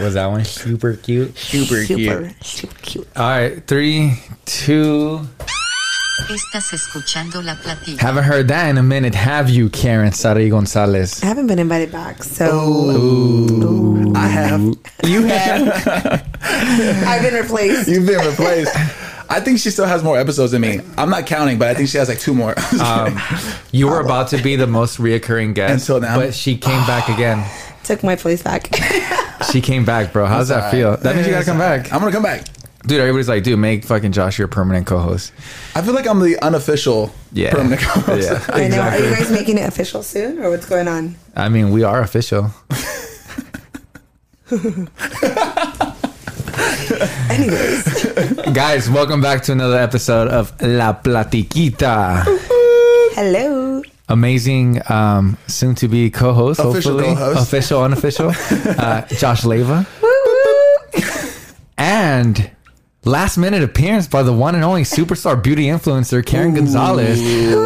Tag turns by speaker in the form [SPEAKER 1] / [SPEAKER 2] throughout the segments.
[SPEAKER 1] Was that one super cute?
[SPEAKER 2] Super,
[SPEAKER 3] Super,
[SPEAKER 2] cute.
[SPEAKER 3] super cute.
[SPEAKER 1] All right, three, two.
[SPEAKER 4] Estás escuchando la platilla.
[SPEAKER 1] Haven't heard that in a minute, have you, Karen Sari Gonzalez?
[SPEAKER 3] I haven't been invited back, so
[SPEAKER 2] I have.
[SPEAKER 1] You have.
[SPEAKER 3] I've been replaced.
[SPEAKER 2] You've been replaced. I think she still has more episodes than me. I'm not counting, but I think she has like two more.
[SPEAKER 1] you were about to be the most reoccurring guest
[SPEAKER 2] Until now.
[SPEAKER 1] but she came back again.
[SPEAKER 3] Took my place back.
[SPEAKER 1] She came back, bro. How's that feel? That means you gotta come back,
[SPEAKER 2] I'm gonna come back.
[SPEAKER 1] dude. Everybody's like, dude, make fucking Josh your permanent co-host.
[SPEAKER 2] I feel like I'm the unofficial
[SPEAKER 1] Yeah.
[SPEAKER 2] permanent co-host.
[SPEAKER 1] Yeah.
[SPEAKER 3] I know. Are you guys making it official soon, or what's going on?
[SPEAKER 1] I mean, we are official.
[SPEAKER 3] Anyways,
[SPEAKER 1] Guys, welcome back to another episode of La Platiquita.
[SPEAKER 3] hello.
[SPEAKER 1] Amazing, um, soon to be co host,
[SPEAKER 2] Official
[SPEAKER 1] hopefully.
[SPEAKER 2] co-host.
[SPEAKER 1] Official, unofficial. uh, Josh Leva. and last minute appearance by the one and only superstar beauty influencer, Karen Gonzalez,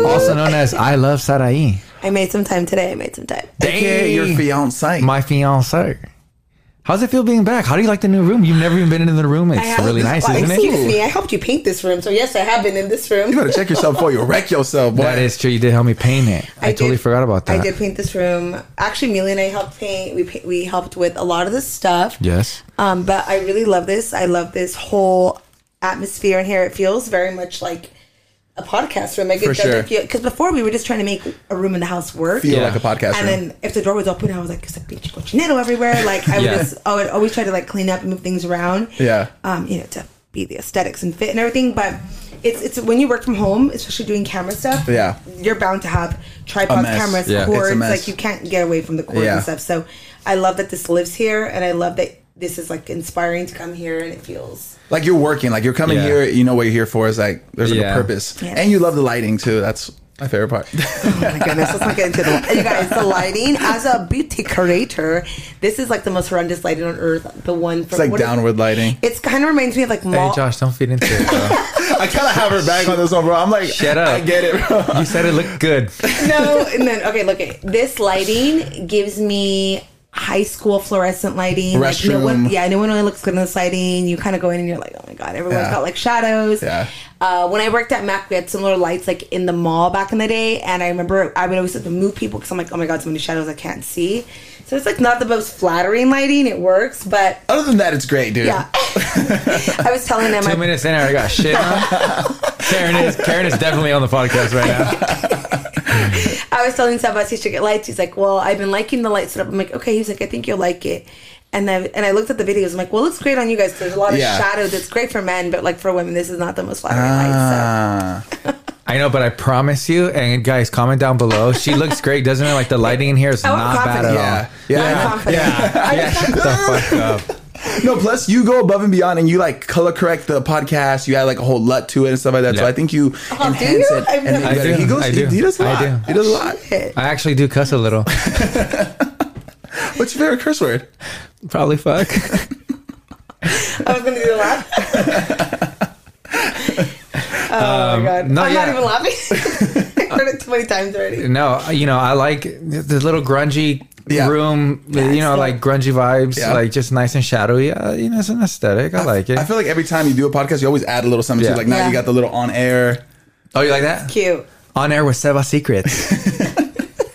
[SPEAKER 1] also known as I Love Sarai.
[SPEAKER 3] I made some time today. I made some time.
[SPEAKER 2] AKA your fiance.
[SPEAKER 1] My fiance. How's it feel being back? How do you like the new room? You've never even been in the room.
[SPEAKER 3] I
[SPEAKER 1] It's
[SPEAKER 3] have-
[SPEAKER 1] really nice,
[SPEAKER 3] Well,
[SPEAKER 1] isn't it?
[SPEAKER 3] Excuse me. I helped you paint this room, so yes, I have been in this
[SPEAKER 2] you
[SPEAKER 3] room.
[SPEAKER 2] better check yourself before you wreck yourself, boy.
[SPEAKER 1] That is true. You did help me paint it. I,
[SPEAKER 3] did-
[SPEAKER 1] totally forgot about that.
[SPEAKER 3] I did paint this room. Actually, Millie and I helped paint. We paint, we helped with a lot of the stuff.
[SPEAKER 1] Yes.
[SPEAKER 3] Um, but I really love this. I love this whole atmosphere in here. It feels very much like a podcast room. Like
[SPEAKER 2] For
[SPEAKER 3] it doesn't
[SPEAKER 2] sure.
[SPEAKER 3] feel because before we were just trying to make a room in the house work.
[SPEAKER 2] feel
[SPEAKER 1] Yeah.
[SPEAKER 2] like a podcast.
[SPEAKER 3] And then if the door was open, I was like, "It's a pinche cochinero everywhere." Like I would
[SPEAKER 1] Yeah.
[SPEAKER 3] just, I would always try to like clean up and move things around.
[SPEAKER 2] Yeah.
[SPEAKER 3] Um, you know, to be the aesthetics and fit and everything. But it's it's when you work from home, especially doing camera stuff.
[SPEAKER 2] Yeah.
[SPEAKER 3] You're bound to have tripods,
[SPEAKER 2] mess.
[SPEAKER 3] cameras,
[SPEAKER 1] Yeah. It's a
[SPEAKER 3] cords.
[SPEAKER 2] mess.
[SPEAKER 3] Like you can't get away from the cords
[SPEAKER 2] Yeah.
[SPEAKER 3] and stuff. So I love that this lives here, and I love that this is like inspiring to come here, and it feels
[SPEAKER 2] like you're working, like you're coming
[SPEAKER 1] Yeah.
[SPEAKER 2] here, you know what you're here for. Is like there's like
[SPEAKER 1] Yeah.
[SPEAKER 2] a purpose,
[SPEAKER 3] Yeah.
[SPEAKER 2] and you love the lighting too. That's my favorite part.
[SPEAKER 3] Oh my goodness, let's not get into the you guys. The lighting as a beauty creator, this is like the most horrendous lighting on earth. The one from
[SPEAKER 2] It's like
[SPEAKER 3] what is-
[SPEAKER 2] downward lighting.
[SPEAKER 3] It's kind of reminds me of like
[SPEAKER 1] Hey,
[SPEAKER 3] mall.
[SPEAKER 1] Josh, don't feed into it, bro.
[SPEAKER 2] I kind of have her back on this one, bro. I'm like,
[SPEAKER 1] Shut up.
[SPEAKER 2] I get it, bro.
[SPEAKER 1] you said it looked good.
[SPEAKER 3] no, and then okay, look at this lighting gives me high school fluorescent lighting. Like no one,
[SPEAKER 2] Restroom.
[SPEAKER 3] yeah, no one really looks good in this lighting. You kind of go in and you're like, oh my god, everyone's
[SPEAKER 2] Yeah.
[SPEAKER 3] got like shadows.
[SPEAKER 2] Yeah.
[SPEAKER 3] Uh, when I worked at Mac, we had similar lights like in the mall back in the day, and I remember I would always have to move people because I'm like, oh my god, so many shadows I can't see. So it's like not the most flattering lighting. It works, but
[SPEAKER 2] Other than that, it's great, dude.
[SPEAKER 3] yeah. I was telling them,
[SPEAKER 1] Two
[SPEAKER 3] I,
[SPEAKER 1] minutes in, I already got shit on. Karen is Karen is definitely on the podcast right now.
[SPEAKER 3] I was telling Sabas he should get lights. He's like, well, I've been liking the light setup. I'm like, okay. He's like, I think you'll like it. And then and I looked at the videos. I'm like, well, it looks great on you guys. There's a lot of
[SPEAKER 2] Yeah.
[SPEAKER 3] shadow that's great for men, but like for women, this is not the most flattering light.
[SPEAKER 2] Ah.
[SPEAKER 1] I know, but I promise you, and guys, comment down below. She looks great, doesn't it? Like the lighting in here is
[SPEAKER 3] I want
[SPEAKER 1] not bad at
[SPEAKER 3] confidence.
[SPEAKER 1] all.
[SPEAKER 2] yeah.
[SPEAKER 3] So
[SPEAKER 2] Yeah.
[SPEAKER 3] I'm confident.
[SPEAKER 1] Yeah, shut the fuck up.
[SPEAKER 2] No, plus you go above and beyond and you like color correct the podcast. You add like a whole LUT to it and stuff like that. So
[SPEAKER 1] Yeah.
[SPEAKER 2] I think you
[SPEAKER 3] Oh, do
[SPEAKER 2] enhance
[SPEAKER 3] you?
[SPEAKER 2] it. And
[SPEAKER 3] I've
[SPEAKER 2] make it
[SPEAKER 3] never-
[SPEAKER 1] I
[SPEAKER 2] better.
[SPEAKER 1] do.
[SPEAKER 2] He goes,
[SPEAKER 1] I do.
[SPEAKER 2] He, he does a
[SPEAKER 1] I
[SPEAKER 2] lot.
[SPEAKER 1] do.
[SPEAKER 2] He does a lot.
[SPEAKER 3] Shit.
[SPEAKER 1] I actually do cuss a little.
[SPEAKER 2] What's your favorite curse word?
[SPEAKER 1] Probably fuck.
[SPEAKER 3] I was gonna do the laugh. oh my god!
[SPEAKER 1] no,
[SPEAKER 3] I'm
[SPEAKER 1] yeah.
[SPEAKER 3] not even laughing. I heard it too many times already.
[SPEAKER 1] No, you know, I like the little grungy
[SPEAKER 2] Yeah.
[SPEAKER 1] room, you know,
[SPEAKER 3] it's
[SPEAKER 1] like grungy vibes,
[SPEAKER 2] Yeah.
[SPEAKER 1] like just nice and shadowy. Uh, you know, it's an aesthetic. I, like it.
[SPEAKER 2] I feel like every time you do a podcast, you always add a little something to
[SPEAKER 1] Yeah.
[SPEAKER 2] it. Like now
[SPEAKER 3] Yeah.
[SPEAKER 2] you got the little on air.
[SPEAKER 1] oh, you like that?
[SPEAKER 3] Cute.
[SPEAKER 1] On air with Seva Secrets.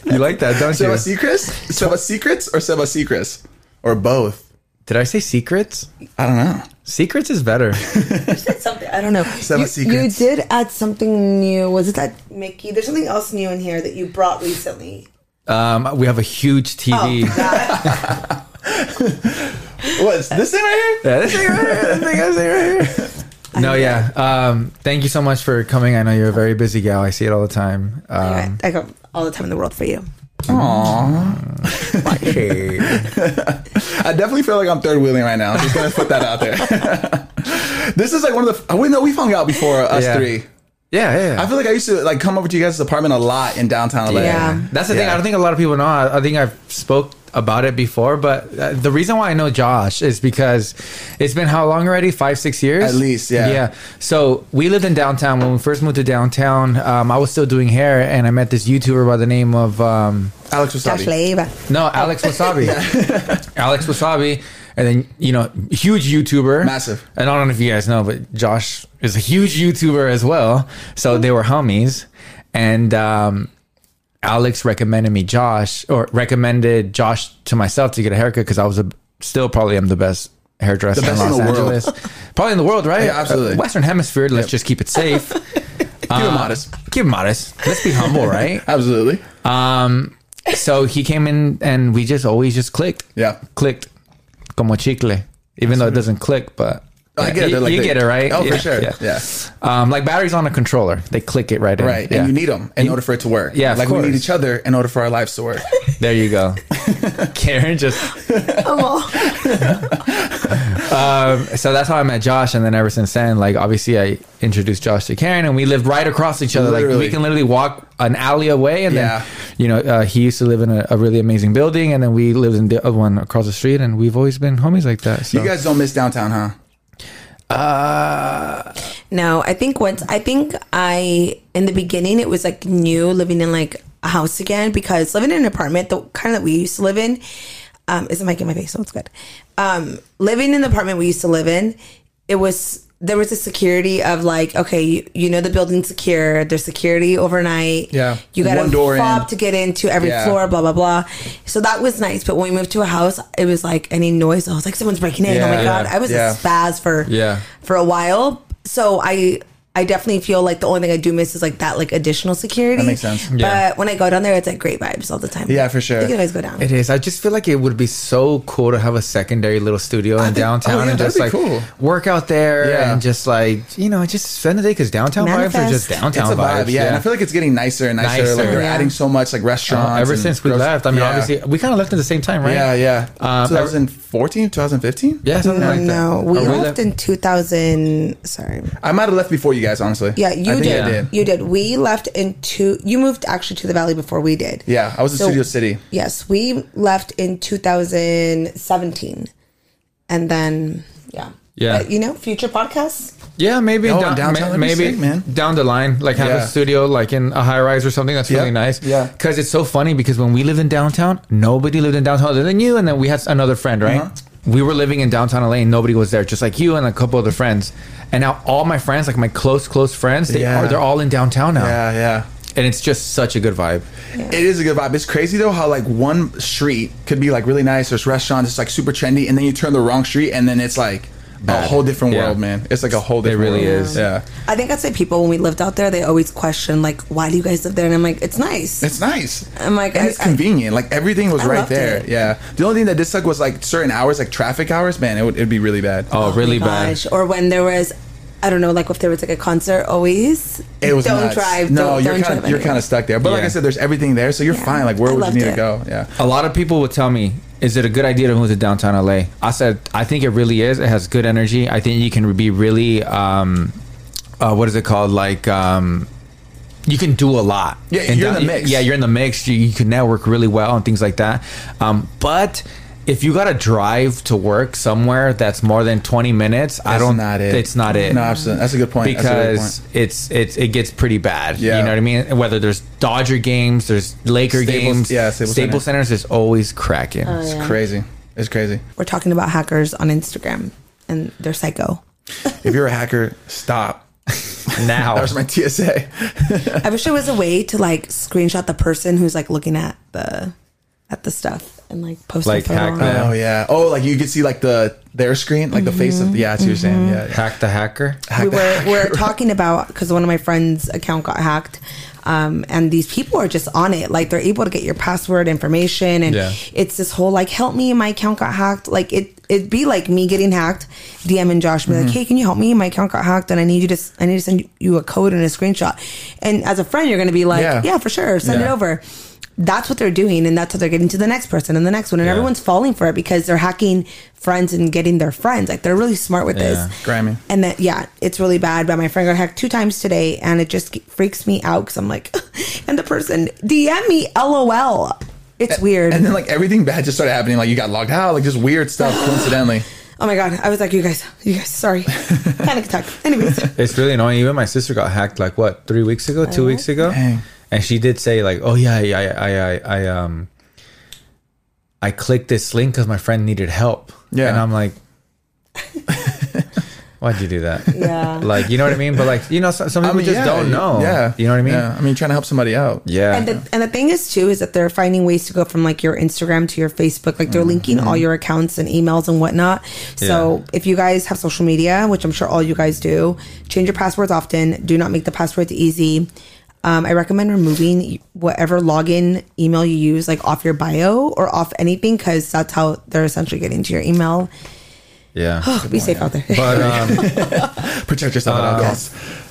[SPEAKER 1] you like that, don't
[SPEAKER 2] Seba
[SPEAKER 1] you?
[SPEAKER 2] Secrets? Seba Secrets or Seba Secrets? Or both?
[SPEAKER 1] Did I say secrets?
[SPEAKER 2] I don't know.
[SPEAKER 1] Secrets is better.
[SPEAKER 3] said something. I don't know.
[SPEAKER 2] Seven
[SPEAKER 3] you,
[SPEAKER 2] secrets.
[SPEAKER 3] you did add something new. Was it that Mickey? There's something else new in here that you brought recently.
[SPEAKER 1] Um, we have a huge
[SPEAKER 3] Oh,
[SPEAKER 1] TV.
[SPEAKER 3] God.
[SPEAKER 2] What's this thing right here?
[SPEAKER 1] Yeah, this thing right here, this thing, this thing right here. No, yeah. Um, thank you so much for coming. I know you're a very busy gal. I see it all the time. Um,
[SPEAKER 3] I got all the time in the world for you.
[SPEAKER 2] I definitely feel like I'm third wheeling right now. Just gonna put that out there. this is like one of the. Oh wait, no, we've hung out before us
[SPEAKER 1] Yeah.
[SPEAKER 2] three.
[SPEAKER 1] yeah, yeah. yeah.
[SPEAKER 2] I feel like I used to like come over to you guys' apartment a lot in downtown LA.
[SPEAKER 3] Yeah.
[SPEAKER 1] That's the thing.
[SPEAKER 2] Yeah.
[SPEAKER 1] I don't think a lot of people know. I, I think I've spoke about it before, but uh, the reason why I know Josh is because it's been how long already? Five, six years,
[SPEAKER 2] At least, yeah.
[SPEAKER 1] yeah. So we lived in downtown when we first moved to downtown. Um, I was still doing hair, and I met this YouTuber by the name of um,
[SPEAKER 2] Alex was
[SPEAKER 3] Josh
[SPEAKER 2] talking.
[SPEAKER 3] Leiva.
[SPEAKER 1] no Alex Wasabi, Alex Wasabi, and then you know, huge YouTuber,
[SPEAKER 2] Massive.
[SPEAKER 1] And I don't know if you guys know, but Josh is a huge YouTuber as well. So they were homies, and um, Alex recommended me Josh or recommended Josh to myself to get a haircut because I was a, still probably am the best hairdresser
[SPEAKER 2] The best
[SPEAKER 1] in
[SPEAKER 2] in
[SPEAKER 1] Los
[SPEAKER 2] the world.
[SPEAKER 1] Angeles, probably in the world, right?
[SPEAKER 2] Yeah, absolutely.
[SPEAKER 1] Uh, Western Hemisphere. Let's just keep it safe.
[SPEAKER 2] Keep
[SPEAKER 1] Uh,
[SPEAKER 2] it modest.
[SPEAKER 1] Keep it modest. Let's be humble, right?
[SPEAKER 2] Absolutely.
[SPEAKER 1] Um, so he came in and we just always just clicked.
[SPEAKER 2] Yeah.
[SPEAKER 1] Clicked. Como chicle. Even though it doesn't click, but
[SPEAKER 2] I Oh, get it.
[SPEAKER 1] You,
[SPEAKER 2] They're like
[SPEAKER 1] you
[SPEAKER 2] they-
[SPEAKER 1] get it, right?
[SPEAKER 2] Oh, for sure. Yeah.
[SPEAKER 1] Um, like batteries on a controller, they click it right in.
[SPEAKER 2] Right.
[SPEAKER 1] Yeah.
[SPEAKER 2] And you need them in order for it to work.
[SPEAKER 1] Yeah, of
[SPEAKER 2] Like we
[SPEAKER 1] course.
[SPEAKER 2] need each other in order for our lives to work.
[SPEAKER 1] There you go. Karen just.
[SPEAKER 3] I'm all-
[SPEAKER 1] Um, So that's how I met Josh, and then ever since then, like obviously I introduced Josh to Karen, and we lived right across each other. Like
[SPEAKER 2] Literally.
[SPEAKER 1] we can literally walk an alley away, and
[SPEAKER 2] Yeah.
[SPEAKER 1] then you know uh, he used to live in a, a really amazing building, and then we lived in the other one across the street, and we've always been homies like that. So.
[SPEAKER 2] You guys don't miss downtown, huh?
[SPEAKER 3] No, I think once I think I in the beginning it was like new living in like a house again because living in an apartment the kind that we used to live in um is a mic in my face so it's good. Um living in the apartment we used to live in it was there was a security of like okay you, you know the building's secure there's security overnight
[SPEAKER 2] Yeah.
[SPEAKER 3] you got
[SPEAKER 2] One
[SPEAKER 3] to
[SPEAKER 2] door
[SPEAKER 3] fob
[SPEAKER 2] in.
[SPEAKER 3] to get into every
[SPEAKER 2] Yeah.
[SPEAKER 3] floor blah blah blah so that was nice but when we moved to a house it was like any noise I was like someone's breaking in oh
[SPEAKER 2] Yeah.
[SPEAKER 3] my god I was
[SPEAKER 2] Yeah.
[SPEAKER 3] a spaz for
[SPEAKER 1] Yeah.
[SPEAKER 3] for a while. So I I definitely feel like the only thing I do miss is like that like additional security.
[SPEAKER 2] That makes sense.
[SPEAKER 1] Yeah.
[SPEAKER 3] But when I go down there, it's like great vibes all the time.
[SPEAKER 2] Yeah, for sure.
[SPEAKER 3] You can always go down.
[SPEAKER 1] It is. I just feel like it would be so cool to have a secondary little studio in
[SPEAKER 2] think-
[SPEAKER 1] downtown
[SPEAKER 2] oh, yeah,
[SPEAKER 1] and
[SPEAKER 2] that'd
[SPEAKER 1] just
[SPEAKER 2] be
[SPEAKER 1] like
[SPEAKER 2] cool.
[SPEAKER 1] work out there
[SPEAKER 2] Yeah.
[SPEAKER 1] and just like you know just spend the day because downtown vibes are just
[SPEAKER 3] Manifest.
[SPEAKER 1] downtown
[SPEAKER 2] it's a vibe,
[SPEAKER 1] vibes.
[SPEAKER 2] yeah. And I feel like it's getting nicer and nicer. Like
[SPEAKER 1] Nicer. Uh,
[SPEAKER 2] they're
[SPEAKER 3] Yeah.
[SPEAKER 2] adding so much, like restaurants.
[SPEAKER 1] ever
[SPEAKER 2] and
[SPEAKER 1] since we
[SPEAKER 2] grocery-
[SPEAKER 1] left, I mean,
[SPEAKER 2] Yeah.
[SPEAKER 1] obviously we kind of left at the same time, right?
[SPEAKER 2] Yeah, yeah.
[SPEAKER 1] Um,
[SPEAKER 2] 2014, 2015.
[SPEAKER 1] yeah, something like that.
[SPEAKER 3] no, we
[SPEAKER 1] Or
[SPEAKER 3] left
[SPEAKER 1] le-
[SPEAKER 3] in 2000. Sorry.
[SPEAKER 2] I might have left before you guys, honestly.
[SPEAKER 3] Yeah, you
[SPEAKER 2] I think
[SPEAKER 3] did.
[SPEAKER 2] I did.
[SPEAKER 3] You did. We left in two. You moved actually to the valley before we did.
[SPEAKER 2] Yeah, I was in
[SPEAKER 3] So-
[SPEAKER 2] Studio City.
[SPEAKER 3] Yes, we left in 2017, and then yeah,
[SPEAKER 1] Yeah.
[SPEAKER 3] But, you know, future podcasts.
[SPEAKER 1] yeah, maybe
[SPEAKER 2] Oh,
[SPEAKER 1] down,
[SPEAKER 2] downtown,
[SPEAKER 1] ma-
[SPEAKER 2] that'd be
[SPEAKER 1] maybe
[SPEAKER 2] sick, man.
[SPEAKER 1] down the line, like have
[SPEAKER 2] Yeah.
[SPEAKER 1] a studio like in a high rise or something. That's
[SPEAKER 2] Yeah.
[SPEAKER 1] really nice.
[SPEAKER 2] Yeah.
[SPEAKER 1] because it's so funny because when we lived in downtown, nobody lived in downtown other than you, and then we had another friend, right?
[SPEAKER 2] Uh-huh.
[SPEAKER 1] We were living in downtown LA and nobody was there, just like you and a couple other friends. And now all my friends, like my close, close friends, they
[SPEAKER 2] Yeah.
[SPEAKER 1] are they're all in downtown now.
[SPEAKER 2] Yeah, yeah.
[SPEAKER 1] And it's just such a good vibe.
[SPEAKER 2] It is a good vibe. It's crazy though how like one street could be like really nice. There's restaurants, it's like super trendy, and then you turn the wrong street, and then it's like a
[SPEAKER 1] Bad.
[SPEAKER 2] whole different
[SPEAKER 1] Yeah.
[SPEAKER 2] world, man. It's like a whole different.
[SPEAKER 1] really
[SPEAKER 2] world.
[SPEAKER 1] is.
[SPEAKER 2] Yeah,
[SPEAKER 3] I think I'd say people when we lived out there, they always question like, "Why do you guys live there?" And I'm like, "It's nice."
[SPEAKER 2] it's nice.
[SPEAKER 3] I'm like,
[SPEAKER 2] and
[SPEAKER 3] I-
[SPEAKER 2] it's
[SPEAKER 3] I-
[SPEAKER 2] convenient. like everything was
[SPEAKER 3] I
[SPEAKER 2] right
[SPEAKER 3] loved
[SPEAKER 2] there.
[SPEAKER 3] it.
[SPEAKER 2] Yeah. The only thing that did suck was like certain hours, like traffic hours. Man, it would it'd be really bad.
[SPEAKER 1] Oh, really bad.
[SPEAKER 3] Or when there was, I don't know, like if there was like a concert, always
[SPEAKER 2] It was
[SPEAKER 3] don't
[SPEAKER 2] nuts.
[SPEAKER 3] drive.
[SPEAKER 2] No,
[SPEAKER 3] don't,
[SPEAKER 2] you're
[SPEAKER 3] don't
[SPEAKER 2] kind of
[SPEAKER 3] drive
[SPEAKER 2] you're kind
[SPEAKER 3] anywhere.
[SPEAKER 2] of stuck there. But like
[SPEAKER 1] Yeah.
[SPEAKER 2] I said, there's everything there, so you're
[SPEAKER 3] Yeah.
[SPEAKER 2] fine. Like
[SPEAKER 3] I
[SPEAKER 2] where would you
[SPEAKER 3] loved
[SPEAKER 2] need to
[SPEAKER 3] it.
[SPEAKER 2] go? Yeah.
[SPEAKER 1] A lot of people would tell me, is it a good idea to move to downtown LA? I said, I think it really is. It has good energy. I think you can be really, um, uh, what is it called? Like, um, you can do a lot.
[SPEAKER 2] Yeah,
[SPEAKER 1] in
[SPEAKER 2] you're in the mix.
[SPEAKER 1] Yeah, you're in the mix. You, you can network really well and things like that. Um, but if you got to drive to work somewhere that's more than 20 minutes, I
[SPEAKER 2] That's
[SPEAKER 1] don't.
[SPEAKER 2] not it.
[SPEAKER 1] It's not it
[SPEAKER 2] No, absolutely. That's a good point. That's a good
[SPEAKER 1] because it's it's it gets pretty bad.
[SPEAKER 2] Yeah.
[SPEAKER 1] You know what I mean? Whether there's Dodger games, there's Laker
[SPEAKER 2] Staples-
[SPEAKER 1] games,
[SPEAKER 2] yeah, Staples
[SPEAKER 1] Staples,
[SPEAKER 2] Center.
[SPEAKER 1] Centers is always cracking.
[SPEAKER 3] Oh,
[SPEAKER 2] point. it's crazy. It's crazy.
[SPEAKER 3] We're talking about hackers on Instagram, and they're psycho.
[SPEAKER 2] If you're a hacker, stop.
[SPEAKER 1] now.
[SPEAKER 2] That was my TSA.
[SPEAKER 3] I wish there was a way to like screenshot the person who's like looking at the at the stuff and like post
[SPEAKER 1] Like
[SPEAKER 3] a photo.
[SPEAKER 1] hack
[SPEAKER 3] on
[SPEAKER 1] them.
[SPEAKER 3] it.
[SPEAKER 2] Oh yeah. Oh, like you could see like the their screen, like the
[SPEAKER 1] Mm-hmm.
[SPEAKER 2] face of yeah. That's what you're saying. Yeah. yeah.
[SPEAKER 1] Hack the hacker.
[SPEAKER 3] we were we were talking about because one of my friend's account got hacked, um, and these people are just on it. Like they're able to get your password information, and
[SPEAKER 1] Yeah.
[SPEAKER 3] it's this whole like, "Help me, my account got hacked." Like it it'd be like me getting hacked, DM and Josh be
[SPEAKER 1] Mm-hmm.
[SPEAKER 3] like, "Hey, can you help me? My account got hacked, and I need you to s- I need to send you a code and a screenshot." And as a friend, you're gonna be like,
[SPEAKER 2] Yeah.
[SPEAKER 3] "Yeah, for sure, send it
[SPEAKER 2] Yeah.
[SPEAKER 3] over." That's what they're doing, and that's how they're getting to the next person and the next one, and
[SPEAKER 1] Yeah.
[SPEAKER 3] everyone's falling for it because they're hacking friends and getting their friends. Like they're really smart with
[SPEAKER 1] Yeah.
[SPEAKER 3] this.
[SPEAKER 2] Grammy.
[SPEAKER 3] And that, yeah, it's really bad. But my friend got hacked two times today, and it just freaks me out because I'm like, and the person DM me, lol. It's weird.
[SPEAKER 2] And then like everything bad just started happening. Like you got logged out. Like just weird stuff coincidentally.
[SPEAKER 3] oh my god, I was like, you guys, you guys, sorry, panic attack. Anyways,
[SPEAKER 1] It's really annoying. Even my sister got hacked like what three weeks ago,
[SPEAKER 3] Oh.
[SPEAKER 1] two weeks ago,
[SPEAKER 2] Dang.
[SPEAKER 1] and she did say like, "Oh yeah, I I I I, I um." I clicked this link because my friend needed help.
[SPEAKER 2] Yeah.
[SPEAKER 1] And I'm like, why'd you do that?
[SPEAKER 3] Yeah.
[SPEAKER 1] Like, you know what I mean? But like, you know, some, some
[SPEAKER 2] I
[SPEAKER 1] people
[SPEAKER 2] mean,
[SPEAKER 1] just
[SPEAKER 2] yeah,
[SPEAKER 1] don't know.
[SPEAKER 2] Yeah,
[SPEAKER 1] You know what I mean?
[SPEAKER 2] Yeah. I mean, trying to help somebody out.
[SPEAKER 1] Yeah.
[SPEAKER 3] And the, and the thing is too is that they're finding ways to go from like your Instagram to your Facebook. Like they're linking all your accounts and emails and whatnot. So
[SPEAKER 1] Mm-hmm. Yeah.
[SPEAKER 3] if you guys have social media, which I'm sure all you guys do, change your passwords often. Do not make the passwords easy. Um, I recommend removing whatever login email you use, like off your bio or off anything, because that's how they're essentially getting to your email.
[SPEAKER 1] yeah.
[SPEAKER 3] Be safe out there.
[SPEAKER 1] But um,
[SPEAKER 2] Protect yourself at all
[SPEAKER 1] Uh,
[SPEAKER 2] costs.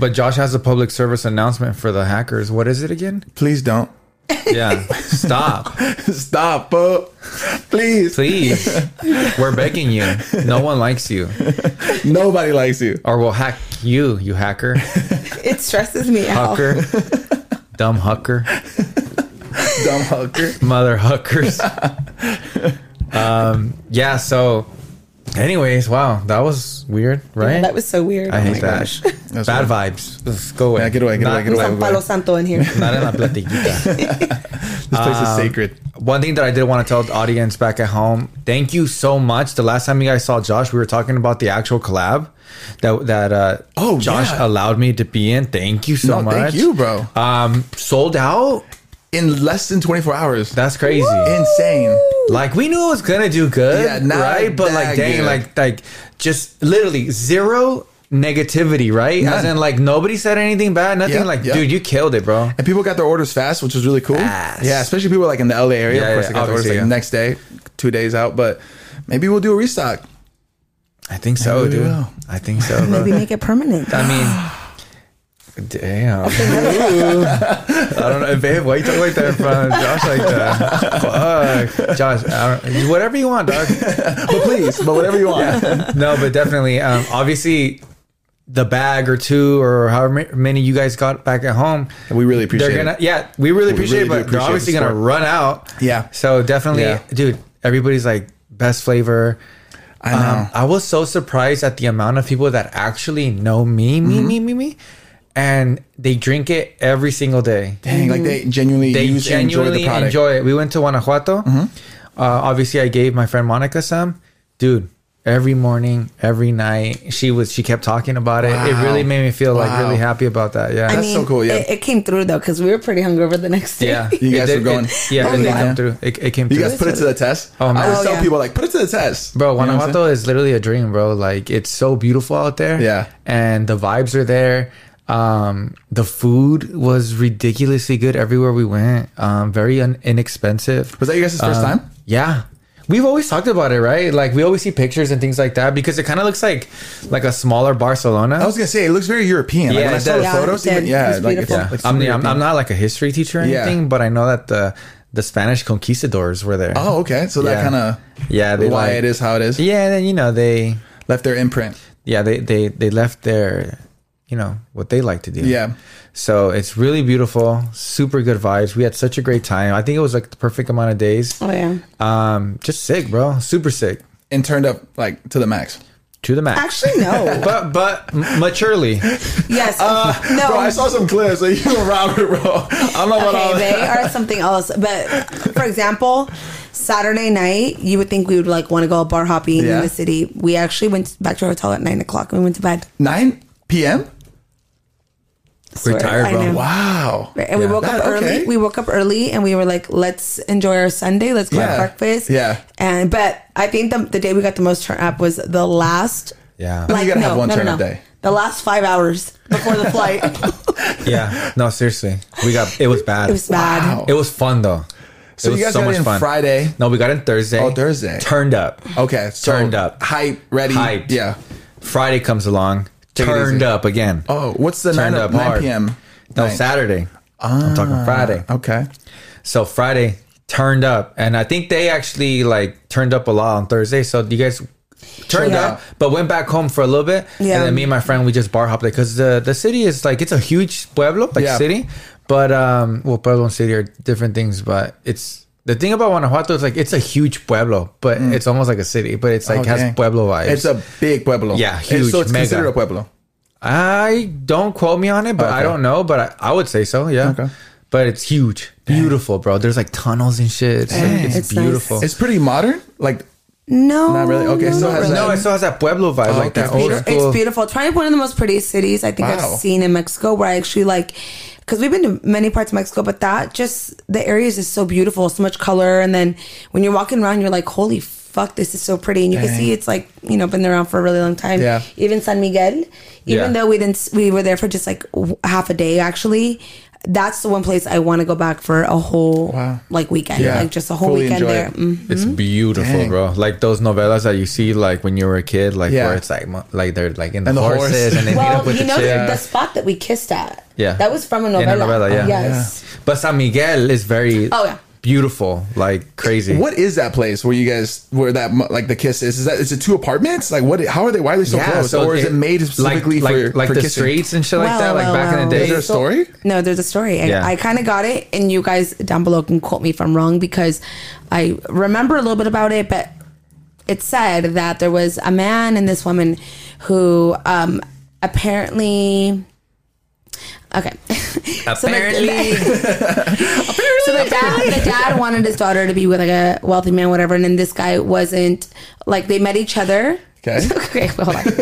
[SPEAKER 1] but Josh has a public service announcement for the hackers. What is it again?
[SPEAKER 2] Please don't.
[SPEAKER 1] Yeah. Stop.
[SPEAKER 2] Stop, bro. Please.
[SPEAKER 1] Please. We're begging you. No one likes you.
[SPEAKER 2] Nobody likes you.
[SPEAKER 1] Or we'll hack you, you hacker.
[SPEAKER 3] it stresses me out.
[SPEAKER 1] Hucker. Dumb hucker.
[SPEAKER 2] Dumb hooker.
[SPEAKER 1] mother hookers. um, yeah. So, anyways, wow, that was weird, right?
[SPEAKER 3] That was so weird.
[SPEAKER 1] I
[SPEAKER 3] oh
[SPEAKER 1] hate
[SPEAKER 3] my
[SPEAKER 1] that.
[SPEAKER 3] gosh.
[SPEAKER 2] That's
[SPEAKER 1] Bad
[SPEAKER 2] weird.
[SPEAKER 1] vibes. Let's go away.
[SPEAKER 2] Yeah, get away, get
[SPEAKER 1] not,
[SPEAKER 2] away, get away.
[SPEAKER 3] San Palo Santo in here.
[SPEAKER 1] Not in la platiquita.
[SPEAKER 2] This place
[SPEAKER 1] Uh,
[SPEAKER 2] is sacred.
[SPEAKER 1] One thing that I did want to tell the audience back at home, thank you so much. The last time you guys saw Josh, we were talking about the actual collab that that uh,
[SPEAKER 2] Oh,
[SPEAKER 1] Josh
[SPEAKER 2] yeah.
[SPEAKER 1] allowed me to be in. Thank you so
[SPEAKER 2] No,
[SPEAKER 1] much.
[SPEAKER 2] thank you, bro.
[SPEAKER 1] Um, sold out.
[SPEAKER 2] In less than 24 hours.
[SPEAKER 1] That's crazy.
[SPEAKER 2] insane.
[SPEAKER 1] Like we knew it was gonna do good,
[SPEAKER 2] Yeah, not
[SPEAKER 1] right? But
[SPEAKER 2] that
[SPEAKER 1] like, dang,
[SPEAKER 2] good.
[SPEAKER 1] like, like, just literally zero negativity, right? As in,
[SPEAKER 2] None.
[SPEAKER 1] like, nobody said anything bad, nothing.
[SPEAKER 2] Yeah,
[SPEAKER 1] like,
[SPEAKER 2] yeah.
[SPEAKER 1] dude, you killed it, bro.
[SPEAKER 2] And people got their orders fast, which was really cool.
[SPEAKER 1] Fast.
[SPEAKER 2] Yeah, especially people like in the LA area.
[SPEAKER 1] Yeah,
[SPEAKER 2] of course,
[SPEAKER 1] yeah,
[SPEAKER 2] they got their orders
[SPEAKER 1] obviously,
[SPEAKER 2] like
[SPEAKER 1] yeah.
[SPEAKER 2] the next day, two days out. But maybe we'll do a restock.
[SPEAKER 1] I think so,
[SPEAKER 2] Maybe we
[SPEAKER 1] dude.
[SPEAKER 2] will.
[SPEAKER 1] I think so, bro.
[SPEAKER 3] Maybe make it permanent.
[SPEAKER 1] I mean, damn. Ooh. I don't know, babe. Why you talk like that in front of Josh like that? Fuck, Josh. I don't, whatever you want, dog.
[SPEAKER 2] But please, but whatever you want.
[SPEAKER 1] no, but definitely. Um, obviously, the bag or two or however ma- many you guys got back at home,
[SPEAKER 2] We really appreciate
[SPEAKER 1] they're gonna,
[SPEAKER 2] it.
[SPEAKER 1] Yeah, we really appreciate
[SPEAKER 2] really do
[SPEAKER 1] it, but
[SPEAKER 2] appreciate
[SPEAKER 1] they're obviously
[SPEAKER 2] the
[SPEAKER 1] gonna
[SPEAKER 2] support.
[SPEAKER 1] run out.
[SPEAKER 2] Yeah.
[SPEAKER 1] So definitely,
[SPEAKER 2] Yeah.
[SPEAKER 1] dude. Everybody's like best flavor.
[SPEAKER 2] I know.
[SPEAKER 1] Um, I was so surprised at the amount of people that actually know me,
[SPEAKER 2] Mm-hmm.
[SPEAKER 1] me, me, me, me, and they drink it every single day
[SPEAKER 2] Dang, like they
[SPEAKER 1] Mm-hmm.
[SPEAKER 2] genuinely
[SPEAKER 1] they
[SPEAKER 2] use and enjoy
[SPEAKER 1] genuinely
[SPEAKER 2] the product. Mm-hmm.
[SPEAKER 1] enjoy it. We went to Guanajuato. Uh, obviously, I gave my friend Monica some. Dude, every morning, every night, she was she kept talking about it. It
[SPEAKER 2] Wow.
[SPEAKER 1] really made me feel like
[SPEAKER 2] Wow.
[SPEAKER 1] really happy about that. Yeah,
[SPEAKER 3] I
[SPEAKER 2] That's
[SPEAKER 3] mean,
[SPEAKER 2] so cool, yeah.
[SPEAKER 3] it, it came through though because we were pretty hungover the next day.
[SPEAKER 1] yeah.
[SPEAKER 2] You guys
[SPEAKER 1] It-
[SPEAKER 2] were going-
[SPEAKER 1] It, yeah,
[SPEAKER 2] Oh,
[SPEAKER 1] it did
[SPEAKER 2] yeah.
[SPEAKER 1] come through. It, it came
[SPEAKER 2] You
[SPEAKER 1] through.
[SPEAKER 2] guys put it to the test.
[SPEAKER 1] Oh, man.
[SPEAKER 2] I always
[SPEAKER 3] Oh,
[SPEAKER 2] tell
[SPEAKER 3] yeah.
[SPEAKER 2] people like, put it to the test,
[SPEAKER 1] Bro,
[SPEAKER 2] You know what I'm
[SPEAKER 1] Guanajuato is literally a dream, bro. Like it's so beautiful out there.
[SPEAKER 2] Yeah.
[SPEAKER 1] and the vibes are there. Um, the food was ridiculously good everywhere we went. Um, very un- inexpensive. Um,
[SPEAKER 2] Was that you guys'
[SPEAKER 1] Uh,
[SPEAKER 2] first time?
[SPEAKER 1] Yeah. We've always talked about it, right? Like we always see pictures and things like that because it kind of looks like like a smaller Barcelona.
[SPEAKER 2] I was gonna say it looks very European.
[SPEAKER 1] Yeah,
[SPEAKER 2] like, when I
[SPEAKER 1] it
[SPEAKER 2] saw the
[SPEAKER 1] does.
[SPEAKER 2] photos,
[SPEAKER 3] Yeah, it
[SPEAKER 2] even,
[SPEAKER 3] did.
[SPEAKER 2] yeah,
[SPEAKER 3] It's
[SPEAKER 2] like, it's,
[SPEAKER 3] beautiful.
[SPEAKER 1] yeah.
[SPEAKER 2] like,
[SPEAKER 1] I
[SPEAKER 2] super
[SPEAKER 1] mean, I'm, I'm
[SPEAKER 2] European.
[SPEAKER 1] not like a history teacher or
[SPEAKER 2] Yeah.
[SPEAKER 1] anything, but I know that the the Spanish conquistadors were there.
[SPEAKER 2] Oh, okay. So that
[SPEAKER 1] Yeah.
[SPEAKER 2] kind of
[SPEAKER 1] yeah, they
[SPEAKER 2] why
[SPEAKER 1] like-
[SPEAKER 2] it is how it is.
[SPEAKER 1] Yeah, then you know they
[SPEAKER 2] Left their imprint.
[SPEAKER 1] yeah they they they left their you know what they like to do.
[SPEAKER 2] Yeah.
[SPEAKER 1] So it's really beautiful, super good vibes. We had such a great time. I think it was like the perfect amount of days.
[SPEAKER 3] Oh yeah.
[SPEAKER 1] Um, just sick, bro. Super sick
[SPEAKER 2] and turned up like to the max.
[SPEAKER 1] to the max.
[SPEAKER 3] Actually, no.
[SPEAKER 1] but but m- maturely.
[SPEAKER 3] yes. no.
[SPEAKER 2] Uh, Bro, I saw some clips of you and Robert, bro. I'm not about all
[SPEAKER 3] okay,
[SPEAKER 2] that.
[SPEAKER 3] they are something else. But for example, Saturday night, you would think we would like want to go bar hopping
[SPEAKER 2] Yeah.
[SPEAKER 3] in the city. We actually went back to our hotel at nine o'clock and we went to bed.
[SPEAKER 2] 9 p.m.
[SPEAKER 1] We're
[SPEAKER 3] Swear,
[SPEAKER 1] tired,
[SPEAKER 3] I
[SPEAKER 1] bro.
[SPEAKER 3] know.
[SPEAKER 2] Wow.
[SPEAKER 3] Right, And we woke up
[SPEAKER 2] That- okay.
[SPEAKER 3] early. We woke up early, and we were like, "Let's enjoy our Sunday. Let's go
[SPEAKER 2] Yeah.
[SPEAKER 3] have breakfast."
[SPEAKER 2] Yeah.
[SPEAKER 3] And but I think the, the day we got the most turn up was the last.
[SPEAKER 1] Yeah.
[SPEAKER 2] You gotta have one turn up day.
[SPEAKER 3] The last five hours before the flight.
[SPEAKER 1] Yeah. No, seriously. We got it was bad.
[SPEAKER 3] it was bad.
[SPEAKER 2] Wow.
[SPEAKER 1] It was fun though. it
[SPEAKER 2] So you
[SPEAKER 1] was
[SPEAKER 2] guys
[SPEAKER 1] so
[SPEAKER 2] got
[SPEAKER 1] much
[SPEAKER 2] in
[SPEAKER 1] fun.
[SPEAKER 2] Friday.
[SPEAKER 1] No, we got in Thursday.
[SPEAKER 2] Oh, Thursday. Oh.
[SPEAKER 1] Turned up.
[SPEAKER 2] Okay. So
[SPEAKER 1] Turned up.
[SPEAKER 2] Hype, ready.
[SPEAKER 1] Hyped.
[SPEAKER 2] Yeah.
[SPEAKER 1] Friday comes along.
[SPEAKER 2] Take it
[SPEAKER 1] turned
[SPEAKER 2] easy.
[SPEAKER 1] up again.
[SPEAKER 2] Oh, what's the
[SPEAKER 1] Turned
[SPEAKER 2] 9,
[SPEAKER 1] up
[SPEAKER 2] 9
[SPEAKER 1] hard.
[SPEAKER 2] p.m.?
[SPEAKER 1] no,
[SPEAKER 2] night?
[SPEAKER 1] Saturday. I'm
[SPEAKER 2] Ah.
[SPEAKER 1] talking Friday.
[SPEAKER 2] Okay.
[SPEAKER 1] So Friday turned up, and I think they actually like turned up a lot on Thursday. So you guys turned
[SPEAKER 3] Yeah.
[SPEAKER 1] up, but went back home for a little bit.
[SPEAKER 3] Yeah.
[SPEAKER 1] And then me and my friend we just bar hopped it because the the city is like it's a huge pueblo, like
[SPEAKER 2] Yeah.
[SPEAKER 1] city. But um, well, pueblo and city are different things. But it's the thing about Guanajuato is like it's a huge pueblo, but it's almost like a city, but it's like
[SPEAKER 2] Oh,
[SPEAKER 1] has
[SPEAKER 2] dang.
[SPEAKER 1] pueblo vibes.
[SPEAKER 2] Mm. It's a big pueblo.
[SPEAKER 1] Yeah,
[SPEAKER 2] It's-
[SPEAKER 1] huge,
[SPEAKER 2] So it's
[SPEAKER 1] mega.
[SPEAKER 2] considered a pueblo.
[SPEAKER 1] I don't quote me on it, but I
[SPEAKER 2] Okay.
[SPEAKER 1] don't know, but I, I would say so. Yeah.
[SPEAKER 2] Okay.
[SPEAKER 1] but it's huge, beautiful, bro. There's like tunnels and shit. It's, like- it's
[SPEAKER 3] It's nice.
[SPEAKER 1] beautiful.
[SPEAKER 2] It's pretty modern. Like
[SPEAKER 3] No,
[SPEAKER 2] Not really. Okay,
[SPEAKER 3] no,
[SPEAKER 2] so
[SPEAKER 3] not
[SPEAKER 2] has
[SPEAKER 3] really.
[SPEAKER 2] that-
[SPEAKER 1] no, it still has that pueblo vibe, like that
[SPEAKER 2] okay.
[SPEAKER 1] old
[SPEAKER 3] Beauti-
[SPEAKER 1] school.
[SPEAKER 3] Oh, It's beautiful. Trinidad, one of the most prettiest cities I think
[SPEAKER 2] Wow.
[SPEAKER 3] I've seen in Mexico. Where I actually like, because we've been to many parts of Mexico, but that just the areas is so beautiful, so much color, and then when you're walking around, you're like, holy fuck, this is so pretty, and you can
[SPEAKER 2] Dang.
[SPEAKER 3] see it's like you know been around for a really long time.
[SPEAKER 2] Yeah.
[SPEAKER 3] Even San Miguel, even
[SPEAKER 1] Yeah.
[SPEAKER 3] though we didn't, s- we were there for just like w- half a day actually. That's the one place I want to go back for a whole
[SPEAKER 2] Wow.
[SPEAKER 3] like weekend,
[SPEAKER 2] Yeah.
[SPEAKER 3] like just a whole
[SPEAKER 2] Fully
[SPEAKER 3] weekend
[SPEAKER 2] enjoy
[SPEAKER 3] there.
[SPEAKER 2] it.
[SPEAKER 3] Mm.
[SPEAKER 1] It's beautiful,
[SPEAKER 2] Dang.
[SPEAKER 1] bro. Like those novellas that you see, like when you were a kid, like
[SPEAKER 2] Yeah.
[SPEAKER 1] where it's like, mo- like they're like in the,
[SPEAKER 2] And the horse.
[SPEAKER 1] horses and they meet up
[SPEAKER 3] Well,
[SPEAKER 1] with
[SPEAKER 3] you
[SPEAKER 1] the
[SPEAKER 3] know
[SPEAKER 1] chick.
[SPEAKER 3] the, the spot that we kissed at.
[SPEAKER 1] Yeah.
[SPEAKER 3] that was from a
[SPEAKER 1] In a
[SPEAKER 3] novella.
[SPEAKER 1] novella, yeah.
[SPEAKER 3] Yes.
[SPEAKER 1] But San Miguel is very
[SPEAKER 3] Oh, yeah.
[SPEAKER 1] beautiful, like crazy.
[SPEAKER 2] what is that place where you guys where that mu- like the kiss is? Is that is it two apartments? Like what? How are they? Why are they so close? or is it, made specifically
[SPEAKER 1] like,
[SPEAKER 2] for
[SPEAKER 1] like, like
[SPEAKER 2] for
[SPEAKER 1] the
[SPEAKER 2] kissing?
[SPEAKER 1] streets and shit like
[SPEAKER 3] Wow,
[SPEAKER 1] that? Like
[SPEAKER 3] wow,
[SPEAKER 1] back in
[SPEAKER 3] wow.
[SPEAKER 1] the
[SPEAKER 2] Is there
[SPEAKER 1] day.
[SPEAKER 2] a story?
[SPEAKER 3] No, there's a story. I,
[SPEAKER 1] Yeah.
[SPEAKER 3] I kind of got it, and you guys down below can quote me if I'm wrong because I remember a little bit about it, but it said that there was a man and this woman who um, apparently. Okay. So the-
[SPEAKER 1] Apparently,
[SPEAKER 3] So the dad, the dad wanted his daughter to be with like a wealthy man, whatever, and then this guy wasn't. Like they met each other.
[SPEAKER 2] Okay.
[SPEAKER 3] Okay, well, hold on.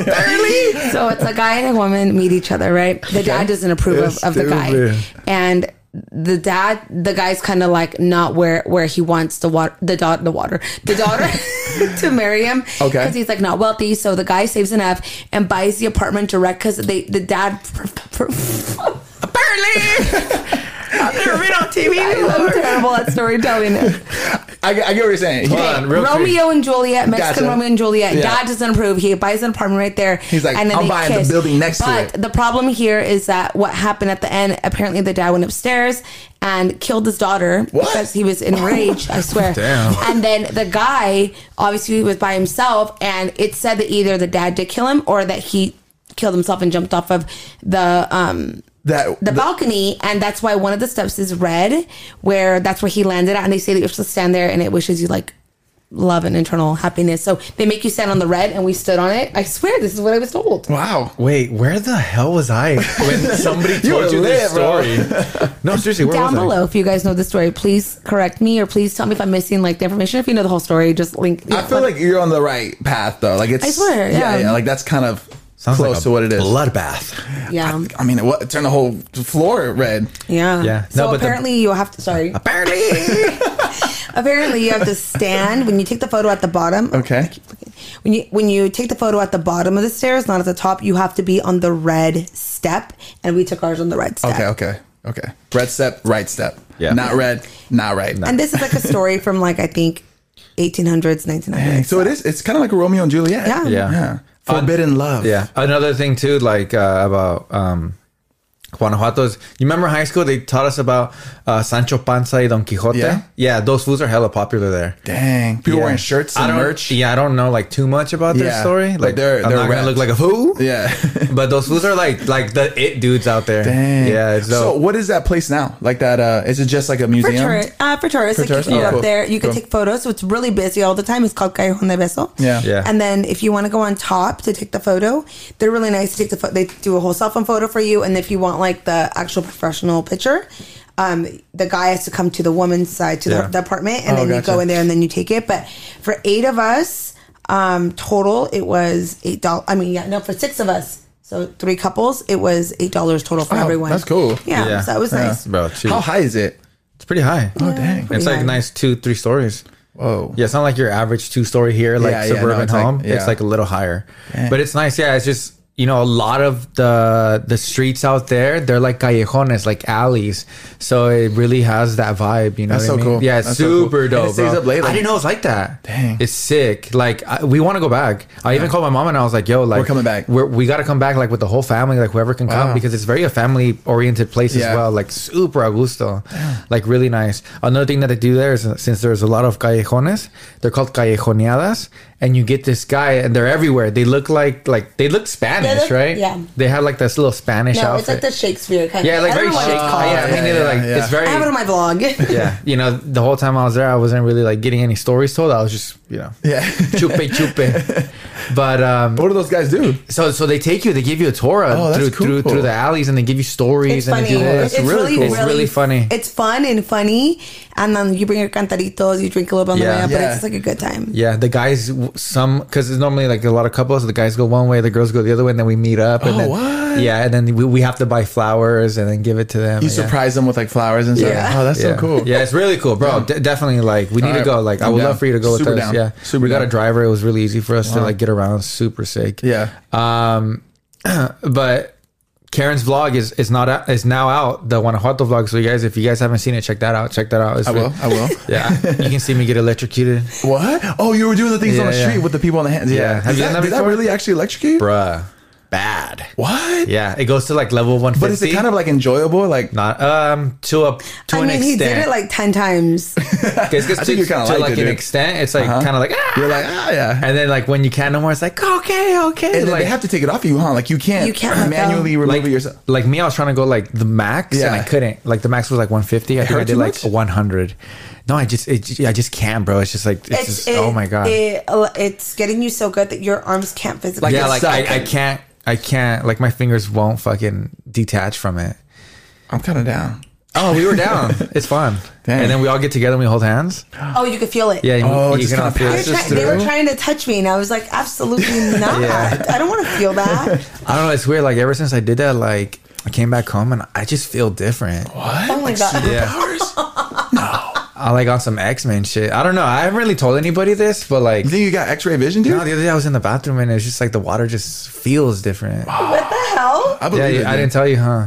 [SPEAKER 3] Apparently, so, so it's a guy and a woman meet each other, right? The dad doesn't approve of, of the guy,
[SPEAKER 2] Stupid.
[SPEAKER 3] and the dad, the guy's kind of like not where where he wants the water, the daughter, the water, the daughter to marry him.
[SPEAKER 2] Okay.
[SPEAKER 3] because he's like not wealthy, so the guy saves enough and buys the apartment direct because they the dad. Apparently, I've never been on TV. I'm terrible at storytelling.
[SPEAKER 2] I, I get what you're saying.
[SPEAKER 1] Hold on, real quick.
[SPEAKER 3] Romeo and Juliet, Mexican
[SPEAKER 2] Gotcha.
[SPEAKER 3] Romeo and Juliet.
[SPEAKER 2] Yeah.
[SPEAKER 3] Dad doesn't approve. He buys an apartment right there.
[SPEAKER 2] He's like, "I'm
[SPEAKER 3] they
[SPEAKER 2] buying the building next to
[SPEAKER 3] But
[SPEAKER 2] it."
[SPEAKER 3] the problem here is that what happened at the end, apparently the dad went upstairs and killed his daughter
[SPEAKER 2] What?
[SPEAKER 3] because he was enraged, I swear.
[SPEAKER 1] Damn.
[SPEAKER 3] And then the guy, obviously, was by himself, and it said that either the dad did kill him or that he killed himself and jumped off of the um
[SPEAKER 2] That
[SPEAKER 3] the balcony, and that's why one of the steps is red, where that's where he landed at. And they say that you're supposed to stand there, and it wishes you like love and internal happiness. So they make you stand on the red, and we stood on it. I swear, this is what I was told.
[SPEAKER 2] wow.
[SPEAKER 1] wait, where the hell was I when somebody
[SPEAKER 2] You
[SPEAKER 1] told
[SPEAKER 2] were
[SPEAKER 1] you this
[SPEAKER 2] lit, bro.
[SPEAKER 1] story? No, seriously, where
[SPEAKER 3] Down
[SPEAKER 1] was I?
[SPEAKER 3] below, if you guys know the story, please correct me or please tell me if I'm missing like the information. If you know the whole story, just link.
[SPEAKER 2] I feel like you're on the right path though. Like it's
[SPEAKER 3] I swear, yeah.
[SPEAKER 2] like that's kind of
[SPEAKER 1] Sounds
[SPEAKER 2] close
[SPEAKER 1] like a
[SPEAKER 2] to what it is.
[SPEAKER 1] Bloodbath.
[SPEAKER 3] yeah,
[SPEAKER 2] I mean, what turn the whole floor red.
[SPEAKER 3] yeah,
[SPEAKER 1] Yeah.
[SPEAKER 3] So
[SPEAKER 1] No, but the-
[SPEAKER 3] apparently, you have to. Sorry.
[SPEAKER 1] Apparently,
[SPEAKER 3] apparently, you have to stand when you take the photo at the bottom. Oh,
[SPEAKER 2] Okay.
[SPEAKER 3] When you when you take the photo at the bottom of the stairs, not at the top, you have to be on the red step, and we took ours on the red step.
[SPEAKER 2] Okay. Okay. Okay. Red step, right step.
[SPEAKER 1] Yeah.
[SPEAKER 2] Not red, not right.
[SPEAKER 3] And this is like a story from like I think 1800s, 1900s.
[SPEAKER 2] So it is. It's kind of like a Romeo and Juliet.
[SPEAKER 3] Yeah.
[SPEAKER 1] yeah.
[SPEAKER 2] Yeah.
[SPEAKER 1] Uh,
[SPEAKER 2] Forbidden love.
[SPEAKER 1] Yeah. Another thing too, like uh, about um, Guanajuato's. You remember high school? They taught us about uh, Sancho Panza y Don Quixote.
[SPEAKER 2] Yeah.
[SPEAKER 1] Yeah. those fools are hella popular there.
[SPEAKER 2] Dang. People
[SPEAKER 1] Yeah.
[SPEAKER 2] wearing shirts
[SPEAKER 1] I
[SPEAKER 2] and
[SPEAKER 1] don't,
[SPEAKER 2] merch.
[SPEAKER 1] Yeah, I don't know like too much about their
[SPEAKER 2] Yeah.
[SPEAKER 1] story.
[SPEAKER 2] But
[SPEAKER 1] Like
[SPEAKER 2] they're-
[SPEAKER 1] they're, I'm
[SPEAKER 2] they're
[SPEAKER 1] not gonna look like a
[SPEAKER 2] wrapped.
[SPEAKER 1] fool.
[SPEAKER 2] Yeah.
[SPEAKER 1] but those fools are like like the it dudes out there.
[SPEAKER 2] Dang.
[SPEAKER 1] Yeah. It's
[SPEAKER 2] so
[SPEAKER 1] dope.
[SPEAKER 2] what is that place now? Like that? Uh, is it just like a
[SPEAKER 3] For,
[SPEAKER 2] museum?
[SPEAKER 3] tour, uh, for tourists,
[SPEAKER 2] For
[SPEAKER 3] it
[SPEAKER 2] tourists?
[SPEAKER 3] keeps you
[SPEAKER 2] Oh,
[SPEAKER 3] up
[SPEAKER 2] cool.
[SPEAKER 3] there. You can
[SPEAKER 2] Cool.
[SPEAKER 3] take photos. So it's really busy all the time. It's called Callejon de Beso.
[SPEAKER 2] Yeah.
[SPEAKER 1] Yeah.
[SPEAKER 3] And then if you want to go on top to take the photo, they're really nice to take the photo. they do a whole cell phone photo for you. And if you want like the actual professional picture, um, the guy has to come to the woman's side to
[SPEAKER 1] Yeah.
[SPEAKER 3] the, the apartment,
[SPEAKER 2] Oh,
[SPEAKER 3] and then you
[SPEAKER 2] gotcha.
[SPEAKER 3] go in there and then you take it. But for eight of us, um, total it was eight dollars. I mean, yeah, no, for six of us. So three couples, it was eight dollars total for
[SPEAKER 2] Wow,
[SPEAKER 3] everyone.
[SPEAKER 2] Oh, that's cool.
[SPEAKER 3] Yeah,
[SPEAKER 1] Yeah.
[SPEAKER 3] so it was
[SPEAKER 1] Yeah.
[SPEAKER 3] nice.
[SPEAKER 1] Bro, shoot.
[SPEAKER 2] How high is it?
[SPEAKER 1] it's pretty high.
[SPEAKER 2] Oh dang.
[SPEAKER 3] Pretty
[SPEAKER 1] It's like
[SPEAKER 3] high.
[SPEAKER 1] nice two, three stories.
[SPEAKER 2] Whoa.
[SPEAKER 1] Yeah, it's not like your average two story here, like
[SPEAKER 2] Yeah, yeah, no,
[SPEAKER 1] suburban
[SPEAKER 2] it's like-
[SPEAKER 1] home.
[SPEAKER 2] yeah.
[SPEAKER 1] It's like a little higher,
[SPEAKER 2] Yeah.
[SPEAKER 1] but it's nice. Yeah, it's just you know a lot of the the streets out there they're like callejones, like alleys. So it really has that vibe. You know,
[SPEAKER 2] That's
[SPEAKER 1] what I
[SPEAKER 2] so
[SPEAKER 1] mean?
[SPEAKER 2] cool.
[SPEAKER 1] Yeah, it's
[SPEAKER 2] That's so
[SPEAKER 1] super
[SPEAKER 2] cool. And it
[SPEAKER 1] dope.
[SPEAKER 2] stays
[SPEAKER 1] bro.
[SPEAKER 2] up late,
[SPEAKER 1] I
[SPEAKER 2] like-
[SPEAKER 1] didn't know it was like that.
[SPEAKER 2] Dang.
[SPEAKER 1] it's sick. Like I, we want to go back. I even called my mom and I was like, "Yo, like
[SPEAKER 2] We're coming back.
[SPEAKER 1] We're, we got to come back, like with the whole family, like whoever can
[SPEAKER 2] Wow.
[SPEAKER 1] come, because it's very a family oriented place
[SPEAKER 2] Yeah.
[SPEAKER 1] as well. Like super a gusto, like really nice. Another thing that they do there is uh, since there's a lot of callejones, they're called callejoneadas, and you get this guy, and they're everywhere. They look like like they look Spanish,
[SPEAKER 3] look-
[SPEAKER 1] right?
[SPEAKER 3] yeah.
[SPEAKER 1] They have like this little Spanish
[SPEAKER 3] No,
[SPEAKER 1] outfit.
[SPEAKER 3] it's like the Shakespeare kind.
[SPEAKER 1] yeah,
[SPEAKER 3] of
[SPEAKER 1] like
[SPEAKER 3] I don't
[SPEAKER 1] very
[SPEAKER 3] know what
[SPEAKER 1] shake.
[SPEAKER 3] it's called.
[SPEAKER 1] Yeah,
[SPEAKER 2] Yeah,
[SPEAKER 1] me neither,
[SPEAKER 2] yeah,
[SPEAKER 1] like
[SPEAKER 2] yeah.
[SPEAKER 1] it's very.
[SPEAKER 3] I have it on my vlog.
[SPEAKER 1] yeah, you know, the whole time I was there, I wasn't really like getting any stories told. I was just, you know,
[SPEAKER 2] Yeah.
[SPEAKER 1] chupe chupe. But um,
[SPEAKER 2] What do those guys do?
[SPEAKER 1] so so they take you, they give you a tour
[SPEAKER 2] Oh, that's
[SPEAKER 1] through through
[SPEAKER 2] cool.
[SPEAKER 1] through the alleys, and they give you stories.
[SPEAKER 5] It's
[SPEAKER 1] and
[SPEAKER 5] funny.
[SPEAKER 1] They do
[SPEAKER 2] that's
[SPEAKER 5] it's
[SPEAKER 2] really
[SPEAKER 5] really,
[SPEAKER 2] cool.
[SPEAKER 1] It's really funny.
[SPEAKER 5] It's fun and funny, and then you bring your cantaritos, you drink a little bit on
[SPEAKER 1] Yeah.
[SPEAKER 5] the way up,
[SPEAKER 2] Yeah.
[SPEAKER 5] but it's like a good time.
[SPEAKER 1] Yeah, the guys w- some because it's normally like a lot of couples. The guys go one way, the girls go the other way, and then we meet up. And
[SPEAKER 2] Oh,
[SPEAKER 1] then,
[SPEAKER 2] what?
[SPEAKER 1] Yeah, and then we, we have to buy flowers and then give it to them.
[SPEAKER 2] You
[SPEAKER 1] yeah.
[SPEAKER 2] surprise them with like flowers and stuff.
[SPEAKER 1] Yeah.
[SPEAKER 2] Oh, that's
[SPEAKER 1] yeah.
[SPEAKER 2] so cool.
[SPEAKER 1] Yeah, it's really cool, bro. De- definitely, like we need to
[SPEAKER 2] Alright,
[SPEAKER 1] go. Like I
[SPEAKER 2] I'm
[SPEAKER 1] would
[SPEAKER 2] down.
[SPEAKER 1] love for you to go
[SPEAKER 2] Super
[SPEAKER 1] with us.
[SPEAKER 2] down.
[SPEAKER 1] Yeah,
[SPEAKER 2] Super
[SPEAKER 1] we got a
[SPEAKER 2] down.
[SPEAKER 1] driver. It was really easy for us to like get around. Super sick.
[SPEAKER 2] Yeah.
[SPEAKER 1] Um, but Karen's vlog is is not out, is now out the Guanajuato vlog. So you guys, if you guys haven't seen it, check that out. Check that out. It's
[SPEAKER 2] I will. I will.
[SPEAKER 1] Yeah, you can see me get electrocuted,
[SPEAKER 2] What? Oh, you were doing the things on
[SPEAKER 1] Yeah,
[SPEAKER 2] the
[SPEAKER 1] yeah.
[SPEAKER 2] street with the people on the hands.
[SPEAKER 1] Yeah.
[SPEAKER 2] Yeah.
[SPEAKER 1] Have
[SPEAKER 2] Is
[SPEAKER 1] you done
[SPEAKER 2] that,
[SPEAKER 1] that
[SPEAKER 2] did that
[SPEAKER 1] before?
[SPEAKER 2] really actually electrocute? you?
[SPEAKER 1] bruh. Bad.
[SPEAKER 2] What?
[SPEAKER 1] Yeah, it goes to like level one fifty.
[SPEAKER 2] But is it kind of like enjoyable? Like,
[SPEAKER 1] not um to a to
[SPEAKER 5] I
[SPEAKER 1] an
[SPEAKER 5] mean, he
[SPEAKER 1] extent?
[SPEAKER 5] did it like ten times.
[SPEAKER 1] It's just
[SPEAKER 2] I
[SPEAKER 1] to,
[SPEAKER 2] think you kinda
[SPEAKER 1] to,
[SPEAKER 2] liked
[SPEAKER 1] like an
[SPEAKER 2] it, dude. Uh-huh.
[SPEAKER 1] extent. It's like kind of like ah!
[SPEAKER 2] you're like, ah, yeah.
[SPEAKER 1] and then like when you can no more, it's like okay, okay.
[SPEAKER 2] And then
[SPEAKER 1] like,
[SPEAKER 2] they have to take it off you, huh? Like you can't,
[SPEAKER 5] You can't let
[SPEAKER 2] manually remove
[SPEAKER 1] like,
[SPEAKER 2] it yourself.
[SPEAKER 1] like me, I was trying to go like the max, and
[SPEAKER 2] Yeah.
[SPEAKER 1] I couldn't. Like the max was like 150. I think I
[SPEAKER 2] hurt
[SPEAKER 1] did
[SPEAKER 2] too
[SPEAKER 1] like
[SPEAKER 2] much?
[SPEAKER 1] 100. No, I just it, I just can't, bro. It's just like it's, just
[SPEAKER 5] it-
[SPEAKER 1] oh my god.
[SPEAKER 5] it- uh, it's getting you so good that your arms can't physically.
[SPEAKER 1] yeah, like
[SPEAKER 2] it's sucking.
[SPEAKER 1] I, I can't, I can't. Like my fingers won't fucking detach from it.
[SPEAKER 2] I'm kind of down.
[SPEAKER 1] Oh, we were down. it's fun.
[SPEAKER 2] Dang.
[SPEAKER 1] And then we all get together and we hold hands.
[SPEAKER 5] oh, you could feel it.
[SPEAKER 1] Yeah,
[SPEAKER 2] Oh,
[SPEAKER 1] you,
[SPEAKER 2] it
[SPEAKER 1] you
[SPEAKER 2] just
[SPEAKER 1] can all
[SPEAKER 5] They were
[SPEAKER 1] feel it.
[SPEAKER 2] kinda passes
[SPEAKER 5] try- they were
[SPEAKER 2] through?
[SPEAKER 5] trying to touch me, and I was like, absolutely not.
[SPEAKER 1] Yeah.
[SPEAKER 5] I don't want to feel that.
[SPEAKER 1] I don't know. It's weird. Like ever since I did that, like I came back home and I just feel different.
[SPEAKER 2] What?
[SPEAKER 5] Oh my
[SPEAKER 2] Like
[SPEAKER 5] God.
[SPEAKER 1] Yeah.
[SPEAKER 2] superpowers?
[SPEAKER 1] I like on some X Men shit. I don't know. I haven't really told anybody this, but like
[SPEAKER 2] you think you got X-ray vision, dude?
[SPEAKER 1] No, the other day I was in the bathroom and it was just like the water just feels different.
[SPEAKER 5] what the hell?
[SPEAKER 2] I
[SPEAKER 1] yeah,
[SPEAKER 2] believe
[SPEAKER 1] yeah, I
[SPEAKER 2] it.
[SPEAKER 1] didn't
[SPEAKER 2] dude.
[SPEAKER 1] tell you, huh?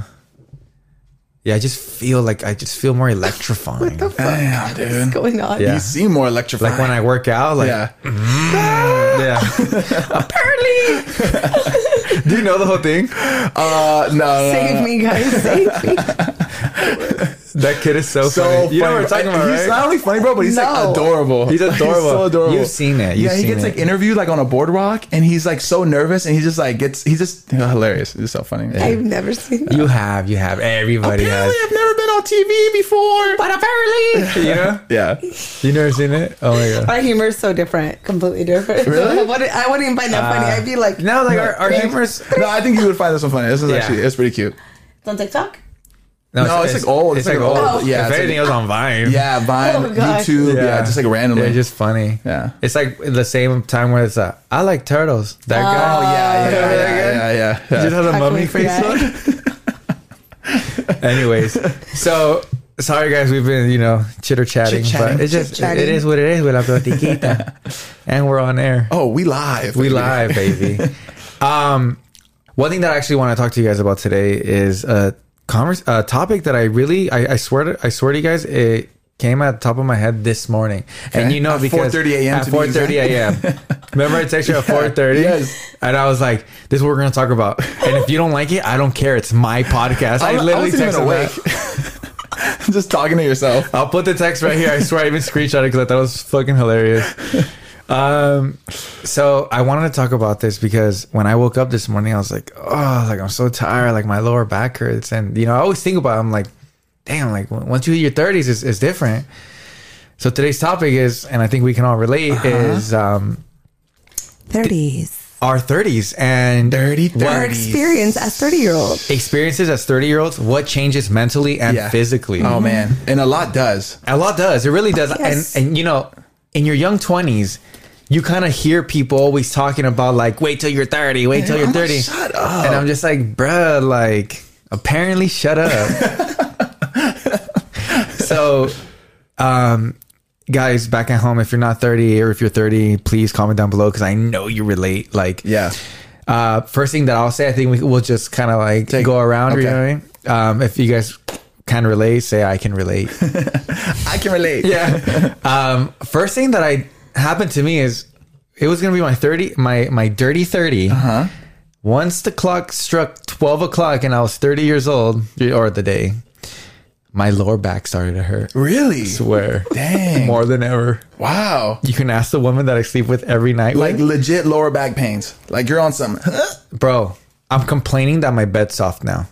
[SPEAKER 1] Yeah, I just feel like I just feel more electrifying.
[SPEAKER 2] Damn, dude.
[SPEAKER 5] What's going on?
[SPEAKER 1] Yeah.
[SPEAKER 2] You seem more electrified.
[SPEAKER 1] like when I work out, like yeah.
[SPEAKER 2] yeah.
[SPEAKER 5] Apparently,
[SPEAKER 1] Do you know the whole thing?
[SPEAKER 2] Uh, no, no, no,
[SPEAKER 5] save
[SPEAKER 2] no.
[SPEAKER 5] me, guys, save me.
[SPEAKER 1] That kid is so,
[SPEAKER 2] So
[SPEAKER 1] funny. You know what
[SPEAKER 2] funny,
[SPEAKER 1] we're talking
[SPEAKER 2] bro.
[SPEAKER 1] about,
[SPEAKER 2] He's
[SPEAKER 1] right?
[SPEAKER 2] not only funny, bro, but he's
[SPEAKER 5] No.
[SPEAKER 2] like adorable.
[SPEAKER 1] He's adorable.
[SPEAKER 2] so adorable.
[SPEAKER 1] You've seen it. You've
[SPEAKER 2] yeah, he
[SPEAKER 1] seen
[SPEAKER 2] gets like
[SPEAKER 1] it.
[SPEAKER 2] interviewed like on a boardwalk, and he's like so nervous, and he just like gets. He's just hilarious. It's so funny.
[SPEAKER 5] I've never seen that.
[SPEAKER 1] you have, you have. Everybody
[SPEAKER 2] Apparently,
[SPEAKER 1] has.
[SPEAKER 2] I've never been on TV before.
[SPEAKER 1] But apparently, you know,
[SPEAKER 2] yeah.
[SPEAKER 1] you never seen it. Oh my god.
[SPEAKER 5] Our humor is so different, completely different.
[SPEAKER 2] Really?
[SPEAKER 5] What- I wouldn't even find that funny. I'd be like,
[SPEAKER 1] No, like our, our humorous.
[SPEAKER 2] No, I think you would find this one funny. This is
[SPEAKER 1] Yeah.
[SPEAKER 2] actually it's pretty cute.
[SPEAKER 5] it's on TikTok.
[SPEAKER 1] No,
[SPEAKER 2] it's like old.
[SPEAKER 1] It's, like, old.
[SPEAKER 2] Yeah,
[SPEAKER 1] if
[SPEAKER 2] it's like-
[SPEAKER 1] anything, it was on Vine.
[SPEAKER 2] Yeah, Vine,
[SPEAKER 5] Oh, gosh.
[SPEAKER 2] YouTube, yeah.
[SPEAKER 1] Yeah.
[SPEAKER 2] just like randomly.
[SPEAKER 1] It's just funny.
[SPEAKER 2] Yeah.
[SPEAKER 1] It's like the same time where it's uh, I like turtles. That
[SPEAKER 2] oh
[SPEAKER 1] guy.
[SPEAKER 2] yeah, yeah, yeah,
[SPEAKER 1] Remember that
[SPEAKER 2] yeah,
[SPEAKER 1] guy?
[SPEAKER 2] yeah, yeah, yeah.
[SPEAKER 1] Just had a
[SPEAKER 5] How can
[SPEAKER 1] mummy
[SPEAKER 5] we
[SPEAKER 1] face on.
[SPEAKER 5] forget?
[SPEAKER 1] Anyways, so sorry guys, we've been you know chitter chatting, but
[SPEAKER 2] Chit-chatting.
[SPEAKER 1] it's just
[SPEAKER 5] Chit-chatting.
[SPEAKER 1] it is what it is with la platiquita, and we're on air.
[SPEAKER 2] Oh, we live.
[SPEAKER 1] we live, baby. um, one thing that I actually want to talk to you guys about today is a converse, a topic that I really, I, I swear to, I swear to you guys, it came at the top of my head this morning, and
[SPEAKER 2] Okay.
[SPEAKER 1] you know
[SPEAKER 2] At
[SPEAKER 1] because
[SPEAKER 2] 4:30 a.m.
[SPEAKER 1] at
[SPEAKER 2] to be
[SPEAKER 1] four thirty a.m. Remember, I texted you at four thirty,
[SPEAKER 2] yes.
[SPEAKER 1] and I was like, "This is what we're gonna talk about," and if you don't like it, I don't care. It's my podcast. I,
[SPEAKER 2] I,
[SPEAKER 1] literally
[SPEAKER 2] literally
[SPEAKER 1] texted
[SPEAKER 2] wasn't
[SPEAKER 1] him
[SPEAKER 2] even awake.
[SPEAKER 1] that.
[SPEAKER 2] just talking to yourself.
[SPEAKER 1] I'll put the text right here. I swear I even screenshot it because I thought it was fucking hilarious. Um, so I wanted to talk about this because when I woke up this morning, I was like, oh, like I'm so tired. Like my lower back hurts. And, you know, I always think about it. I'm like, damn, like w- once you hit your 30s, it's, it's different. So today's topic is, and I think we can all relate, is um,
[SPEAKER 5] Thirties.
[SPEAKER 1] our 30s and
[SPEAKER 2] Dirty,
[SPEAKER 5] Our
[SPEAKER 2] dirty.
[SPEAKER 5] experience as thirty-year-old.
[SPEAKER 1] experiences as 30 year olds, what changes mentally and physically.
[SPEAKER 2] Oh man, and a lot does.
[SPEAKER 1] A lot does. It really does.
[SPEAKER 5] Yes.
[SPEAKER 1] And and you know, in your young twenties, you kind of hear people always talking about like, wait till you're thirty, wait till you're
[SPEAKER 2] Yeah, I'm like,
[SPEAKER 1] thirty.
[SPEAKER 2] "Shut up."
[SPEAKER 1] And I'm just like, bruh, like apparently shut up. so um guys back at home, if you're not thirty or if you're thirty, please comment down below because I know you relate. Like
[SPEAKER 2] Yeah.
[SPEAKER 1] uh, first thing that I'll say, I think we, we'll just kind of like
[SPEAKER 2] Take-
[SPEAKER 1] go around. You
[SPEAKER 2] okay.
[SPEAKER 1] know what I mean? Um, if you guys can relate, say I can relate.
[SPEAKER 2] I can relate.
[SPEAKER 1] yeah. Um, first thing that I happened to me is it was gonna be my thirty, my my dirty 30 Uh-huh. Once the clock struck twelve o'clock and I was thirty years old, or the day, my lower back started to hurt.
[SPEAKER 2] Really?
[SPEAKER 1] Swear,
[SPEAKER 2] Dang.
[SPEAKER 1] more than ever.
[SPEAKER 2] Wow.
[SPEAKER 1] You can ask the woman that I sleep with every night.
[SPEAKER 2] Like
[SPEAKER 1] Like,
[SPEAKER 2] legit lower back pains. Like you're on some.
[SPEAKER 1] bro, I'm complaining that my bed's soft now.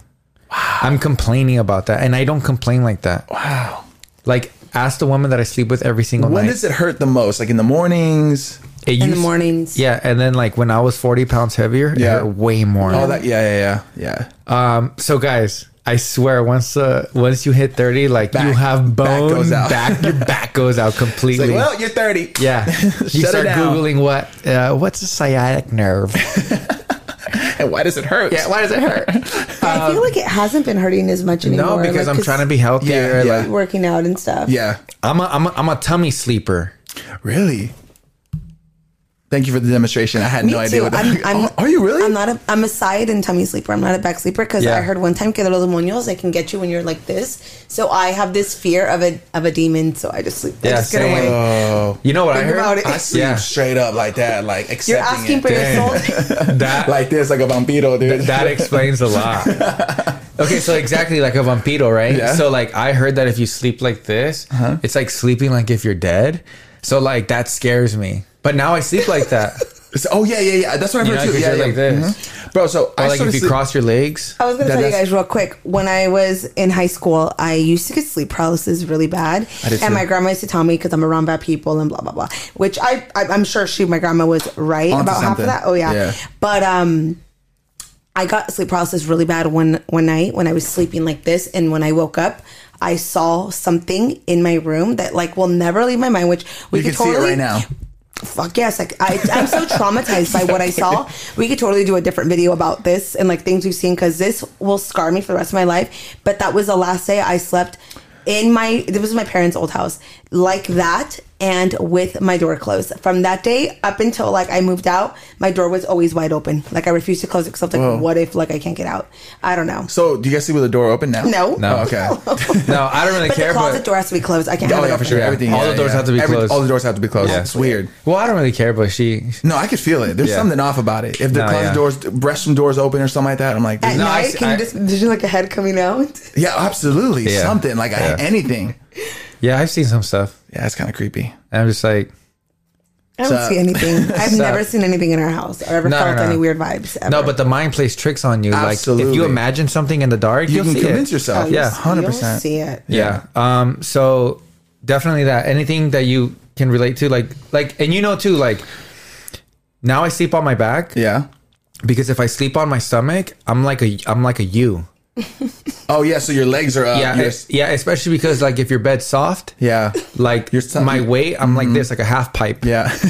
[SPEAKER 1] Wow. I'm complaining about that, and I don't complain like that.
[SPEAKER 2] Wow.
[SPEAKER 1] Like, ask the woman that I sleep with every single
[SPEAKER 2] When
[SPEAKER 1] night.
[SPEAKER 2] does it hurt the most? Like in the mornings.
[SPEAKER 1] It
[SPEAKER 3] in the
[SPEAKER 1] used-
[SPEAKER 3] mornings.
[SPEAKER 1] Yeah, and then like when I was forty pounds heavier, it
[SPEAKER 2] Yeah.
[SPEAKER 1] hurt way more.
[SPEAKER 2] All that, yeah, yeah, yeah, yeah.
[SPEAKER 1] Um, so guys, I swear, once uh, once you hit thirty, like you
[SPEAKER 2] Back-
[SPEAKER 1] have
[SPEAKER 2] back
[SPEAKER 1] bone, back,
[SPEAKER 2] goes out.
[SPEAKER 1] your back goes out
[SPEAKER 2] It's like,
[SPEAKER 1] completely.
[SPEAKER 2] well, you're 30.
[SPEAKER 1] yeah, you
[SPEAKER 2] Shut it
[SPEAKER 1] start
[SPEAKER 2] down.
[SPEAKER 1] googling what uh, what's a sciatic nerve.
[SPEAKER 2] And why does it hurt?
[SPEAKER 1] yeah, why does it hurt?
[SPEAKER 3] I feel like it hasn't been hurting as much anymore.
[SPEAKER 1] no, because
[SPEAKER 3] like,
[SPEAKER 1] I'm
[SPEAKER 3] 'cause
[SPEAKER 1] trying to be healthier.
[SPEAKER 2] Yeah, yeah.
[SPEAKER 1] Like,
[SPEAKER 3] working out and stuff.
[SPEAKER 2] Yeah.
[SPEAKER 1] I'm a I'm a, I'm a tummy sleeper.
[SPEAKER 2] Really? Thank you for the demonstration. I had
[SPEAKER 3] Me
[SPEAKER 2] no idea
[SPEAKER 3] too.
[SPEAKER 2] what
[SPEAKER 3] I'm,
[SPEAKER 2] that
[SPEAKER 3] I'm,
[SPEAKER 2] Oh, Are you really?
[SPEAKER 3] I'm not a. I'm a side and tummy sleeper. I'm not a back sleeper because
[SPEAKER 1] Yeah.
[SPEAKER 3] I heard one time que los demonios they can get you when you're like this. So I have this fear of a of a demon. So I just sleep. I
[SPEAKER 1] Yeah,
[SPEAKER 3] just get
[SPEAKER 1] same.
[SPEAKER 3] away.
[SPEAKER 2] oh.
[SPEAKER 1] You know what
[SPEAKER 3] Think
[SPEAKER 1] I heard?
[SPEAKER 3] about it.
[SPEAKER 2] I sleep
[SPEAKER 1] Yeah.
[SPEAKER 2] straight up like that, like accepting
[SPEAKER 3] You're asking
[SPEAKER 2] it.
[SPEAKER 3] for your
[SPEAKER 1] Dang.
[SPEAKER 3] soul.
[SPEAKER 1] That
[SPEAKER 2] like this, like a vampiro, dude.
[SPEAKER 1] that explains a lot. Okay, so exactly like a vampiro, right?
[SPEAKER 2] Yeah. Uh-huh.
[SPEAKER 1] So like I heard that if you sleep like this, it's like sleeping like if you're dead. So like that scares me. But now I sleep like that.
[SPEAKER 2] So- oh yeah, yeah, yeah. That's what I've
[SPEAKER 1] You
[SPEAKER 2] heard
[SPEAKER 1] know,
[SPEAKER 2] too.
[SPEAKER 1] because
[SPEAKER 2] Yeah,
[SPEAKER 1] you're
[SPEAKER 2] yeah.
[SPEAKER 1] like this.
[SPEAKER 2] Mhm. bro. So
[SPEAKER 1] Or
[SPEAKER 2] I
[SPEAKER 1] like
[SPEAKER 2] started
[SPEAKER 1] if you
[SPEAKER 2] sleep-
[SPEAKER 1] cross your legs.
[SPEAKER 3] I was gonna
[SPEAKER 2] That-
[SPEAKER 3] tell you
[SPEAKER 2] that's-
[SPEAKER 3] guys real quick. When I was in high school, I used to get sleep paralysis really bad,
[SPEAKER 2] I did
[SPEAKER 3] and
[SPEAKER 2] too.
[SPEAKER 3] my grandma used to tell me because I'm around bad people and blah blah blah. Which I, I I'm sure she, my grandma, was right
[SPEAKER 2] Onto
[SPEAKER 3] about half
[SPEAKER 2] something.
[SPEAKER 3] of that. Oh yeah.
[SPEAKER 2] Yeah.
[SPEAKER 3] but um, I got sleep paralysis really bad one one night when I was sleeping like this, and when I woke up. I saw something in my room that like will never leave my mind, which we
[SPEAKER 2] you can
[SPEAKER 3] could totally
[SPEAKER 2] see it right now.
[SPEAKER 3] fuck yes like I, i'm so traumatized by what i saw we could totally do a different video about this and like things we've seen because this will scar me for the rest of my life but that was the last day i slept in my this was my parents old house like that and with my door closed from that day up until like i moved out my door was always wide open like i refused to close it because i was like
[SPEAKER 2] Whoa.
[SPEAKER 3] what if like i can't get out i don't know
[SPEAKER 2] So do you guys sleep with the door open now?
[SPEAKER 3] No.
[SPEAKER 1] No.
[SPEAKER 2] Oh, okay.
[SPEAKER 1] No, I don't really
[SPEAKER 3] but
[SPEAKER 1] care.
[SPEAKER 3] the closet
[SPEAKER 1] but
[SPEAKER 3] door has to be closed i can't
[SPEAKER 2] Oh
[SPEAKER 3] have it
[SPEAKER 2] yeah, for
[SPEAKER 3] open.
[SPEAKER 2] sure.
[SPEAKER 1] Yeah.
[SPEAKER 2] Everything.
[SPEAKER 1] All
[SPEAKER 2] yeah,
[SPEAKER 1] the doors
[SPEAKER 2] yeah.
[SPEAKER 1] have to be
[SPEAKER 2] Every-
[SPEAKER 1] closed.
[SPEAKER 2] All the doors have to be closed. It's weird.
[SPEAKER 1] well, I don't really care. But she.
[SPEAKER 2] No, I could feel it. There's
[SPEAKER 1] Yeah.
[SPEAKER 2] something off about it. If the
[SPEAKER 1] No,
[SPEAKER 2] closet
[SPEAKER 1] yeah.
[SPEAKER 2] doors, restroom doors open or something like that, I'm like,
[SPEAKER 3] at
[SPEAKER 1] No, I
[SPEAKER 3] night
[SPEAKER 1] s-
[SPEAKER 3] can
[SPEAKER 1] I-
[SPEAKER 3] you just envision like a head coming out
[SPEAKER 2] yeah, absolutely,
[SPEAKER 1] Yeah.
[SPEAKER 2] something like I-
[SPEAKER 1] Yeah.
[SPEAKER 2] anything.
[SPEAKER 1] Yeah, I've seen some stuff.
[SPEAKER 2] Yeah, it's kind of creepy.
[SPEAKER 1] And I'm just like,
[SPEAKER 3] I don't
[SPEAKER 2] So-
[SPEAKER 3] see anything. I've
[SPEAKER 1] So-
[SPEAKER 3] never seen anything in our house or ever
[SPEAKER 1] No, no,
[SPEAKER 3] felt
[SPEAKER 1] no.
[SPEAKER 3] any weird vibes. Ever.
[SPEAKER 1] no, but the mind plays tricks on you. Like if you
[SPEAKER 2] Absolutely.
[SPEAKER 1] imagine something in the dark,
[SPEAKER 2] You
[SPEAKER 1] will
[SPEAKER 2] can
[SPEAKER 1] see
[SPEAKER 2] convince
[SPEAKER 1] it.
[SPEAKER 2] yourself.
[SPEAKER 1] Oh, yeah.
[SPEAKER 2] hundred percent.
[SPEAKER 3] See it.
[SPEAKER 1] Yeah. Um. So definitely that. Anything that you can relate to, like, like, and you know too, like. Now I sleep on my back
[SPEAKER 2] Yeah.
[SPEAKER 1] because if I sleep on my stomach, I'm like a I'm like a U.
[SPEAKER 2] Oh yeah. So your legs are up.
[SPEAKER 1] Yeah,
[SPEAKER 2] You're-
[SPEAKER 1] es- yeah. Especially because like if your bed's soft,
[SPEAKER 2] yeah.
[SPEAKER 1] like
[SPEAKER 2] Your stomach-
[SPEAKER 1] my weight, I'm like this, like a half pipe.
[SPEAKER 2] Yeah.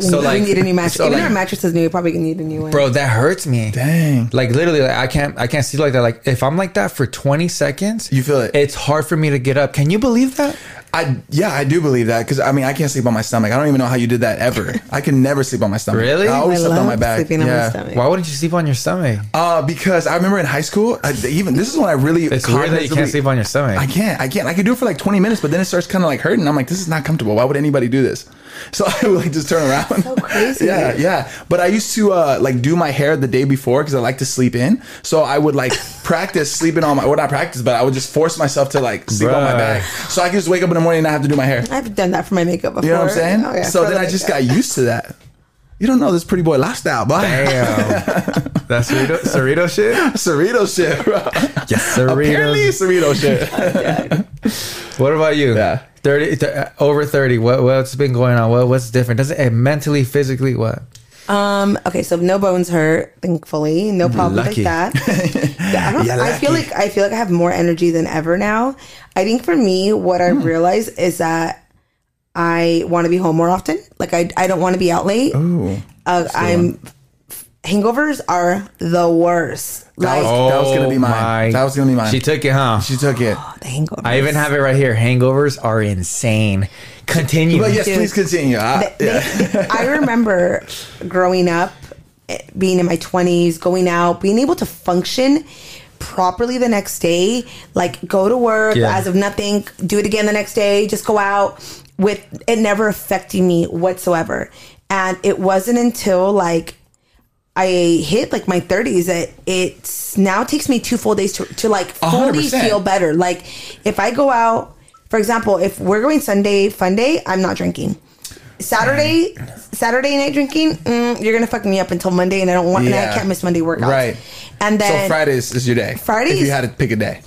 [SPEAKER 1] So like,
[SPEAKER 3] we need a new mattress.
[SPEAKER 1] so,
[SPEAKER 3] Even
[SPEAKER 1] like,
[SPEAKER 3] our mattress is new. We probably gonna need a new one.
[SPEAKER 1] bro, that hurts me.
[SPEAKER 2] Dang.
[SPEAKER 1] Like literally, like I can't I can't sleep like that. Like if I'm like that for 20 seconds,
[SPEAKER 2] You feel it.
[SPEAKER 1] It's hard for me to get up. Can you believe that?
[SPEAKER 2] I yeah, I do believe that because I mean I can't sleep on my stomach. I don't even know how you did that ever. I can never sleep on my stomach.
[SPEAKER 1] Really?
[SPEAKER 2] I always
[SPEAKER 3] I
[SPEAKER 2] slept on
[SPEAKER 3] love
[SPEAKER 2] my back.
[SPEAKER 3] Sleeping on
[SPEAKER 2] yeah.
[SPEAKER 3] my stomach.
[SPEAKER 1] Why wouldn't you sleep on your stomach?
[SPEAKER 2] Uh, because I remember in high school, I, even this is when I really
[SPEAKER 1] It's weird that you can't
[SPEAKER 2] cognitively-
[SPEAKER 1] sleep on your stomach.
[SPEAKER 2] I can't. I can't. I could do it for like 20 minutes, but then it starts kind of like hurting. I'm like, this is not comfortable. Why would anybody do this? So I would like just turn around.
[SPEAKER 3] so crazy.
[SPEAKER 2] yeah, yeah. But I used to uh, like do my hair the day before because I like to sleep in. So I would like practice sleeping on my, well, not practice, but I would just force myself to like sleep on my
[SPEAKER 1] Bruh.
[SPEAKER 2] back. So I could just wake up in the morning and not have to do my hair.
[SPEAKER 3] I've done that for my makeup before.
[SPEAKER 2] You know what I'm saying?
[SPEAKER 3] Oh, yeah,
[SPEAKER 2] so
[SPEAKER 3] for
[SPEAKER 2] then
[SPEAKER 3] the
[SPEAKER 2] I just
[SPEAKER 3] makeup.
[SPEAKER 2] got used to that. You don't know this pretty boy lifestyle, but
[SPEAKER 1] Damn. That's Cerrito, Cerrito shit?
[SPEAKER 2] Cerrito shit, bro.
[SPEAKER 1] Yes,
[SPEAKER 2] Apparently
[SPEAKER 1] Cerritos.
[SPEAKER 2] Cerrito shit.
[SPEAKER 1] What about you?
[SPEAKER 2] Yeah.
[SPEAKER 1] 30, th- uh, over 30. What, what's been going on? What, what's different? Does it eh, mentally, physically, what?
[SPEAKER 3] Um. Okay. So no bones hurt. Thankfully, no problem
[SPEAKER 1] Lucky.
[SPEAKER 3] like that. Yeah, I, don't,
[SPEAKER 2] You're
[SPEAKER 3] I feel
[SPEAKER 2] lucky.
[SPEAKER 3] like I feel like I have more energy than ever now. I think for me, what
[SPEAKER 2] Hmm.
[SPEAKER 3] I realize is that I want to be home more often. Like I, I don't want to be out late. uh, I'm hangovers are the worst. Like
[SPEAKER 2] was-
[SPEAKER 1] Oh
[SPEAKER 2] that was gonna be mine. That was gonna be mine.
[SPEAKER 1] She took it, huh?
[SPEAKER 2] She took it.
[SPEAKER 3] the hangovers.
[SPEAKER 1] I even have it right here. Hangovers are insane. Continue.
[SPEAKER 2] But yes,
[SPEAKER 3] Dude.
[SPEAKER 2] please continue. I,
[SPEAKER 3] They- I remember growing up, eh, being in my 20s, going out, being able to function properly the next day, like go to work
[SPEAKER 1] Yeah.
[SPEAKER 3] as if nothing, do it again the next day, just go out with it never affecting me whatsoever. And it wasn't until like I hit like my 30s that it's now takes me two full days to, to like fully
[SPEAKER 2] 100%.
[SPEAKER 3] feel better. Like if I go out, for example, if we're going Sunday fun day, I'm not drinking. Saturday, Saturday night drinking, mm, you're gonna fuck me up until Monday, and I don't want, and
[SPEAKER 2] Yeah.
[SPEAKER 3] I can't miss Monday workouts.
[SPEAKER 2] Right.
[SPEAKER 3] And then
[SPEAKER 2] so Friday is, is your day.
[SPEAKER 3] Friday
[SPEAKER 2] If
[SPEAKER 3] is-
[SPEAKER 2] you had to pick a day.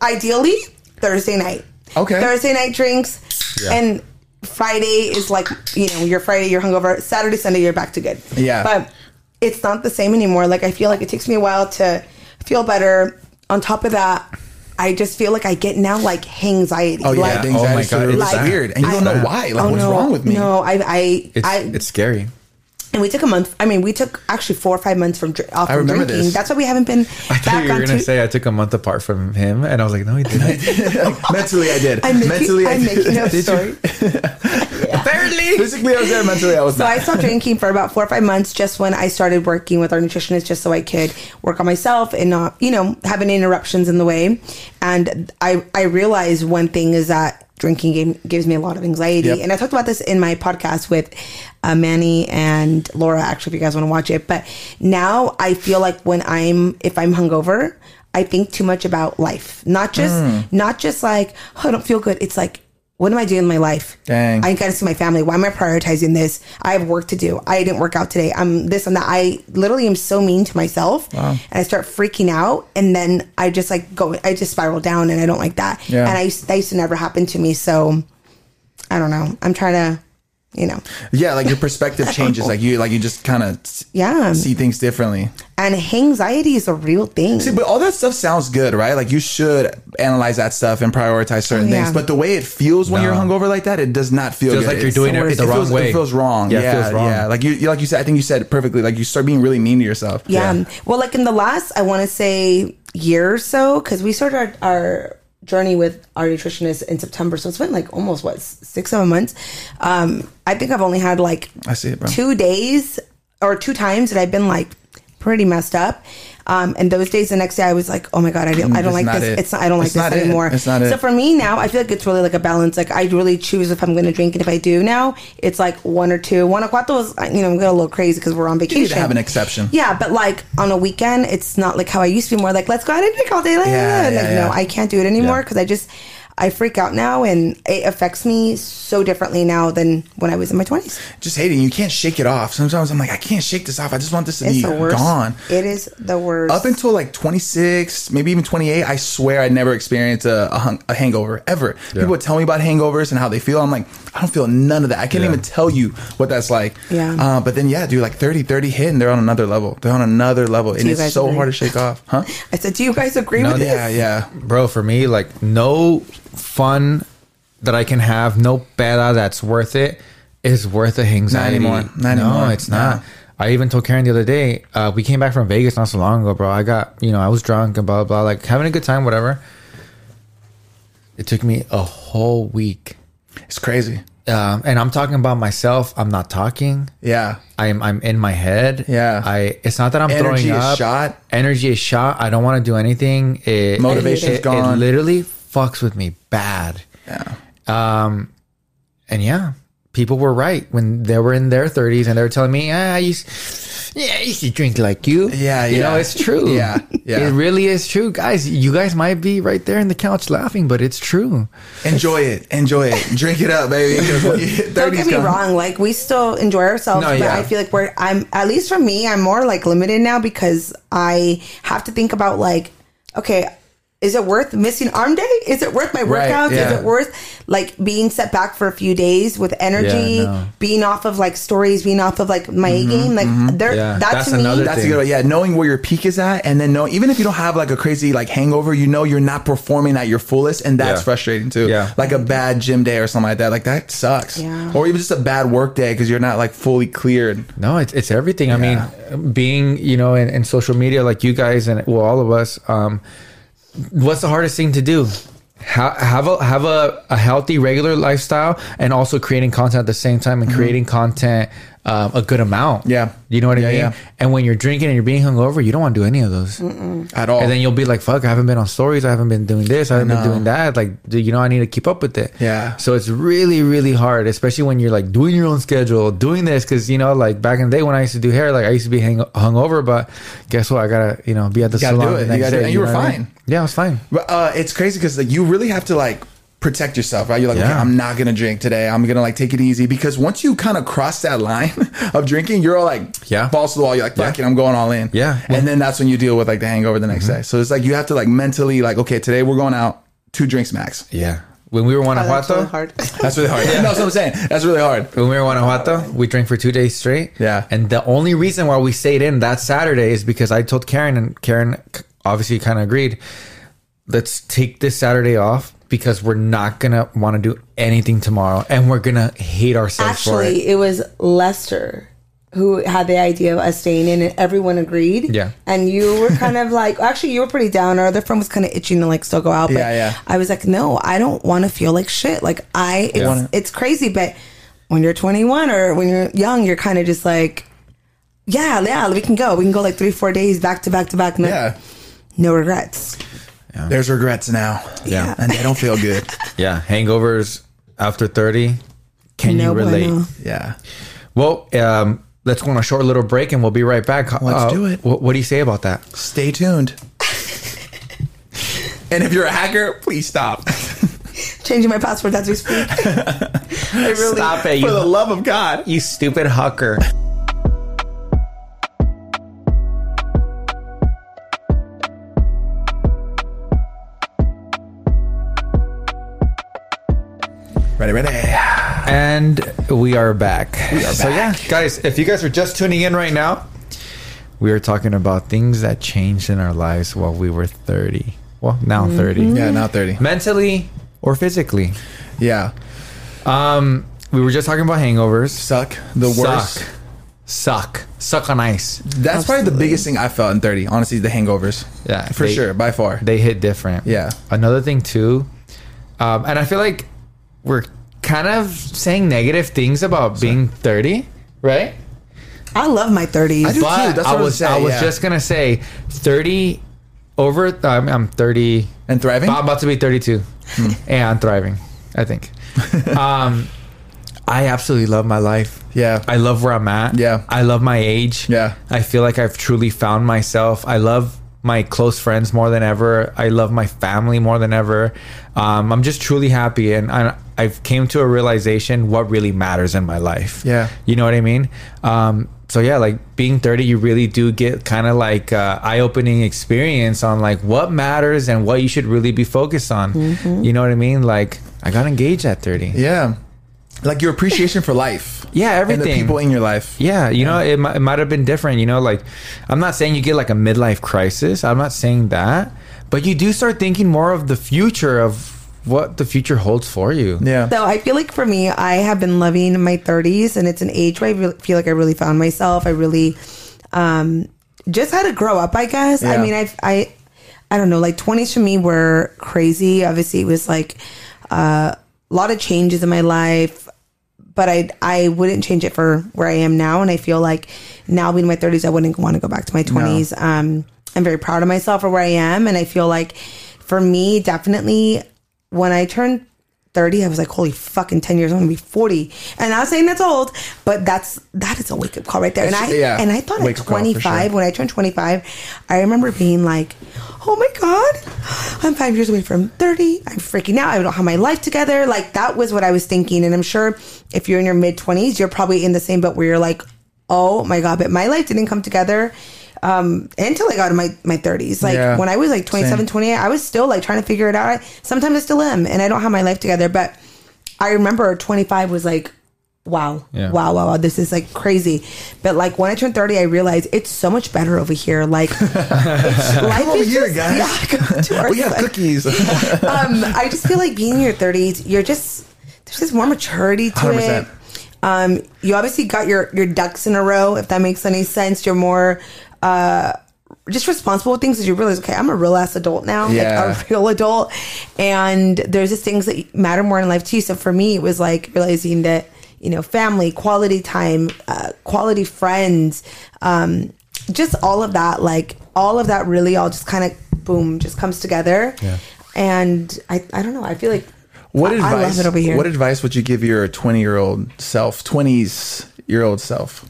[SPEAKER 3] ideally Thursday night.
[SPEAKER 2] Okay.
[SPEAKER 3] Thursday night drinks
[SPEAKER 1] Yeah.
[SPEAKER 3] and Friday is like you know you're Friday you're hungover. Saturday Sunday you're back to good.
[SPEAKER 2] Yeah.
[SPEAKER 3] but it's not the same anymore. Like I feel like it takes me a while to feel better. On top of that, I just feel like I get now like anxiety.
[SPEAKER 2] Oh yeah,
[SPEAKER 3] like,
[SPEAKER 2] the
[SPEAKER 1] Oh my
[SPEAKER 2] anxiety
[SPEAKER 1] God,
[SPEAKER 2] is
[SPEAKER 1] it's
[SPEAKER 2] weird,
[SPEAKER 1] bad.
[SPEAKER 2] and you don't
[SPEAKER 1] It's
[SPEAKER 2] know
[SPEAKER 1] bad.
[SPEAKER 2] why. Like,
[SPEAKER 3] oh,
[SPEAKER 2] what's
[SPEAKER 3] no,
[SPEAKER 2] wrong with me?
[SPEAKER 3] No, I, I,
[SPEAKER 1] It's,
[SPEAKER 3] I
[SPEAKER 1] it's scary.
[SPEAKER 3] and we took a month. I mean, we took actually four or five months from dr- off
[SPEAKER 2] I
[SPEAKER 3] from
[SPEAKER 2] remember
[SPEAKER 3] drinking.
[SPEAKER 2] this.
[SPEAKER 3] That's why we haven't been
[SPEAKER 1] I thought
[SPEAKER 3] back
[SPEAKER 1] you were
[SPEAKER 3] on.
[SPEAKER 1] gonna
[SPEAKER 3] T-
[SPEAKER 1] say I took a month apart from him, and I was like, no, he didn't.
[SPEAKER 2] Like, mentally, I did.
[SPEAKER 3] I'm making,
[SPEAKER 2] mentally,
[SPEAKER 3] I'm
[SPEAKER 2] I did.
[SPEAKER 3] making up
[SPEAKER 1] Did you?
[SPEAKER 3] story.
[SPEAKER 1] Apparently,
[SPEAKER 2] Physically, I was there. Mentally, I was
[SPEAKER 3] So
[SPEAKER 2] not.
[SPEAKER 3] I stopped drinking for about four or five months just when I started working with our nutritionist, just so I could work on myself and not, you know, have any interruptions in the way. And I, I realized one thing is that drinking game gives me a lot of anxiety.
[SPEAKER 2] Yep.
[SPEAKER 3] And I talked about this in my podcast with uh, Manny and Laura, actually, if you guys want to watch it. But now I feel like when I'm, if I'm hungover, I think too much about life. Not just,
[SPEAKER 2] Mm.
[SPEAKER 3] not just like, oh, I don't feel good. It's like, what am I doing in my life?
[SPEAKER 2] Dang.
[SPEAKER 3] I gotta see my family. Why am I prioritizing this? I have work to do. I didn't work out today. I'm this and that. I literally am so mean to myself, and I start freaking out, and then I just like go. I just spiral down, and I don't like that.
[SPEAKER 2] Yeah.
[SPEAKER 3] And I used- that used to never happen to me. So I don't know. I'm trying to, you know,
[SPEAKER 2] Yeah, like your perspective changes. Like you, like you just kind of
[SPEAKER 3] Yeah.
[SPEAKER 2] see things differently.
[SPEAKER 3] and anxiety is a real thing.
[SPEAKER 2] See, but all that stuff sounds good, right? Like you should analyze that stuff and prioritize certain
[SPEAKER 3] Oh, yeah.
[SPEAKER 2] things. But the way it feels when
[SPEAKER 1] No.
[SPEAKER 2] you're hungover like that, it does not feel
[SPEAKER 1] Feels
[SPEAKER 2] good.
[SPEAKER 1] like you're
[SPEAKER 2] It's-
[SPEAKER 1] doing it the wrong
[SPEAKER 2] feels,
[SPEAKER 1] way.
[SPEAKER 2] It feels wrong. Yeah,
[SPEAKER 1] Yeah, it
[SPEAKER 2] yeah,
[SPEAKER 1] feels wrong.
[SPEAKER 2] Like you, you- like you said, I think you said it perfectly. Like you start being really mean to yourself.
[SPEAKER 3] yeah. Well, like in the last, I want to say year or so, because we started our, our journey with our nutritionist in September, so it's been like almost what s- six seven months. Um, I think I've only had like
[SPEAKER 2] I see it, bro.
[SPEAKER 3] two days or two times that I've been like pretty messed up. Um, and those days, the next day, I was like, "Oh my god, I don't, I don't
[SPEAKER 2] Mm, It's
[SPEAKER 3] like
[SPEAKER 2] not
[SPEAKER 3] this.
[SPEAKER 2] it.
[SPEAKER 3] It's not, I don't like
[SPEAKER 2] It's
[SPEAKER 3] this
[SPEAKER 2] not it.
[SPEAKER 3] anymore."
[SPEAKER 2] It's not it.
[SPEAKER 3] So for me now, I feel like it's really like a balance. Like I really choose if I'm going to drink, and if I do now, it's like one or two. One o'clock was, you know, I'm going a little crazy because we're on vacation.
[SPEAKER 2] need to have an exception.
[SPEAKER 3] Yeah, but like on a weekend, it's not like how I used to be. More like let's go out and drink all day. Like,
[SPEAKER 2] Yeah,
[SPEAKER 3] like,
[SPEAKER 2] yeah,
[SPEAKER 3] no,
[SPEAKER 2] yeah.
[SPEAKER 3] I can't do it anymore
[SPEAKER 2] Yeah.
[SPEAKER 3] because I just I freak out now, and it affects me so differently now than when I was in my twenties.
[SPEAKER 2] Just hating. You can't shake it off. Sometimes I'm like, I can't shake this off. I just want this to
[SPEAKER 3] It's
[SPEAKER 2] be
[SPEAKER 3] the worst.
[SPEAKER 2] gone.
[SPEAKER 3] It is the worst.
[SPEAKER 2] Up until like 26, maybe even 28, I swear I never experienced a, a, hung, a hangover ever. People would tell me about hangovers and how they feel. I'm like, I don't feel none of that. I can't
[SPEAKER 1] Yeah.
[SPEAKER 2] even tell you what that's like.
[SPEAKER 3] Yeah.
[SPEAKER 2] Uh, but then, yeah, dude, like 30, 30 hit and they're on another level. They're on another level. And
[SPEAKER 3] you
[SPEAKER 2] it's
[SPEAKER 3] guys Oh,
[SPEAKER 2] so
[SPEAKER 3] agree?
[SPEAKER 2] hard to shake off. Huh?
[SPEAKER 3] I said, do you guys agree
[SPEAKER 1] No,
[SPEAKER 3] with this?
[SPEAKER 2] Yeah, yeah.
[SPEAKER 1] bro, for me, like no fun that I can have, no peda that's worth it is worth the anxiety.
[SPEAKER 2] anymore. Not
[SPEAKER 1] no,
[SPEAKER 2] anymore.
[SPEAKER 1] it's not.
[SPEAKER 2] No.
[SPEAKER 1] I even told Karen the other day. Uh, we came back from Vegas not so long ago, bro. I got you know I was drunk and blah blah, blah like having a good time, whatever. It took me a whole week,
[SPEAKER 2] It's crazy.
[SPEAKER 1] um, and I'm talking about myself. I'm not talking.
[SPEAKER 2] Yeah.
[SPEAKER 1] I'm I'm in my head.
[SPEAKER 2] Yeah.
[SPEAKER 1] I it's not that I'm
[SPEAKER 2] Energy
[SPEAKER 1] throwing
[SPEAKER 2] is
[SPEAKER 1] up.
[SPEAKER 2] shot.
[SPEAKER 1] Energy is shot. I don't want to do anything. It,
[SPEAKER 2] Motivation's
[SPEAKER 1] it, it-
[SPEAKER 2] gone.
[SPEAKER 1] It literally fucks with me bad.
[SPEAKER 2] Yeah.
[SPEAKER 1] Um, and yeah, people were right when they were in their 30s and they were telling me, ah, I used, yeah, I used to drink like you.
[SPEAKER 2] Yeah,
[SPEAKER 1] you
[SPEAKER 2] yeah.
[SPEAKER 1] know, it's true.
[SPEAKER 2] Yeah, yeah.
[SPEAKER 1] it really is true, guys. You guys might be right there in the couch laughing, but it's true.
[SPEAKER 2] Enjoy it. Enjoy it. Drink it up, baby. 'Cause when you hit
[SPEAKER 3] Don't
[SPEAKER 2] 30's
[SPEAKER 3] get me
[SPEAKER 2] gone.
[SPEAKER 3] wrong. Like we still enjoy ourselves,
[SPEAKER 1] No,
[SPEAKER 3] but
[SPEAKER 1] yeah.
[SPEAKER 3] I feel like we're. I'm at least for me, I'm more like limited now because I have to think about like, okay, is it worth missing arm day? Is it worth my
[SPEAKER 2] Right,
[SPEAKER 3] workouts?
[SPEAKER 2] yeah.
[SPEAKER 3] Is it worth like being set back for a few days with energy,
[SPEAKER 1] Yeah, no. Mm-hmm,
[SPEAKER 3] being off of like stories, being off of like my game? Like there,
[SPEAKER 1] Yeah,
[SPEAKER 3] that
[SPEAKER 1] that's
[SPEAKER 3] to me,
[SPEAKER 1] another
[SPEAKER 2] That's a
[SPEAKER 1] thing.
[SPEAKER 2] good one. Yeah, knowing where your peak is at, and then know even if you don't have like a crazy like hangover, you know you're not performing at your fullest, and that's
[SPEAKER 1] Yeah.
[SPEAKER 2] frustrating too.
[SPEAKER 1] Yeah.
[SPEAKER 2] like a bad gym day or something like that. Like that sucks.
[SPEAKER 3] Yeah.
[SPEAKER 2] Or even just a bad work day because you're not like fully cleared.
[SPEAKER 1] No, it's, it's everything. I mean, being, you know, in, in social media like you guys and well, all of us, um, what's the hardest thing to do? Ha- Have a have a, a healthy regular lifestyle and also creating content at the same time and creating content um, a good amount.
[SPEAKER 2] Mm-hmm. Yeah.
[SPEAKER 1] you know what
[SPEAKER 2] Yeah,
[SPEAKER 1] I mean.
[SPEAKER 2] yeah.
[SPEAKER 1] And when you're drinking and you're being hungover, you don't want to do any of those.
[SPEAKER 2] At all.
[SPEAKER 1] And then you'll be like, "Fuck, I haven't been on stories. I haven't been doing this. I haven't been
[SPEAKER 2] know.
[SPEAKER 1] doing that. Like, do you know, I need to keep up with it."
[SPEAKER 2] Yeah.
[SPEAKER 1] So it's really, really hard, especially when you're like doing your own schedule, doing this, because you know, like back in the day when I used to do hair, like I used to be hang- hungover, but guess what? I gotta, you know, be at the
[SPEAKER 2] gotta
[SPEAKER 1] salon.
[SPEAKER 2] do it.
[SPEAKER 1] the
[SPEAKER 2] You
[SPEAKER 1] next
[SPEAKER 2] gotta do
[SPEAKER 1] day,
[SPEAKER 2] it. And you were
[SPEAKER 1] know what I
[SPEAKER 2] fine.
[SPEAKER 1] mean? Yeah, I was fine.
[SPEAKER 2] But uh, it's crazy because like you really have to like protect yourself, right? You're like,
[SPEAKER 1] Yeah.
[SPEAKER 2] okay, I'm not gonna drink today. I'm gonna like take it easy because once you kind of cross that line of drinking, you're all like,
[SPEAKER 1] Yeah.
[SPEAKER 2] balls to the wall. You're like, fuck it, I'm going all in.
[SPEAKER 1] Yeah. Mm-hmm.
[SPEAKER 2] and then that's when you deal with like the hangover the next day. So it's like you have to like mentally like, okay, today we're going out two drinks max.
[SPEAKER 1] Yeah. When we were in
[SPEAKER 5] Oh, that's really
[SPEAKER 1] Guanajuato,
[SPEAKER 5] hard.
[SPEAKER 2] That's really hard. Yeah, that's what I'm saying. That's really hard.
[SPEAKER 1] when we were in Guanajuato, we drank for two days straight.
[SPEAKER 2] Yeah.
[SPEAKER 1] And the only reason why we stayed in that Saturday is because I told Karen, and Karen c- obviously kind of agreed, let's take this Saturday off because we're not going to want to do anything tomorrow and we're going to hate ourselves for it.
[SPEAKER 3] Actually, it was Lester who had the idea of us staying in, and everyone agreed.
[SPEAKER 1] Yeah.
[SPEAKER 3] And you were kind of like, actually, you were pretty down. Our other friend was kind of itching to like still go out. But
[SPEAKER 2] Yeah, yeah.
[SPEAKER 3] I was like, no, I don't want to feel like shit. Like I, it's,
[SPEAKER 2] Wanna-
[SPEAKER 3] it's crazy, but when you're 21 or when you're young, you're kind of just like. Yeah, yeah, we can go. We can go like three, four days back to back to back. No,
[SPEAKER 2] Yeah.
[SPEAKER 3] no regrets.
[SPEAKER 2] There's regrets now.
[SPEAKER 1] Yeah.
[SPEAKER 2] And they don't feel good.
[SPEAKER 1] Yeah. Hangovers after 30. Can
[SPEAKER 3] No
[SPEAKER 1] you relate?
[SPEAKER 3] bueno.
[SPEAKER 2] Yeah.
[SPEAKER 1] Well, um, let's go on a short little break and we'll be right back. Uh,
[SPEAKER 2] Let's do it.
[SPEAKER 1] wh- What, do you say about that?
[SPEAKER 2] Stay tuned. and if you're a hacker, please stop.
[SPEAKER 3] Changing my password as we speak.
[SPEAKER 1] I really, Stop it.
[SPEAKER 2] For the
[SPEAKER 1] You,
[SPEAKER 2] love of God.
[SPEAKER 1] you stupid hucker.
[SPEAKER 2] Ready, ready.
[SPEAKER 1] And we are back. So yeah,
[SPEAKER 2] back.
[SPEAKER 1] guys, if you guys are just tuning in right now, we are talking about things that changed in our lives while we were 30. Well, now 30.
[SPEAKER 2] Yeah, now 30.
[SPEAKER 1] Mentally or physically.
[SPEAKER 2] Yeah.
[SPEAKER 1] Um, we were just talking about hangovers.
[SPEAKER 2] Suck. The worst.
[SPEAKER 1] Suck. Suck. Suck on ice.
[SPEAKER 2] That's probably the biggest thing I felt in 30, honestly, the hangovers.
[SPEAKER 1] Yeah,
[SPEAKER 2] For
[SPEAKER 1] they-
[SPEAKER 2] sure, by far.
[SPEAKER 1] They hit different.
[SPEAKER 2] Yeah.
[SPEAKER 1] Another thing too, um, and I feel like we're kind of saying negative things about being 30, right?
[SPEAKER 3] I love my 30s.
[SPEAKER 2] do too.
[SPEAKER 1] but
[SPEAKER 2] That's what I
[SPEAKER 1] I
[SPEAKER 2] was
[SPEAKER 1] was
[SPEAKER 2] saying,
[SPEAKER 1] I was
[SPEAKER 2] yeah.
[SPEAKER 1] just gonna say thirty over. Um, I'm thirty.
[SPEAKER 2] and thriving? Hmm.
[SPEAKER 1] I'm about to be thirty-two, and I'm thriving. I think. um, I absolutely love my life.
[SPEAKER 2] Yeah.
[SPEAKER 1] I love where I'm at.
[SPEAKER 2] Yeah.
[SPEAKER 1] I love my age.
[SPEAKER 2] Yeah.
[SPEAKER 1] I feel like I've truly found myself. I love my close friends more than ever. I love my family more than ever. Um, I'm just truly happy, and I, I've came to a realization what really matters in my life.
[SPEAKER 2] Yeah.
[SPEAKER 1] you know what I mean. Um, so yeah, like being 30, you really do get kind of like uh, eye-opening experience on like what matters and what you should really be focused on. You know what I mean? Like I got engaged at 30.
[SPEAKER 2] Mm-hmm. yeah. Like your appreciation for life.
[SPEAKER 1] Yeah,
[SPEAKER 2] And
[SPEAKER 1] everything.
[SPEAKER 2] the people in your life.
[SPEAKER 1] Yeah, you know, it, mi- it might have been different. You know, like I'm not saying you get like a midlife crisis. I'm not saying that, but you do start thinking more of the future of what the future holds for you.
[SPEAKER 2] Yeah.
[SPEAKER 3] So I feel like for me, I have been loving my 30s, and it's an age where I really feel like I really found myself. I really um, just had to grow up, I guess. I
[SPEAKER 2] Yeah.
[SPEAKER 3] mean, I, I, I don't know. Like 20s for me were crazy. Obviously, it was like uh, a lot of changes in my life, but I, I wouldn't change it for where I am now. And I feel like now being in my 30s, I wouldn't want to go back to my 20s. Um, I'm very proud of myself for where I am, and I feel like for me, definitely when I turned 30, I was like, holy fucking 10 years, I'm gonna be 40. And I'm not saying that's old, but that's that is a wake up call right there. And I
[SPEAKER 2] It's- yeah,
[SPEAKER 3] and I thought at
[SPEAKER 2] wake-up call for
[SPEAKER 3] 25,
[SPEAKER 2] sure.
[SPEAKER 3] when I turned 25, I remember being like, oh my God, I'm five years away from 30. I'm freaking out. I don't have my life together. Like that was what I was thinking. And I'm sure if you're in your mid 20s, you're probably in the same boat where you're like, oh my God, but my life didn't come together um until I got in my, my 30s. Like
[SPEAKER 2] Yeah.
[SPEAKER 3] when I was like 27,
[SPEAKER 2] Same.
[SPEAKER 3] 28, I was still like trying to figure it out. I, sometimes I still am, and I don't have my life together. But I remember 25 was like, wow,
[SPEAKER 1] Yeah.
[SPEAKER 3] wow, wow, wow, this is like crazy. But like when I turned 30, I realized it's so much better over here. Like, it's, life
[SPEAKER 2] over
[SPEAKER 3] is
[SPEAKER 2] here,
[SPEAKER 3] just-
[SPEAKER 2] guys.
[SPEAKER 3] Yeah, come to our
[SPEAKER 2] We have
[SPEAKER 3] side.
[SPEAKER 2] cookies.
[SPEAKER 3] Um, I just feel like being in your 30s, you're just, there's just more maturity to
[SPEAKER 2] 100%.
[SPEAKER 3] it. Um, you obviously got your, your ducks in a row, if that makes any sense. You're more, just responsible with things is you realize, okay, I'm a real ass adult now,
[SPEAKER 2] Yeah.
[SPEAKER 3] like a real adult. And there's just things that matter more in life too. So for me, it was like realizing that, you know, family, quality time, uh, quality friends, um, just all of that, like all of that really all just kind of boom, just comes together. And I, I don't know. I feel like
[SPEAKER 2] What
[SPEAKER 3] I-
[SPEAKER 2] advice?
[SPEAKER 3] I love it over here.
[SPEAKER 2] What advice would you give your 20 year old self, 20s year old self?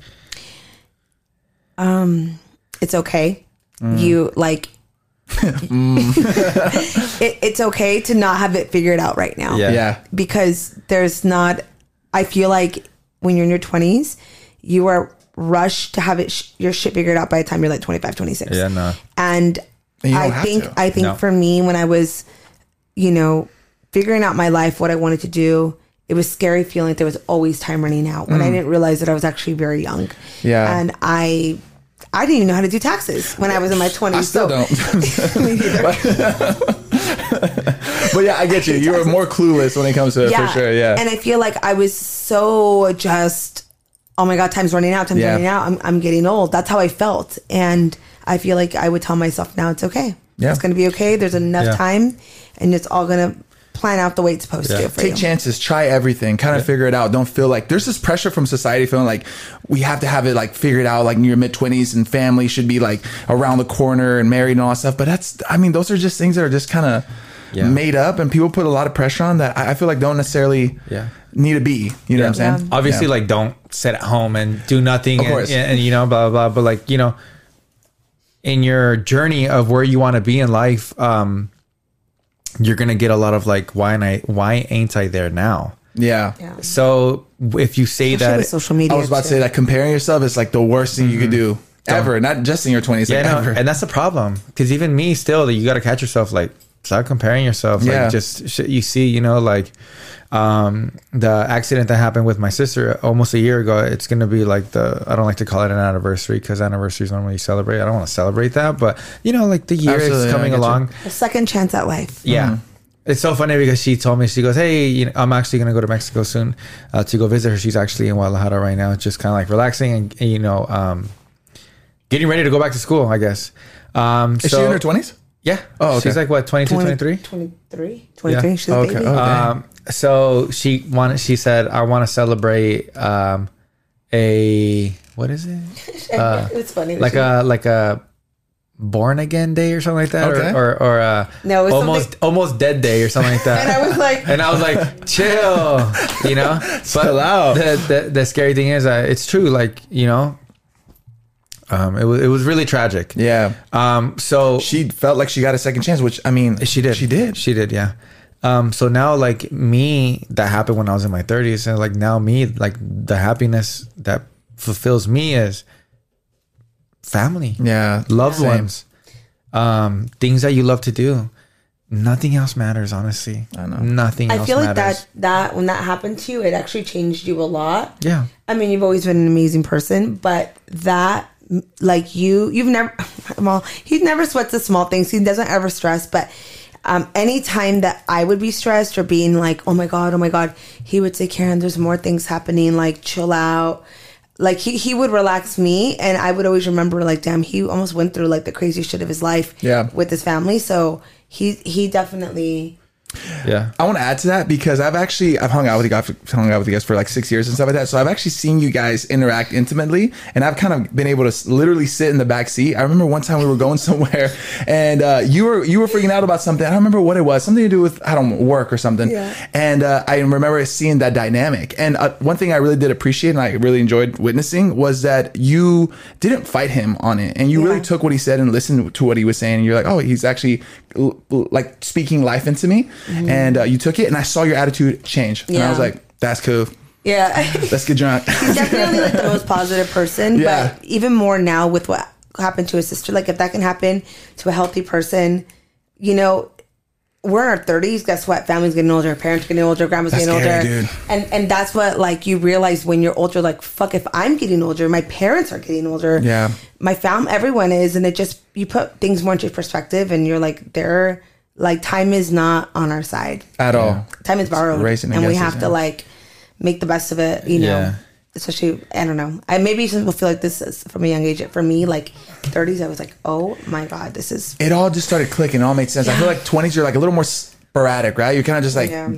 [SPEAKER 3] it's okay. You like it, it's okay to not have it figured out right now.
[SPEAKER 1] Yeah.
[SPEAKER 2] Yeah.
[SPEAKER 3] because there's not i feel like when you're in your 20s you are rushed to have it sh- your shit figured out by the time you're like 25 26
[SPEAKER 1] Yeah, no.
[SPEAKER 3] and
[SPEAKER 2] And you don't
[SPEAKER 3] i
[SPEAKER 2] have
[SPEAKER 3] think
[SPEAKER 2] to.
[SPEAKER 3] i think
[SPEAKER 1] No.
[SPEAKER 3] for me when i was you know figuring out my life, what I wanted to do. It was scary feeling like there was always time running out
[SPEAKER 2] Mm.
[SPEAKER 3] when I didn't realize that I was actually very young.
[SPEAKER 1] Yeah.
[SPEAKER 3] and I. I didn't even know how to do taxes when I was in my 20s.
[SPEAKER 2] I still
[SPEAKER 3] so-
[SPEAKER 2] don't.
[SPEAKER 3] Me neither.
[SPEAKER 2] but yeah, I get you. You were more clueless when it comes to it for sure. Yeah.
[SPEAKER 3] And I feel like I was so just, oh my God, time's running out, time's
[SPEAKER 2] Yeah.
[SPEAKER 3] running out. I'm, I'm getting old. That's how I felt. And I feel like I would tell myself now it's okay.
[SPEAKER 2] Yeah.
[SPEAKER 3] It's going to be okay. There's enough
[SPEAKER 1] Yeah.
[SPEAKER 3] time and it's all going to plan out the way it's supposed
[SPEAKER 1] Yeah.
[SPEAKER 3] to for
[SPEAKER 2] Take
[SPEAKER 3] you.
[SPEAKER 2] chances, try everything, kind of figure it out. Don't feel like there's this pressure from society feeling like we have to have it like figured out like in your mid 20s and family should be like around the corner and married and all that stuff. But that's, I mean, those are just things that are just kind of
[SPEAKER 1] Yeah.
[SPEAKER 2] made up and people put a lot of pressure on that I I feel like don't necessarily
[SPEAKER 1] Yeah.
[SPEAKER 2] need to be. You know what I'm saying?
[SPEAKER 1] Obviously,
[SPEAKER 2] Yeah.
[SPEAKER 1] like don't sit at home and do nothing,
[SPEAKER 2] Of
[SPEAKER 1] and,
[SPEAKER 2] course.
[SPEAKER 1] and, you know, blah blah. blah. But like you know, in your journey of where you want to be in life, um, you're gonna get a lot of like, why and I, why ain't I there now?
[SPEAKER 2] yeah.
[SPEAKER 1] So if you say
[SPEAKER 3] Especially with
[SPEAKER 1] that,
[SPEAKER 3] social media.
[SPEAKER 2] I was about to
[SPEAKER 3] too.
[SPEAKER 2] say that comparing yourself is like the worst thing you could do ever, not just in your 20s,
[SPEAKER 1] Mm-hmm. yeah,
[SPEAKER 2] like
[SPEAKER 1] no,
[SPEAKER 2] ever.
[SPEAKER 1] and that's the problem. Because even me, still, you got to catch yourself. Like, stop comparing yourself.
[SPEAKER 2] Yeah.
[SPEAKER 1] Like, just shit you see, you know, like um, the accident that happened with my sister almost a year ago. It's gonna be like the I don't like to call it an anniversary because anniversaries normally you celebrate. I don't want to celebrate that, but you know, like the year
[SPEAKER 2] Absolutely,
[SPEAKER 1] is
[SPEAKER 2] yeah, I
[SPEAKER 1] coming
[SPEAKER 2] get you.
[SPEAKER 1] along.
[SPEAKER 3] A second chance at life.
[SPEAKER 1] Yeah.
[SPEAKER 2] Mm-hmm.
[SPEAKER 1] It's so funny because she told me she goes, "Hey, you know, I'm actually going to go to Mexico soon uh, to go visit her. She's actually in Guadalajara right now, just kind of like relaxing and, and, you know, um, getting ready to go back to school, I guess." Um,
[SPEAKER 2] is
[SPEAKER 1] so,
[SPEAKER 2] she in her 20s?
[SPEAKER 1] Yeah.
[SPEAKER 2] Oh, okay.
[SPEAKER 1] she's like what 22, 23?
[SPEAKER 3] 23? 23. She's a
[SPEAKER 2] Okay.
[SPEAKER 3] baby.
[SPEAKER 2] Oh, dang.
[SPEAKER 1] Um, so she wanted. She said, "I want to celebrate um, a what is it?
[SPEAKER 3] it's funny.
[SPEAKER 1] Like a like a." Born again day or something like that,
[SPEAKER 2] Okay.
[SPEAKER 1] or or, or uh,
[SPEAKER 3] No, it's
[SPEAKER 1] almost almost dead day or something like that.
[SPEAKER 3] and I was like,
[SPEAKER 1] and I was like, chill, you know. But
[SPEAKER 2] Chill out.
[SPEAKER 1] The, the the scary thing is, uh, it's true. Like you know, um, it was it was really tragic.
[SPEAKER 2] Yeah.
[SPEAKER 1] Um. So
[SPEAKER 2] She felt like she got a second chance, which I mean,
[SPEAKER 1] she did.
[SPEAKER 2] She did.
[SPEAKER 1] She did. Yeah. Um. So now, like me, that happened when I was in my thirties, and like now, me, like the happiness that fulfills me is family.
[SPEAKER 2] Yeah.
[SPEAKER 1] Loved
[SPEAKER 2] Same.
[SPEAKER 1] ones. Um. Things that you love to do. Nothing else matters, honestly. I know. Nothing.
[SPEAKER 3] I
[SPEAKER 1] else
[SPEAKER 3] feel like
[SPEAKER 1] matters.
[SPEAKER 3] that, that, when that happened to you, it actually changed you a lot.
[SPEAKER 1] Yeah.
[SPEAKER 3] I mean, you've always been an amazing person, but that, like you, you've never, well, he never sweats the small things. He doesn't ever stress, but um, any time that I would be stressed or being like, oh my God, oh my God, he would say, Karen, there's more things happening, like chill out. Like he, he would relax me and I would always remember like, damn, he almost went through like the crazy shit of his life
[SPEAKER 2] Yeah.
[SPEAKER 3] with his family. So he, he definitely,
[SPEAKER 1] Yeah.
[SPEAKER 2] I want to add to that because I've actually I've hung out with you guys hung out with you guys for like six years and stuff like that. So I've actually seen you guys interact intimately, and I've kind of been able to s- literally sit in the back seat. I remember one time we were going somewhere, and uh, you were you were freaking out about something. I don't remember what it was, something to do with I don't know, work or something.
[SPEAKER 3] Yeah.
[SPEAKER 2] And uh, I remember seeing that dynamic. And uh, one thing I really did appreciate and I really enjoyed witnessing was that you didn't fight him on it, and you really
[SPEAKER 3] Yeah.
[SPEAKER 2] took what he said and listened to what he was saying. And you're like, oh, he's actually l- l- like speaking life into me. And uh, you took it, and I saw your attitude change. And I was
[SPEAKER 3] Mm-hmm. Yeah.
[SPEAKER 2] like, that's cool.
[SPEAKER 3] yeah.
[SPEAKER 2] Let's get drunk.
[SPEAKER 3] definitely like the most positive person.
[SPEAKER 2] Yeah.
[SPEAKER 3] But even more now with what happened to his sister, like if that can happen to a healthy person, you know, we're in our thirties. Guess what? Family's getting older. Parents getting older. Grandma's
[SPEAKER 2] That's
[SPEAKER 3] getting
[SPEAKER 2] scary,
[SPEAKER 3] older.
[SPEAKER 2] dude.
[SPEAKER 3] And and that's what like you realize when you're older. Like fuck, if I'm getting older, my parents are getting older.
[SPEAKER 2] Yeah.
[SPEAKER 3] my fam, everyone is, and it just you put things more into perspective, and you're like, they're like time is not on our side.
[SPEAKER 2] At all.
[SPEAKER 3] Time is borrowed,
[SPEAKER 2] racing
[SPEAKER 3] and we
[SPEAKER 2] against us,
[SPEAKER 3] have to
[SPEAKER 2] yeah.
[SPEAKER 3] like make the best of it. You know,
[SPEAKER 1] Yeah.
[SPEAKER 3] especially I don't know. I maybe some people feel like this is from a young age. For me, like 30s, I was like, oh my god, this is
[SPEAKER 2] It all just started clicking. It all made sense. I feel like 20s, you're like a little more sporadic, right? You're kind of just like
[SPEAKER 3] Yeah.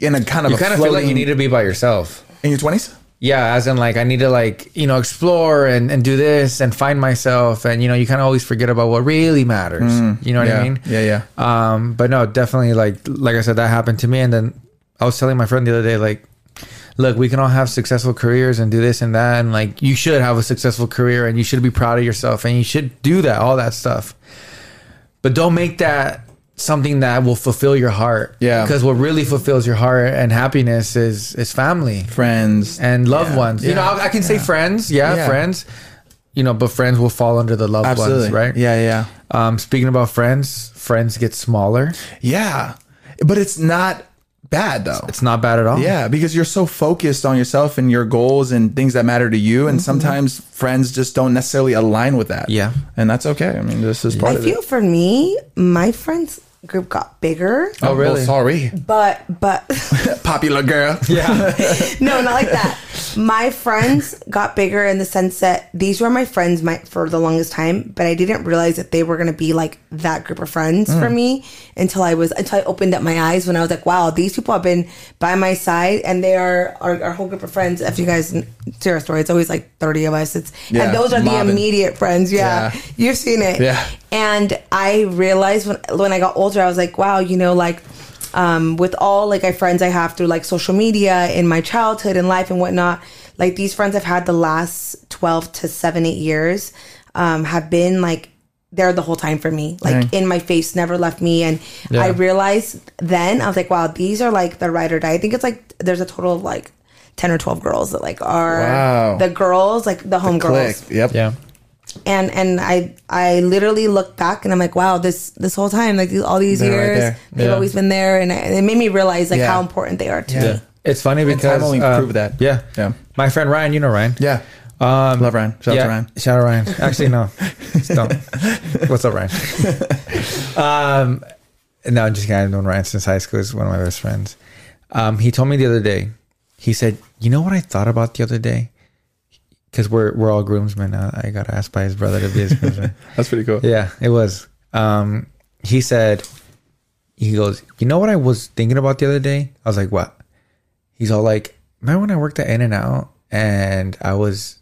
[SPEAKER 2] in a kind of
[SPEAKER 1] You
[SPEAKER 2] a
[SPEAKER 1] kind of feel like you
[SPEAKER 2] floating-
[SPEAKER 1] need to be by yourself.
[SPEAKER 2] in your 20s.
[SPEAKER 1] Yeah, as in like I need to like you know explore and, and do this and find myself and you know you kind of always forget about what really matters. you know what
[SPEAKER 2] Mm, yeah.
[SPEAKER 1] I mean?
[SPEAKER 2] Yeah, yeah.
[SPEAKER 1] Um, but no, definitely like like I said, that happened to me. And then I was telling my friend the other day, like, look, we can all have successful careers and do this and that, and like you should have a successful career and you should be proud of yourself and you should do that, all that stuff. But don't make that something that will fulfill your heart.
[SPEAKER 2] Yeah.
[SPEAKER 1] Because what really fulfills your heart and happiness is is family
[SPEAKER 2] Friends.
[SPEAKER 1] and loved
[SPEAKER 2] Yeah.
[SPEAKER 1] ones. You know,
[SPEAKER 2] Yeah.
[SPEAKER 1] I, I can say friends, yeah,
[SPEAKER 2] Yeah.
[SPEAKER 1] friends. You know, but friends will fall under the loved ones,
[SPEAKER 2] Absolutely.
[SPEAKER 1] right?
[SPEAKER 2] Yeah, yeah.
[SPEAKER 1] Um, speaking about friends, friends get smaller.
[SPEAKER 2] Yeah. But it's not bad though.
[SPEAKER 1] It's not bad at all.
[SPEAKER 2] Yeah, because you're so focused on yourself and your goals and things that matter to you, and sometimes friends just don't necessarily align with that.
[SPEAKER 1] Mm-hmm. Yeah.
[SPEAKER 2] and that's okay. I mean, this is part
[SPEAKER 3] I
[SPEAKER 2] of
[SPEAKER 3] feel
[SPEAKER 2] it.
[SPEAKER 3] for me, my friends group got bigger,
[SPEAKER 1] Oh,
[SPEAKER 2] well,
[SPEAKER 1] really?
[SPEAKER 2] sorry,
[SPEAKER 3] but but
[SPEAKER 2] popular girl.
[SPEAKER 1] Yeah.
[SPEAKER 3] no, not like that. My friends got bigger in the sense that these were my friends my, for the longest time, but I didn't realize that they were going to be like that group of friends
[SPEAKER 2] Mm.
[SPEAKER 3] for me until I was until I opened up my eyes when I was like, wow, these people have been by my side and they are our, our whole group of friends. If you guys see our story, it's always like thirty of us. It's
[SPEAKER 2] Yeah,
[SPEAKER 3] and those are
[SPEAKER 2] mobbing.
[SPEAKER 3] the immediate friends. Yeah,
[SPEAKER 2] Yeah.
[SPEAKER 3] you've seen it.
[SPEAKER 2] Yeah.
[SPEAKER 3] and I realized when when I got older, I was like, wow, you know, like um, with all like my friends I have through like social media in my childhood and life and whatnot, like these friends I've had the last twelve to seven eight years um, have been like there the whole time for me, like
[SPEAKER 2] Dang.
[SPEAKER 3] in my face, never left me. And I realized then I was like, wow, these are like the ride or die. I think it's like there's a total of like ten or twelve girls that like are
[SPEAKER 2] Wow.
[SPEAKER 3] the girls, like the home
[SPEAKER 2] Click.
[SPEAKER 3] girls
[SPEAKER 2] Yep.
[SPEAKER 1] Yeah.
[SPEAKER 3] and and I I literally look back and I'm like, wow, this this whole time, like these- all these
[SPEAKER 2] They're right
[SPEAKER 3] years,
[SPEAKER 2] there.
[SPEAKER 3] they've
[SPEAKER 1] Yeah.
[SPEAKER 3] always been there, and I, it made me realize like
[SPEAKER 2] Yeah.
[SPEAKER 3] how important they are to
[SPEAKER 2] Yeah.
[SPEAKER 3] me.
[SPEAKER 1] It's funny because
[SPEAKER 2] time only
[SPEAKER 1] uh,
[SPEAKER 2] proved that.
[SPEAKER 1] Yeah.
[SPEAKER 2] Yeah.
[SPEAKER 1] My friend Ryan, you know Ryan.
[SPEAKER 2] Yeah.
[SPEAKER 1] Um,
[SPEAKER 2] Love Ryan. Shout out to Ryan.
[SPEAKER 1] Shout out Ryan. Actually, no. Just don't. What's up, Ryan? um, no, I'm just kidding. I've known Ryan since high school. He's one of my best friends. Um, he told me the other day, he said, You know what I thought about the other day? Because we're, we're all groomsmen. Uh, I, I got asked by his brother to be his groomsman.
[SPEAKER 2] That's pretty cool.
[SPEAKER 1] Yeah, it was. Um, he said, he goes, you know what I was thinking about the other day? I was like, what? He's all like, remember when I worked at In and Out and I was,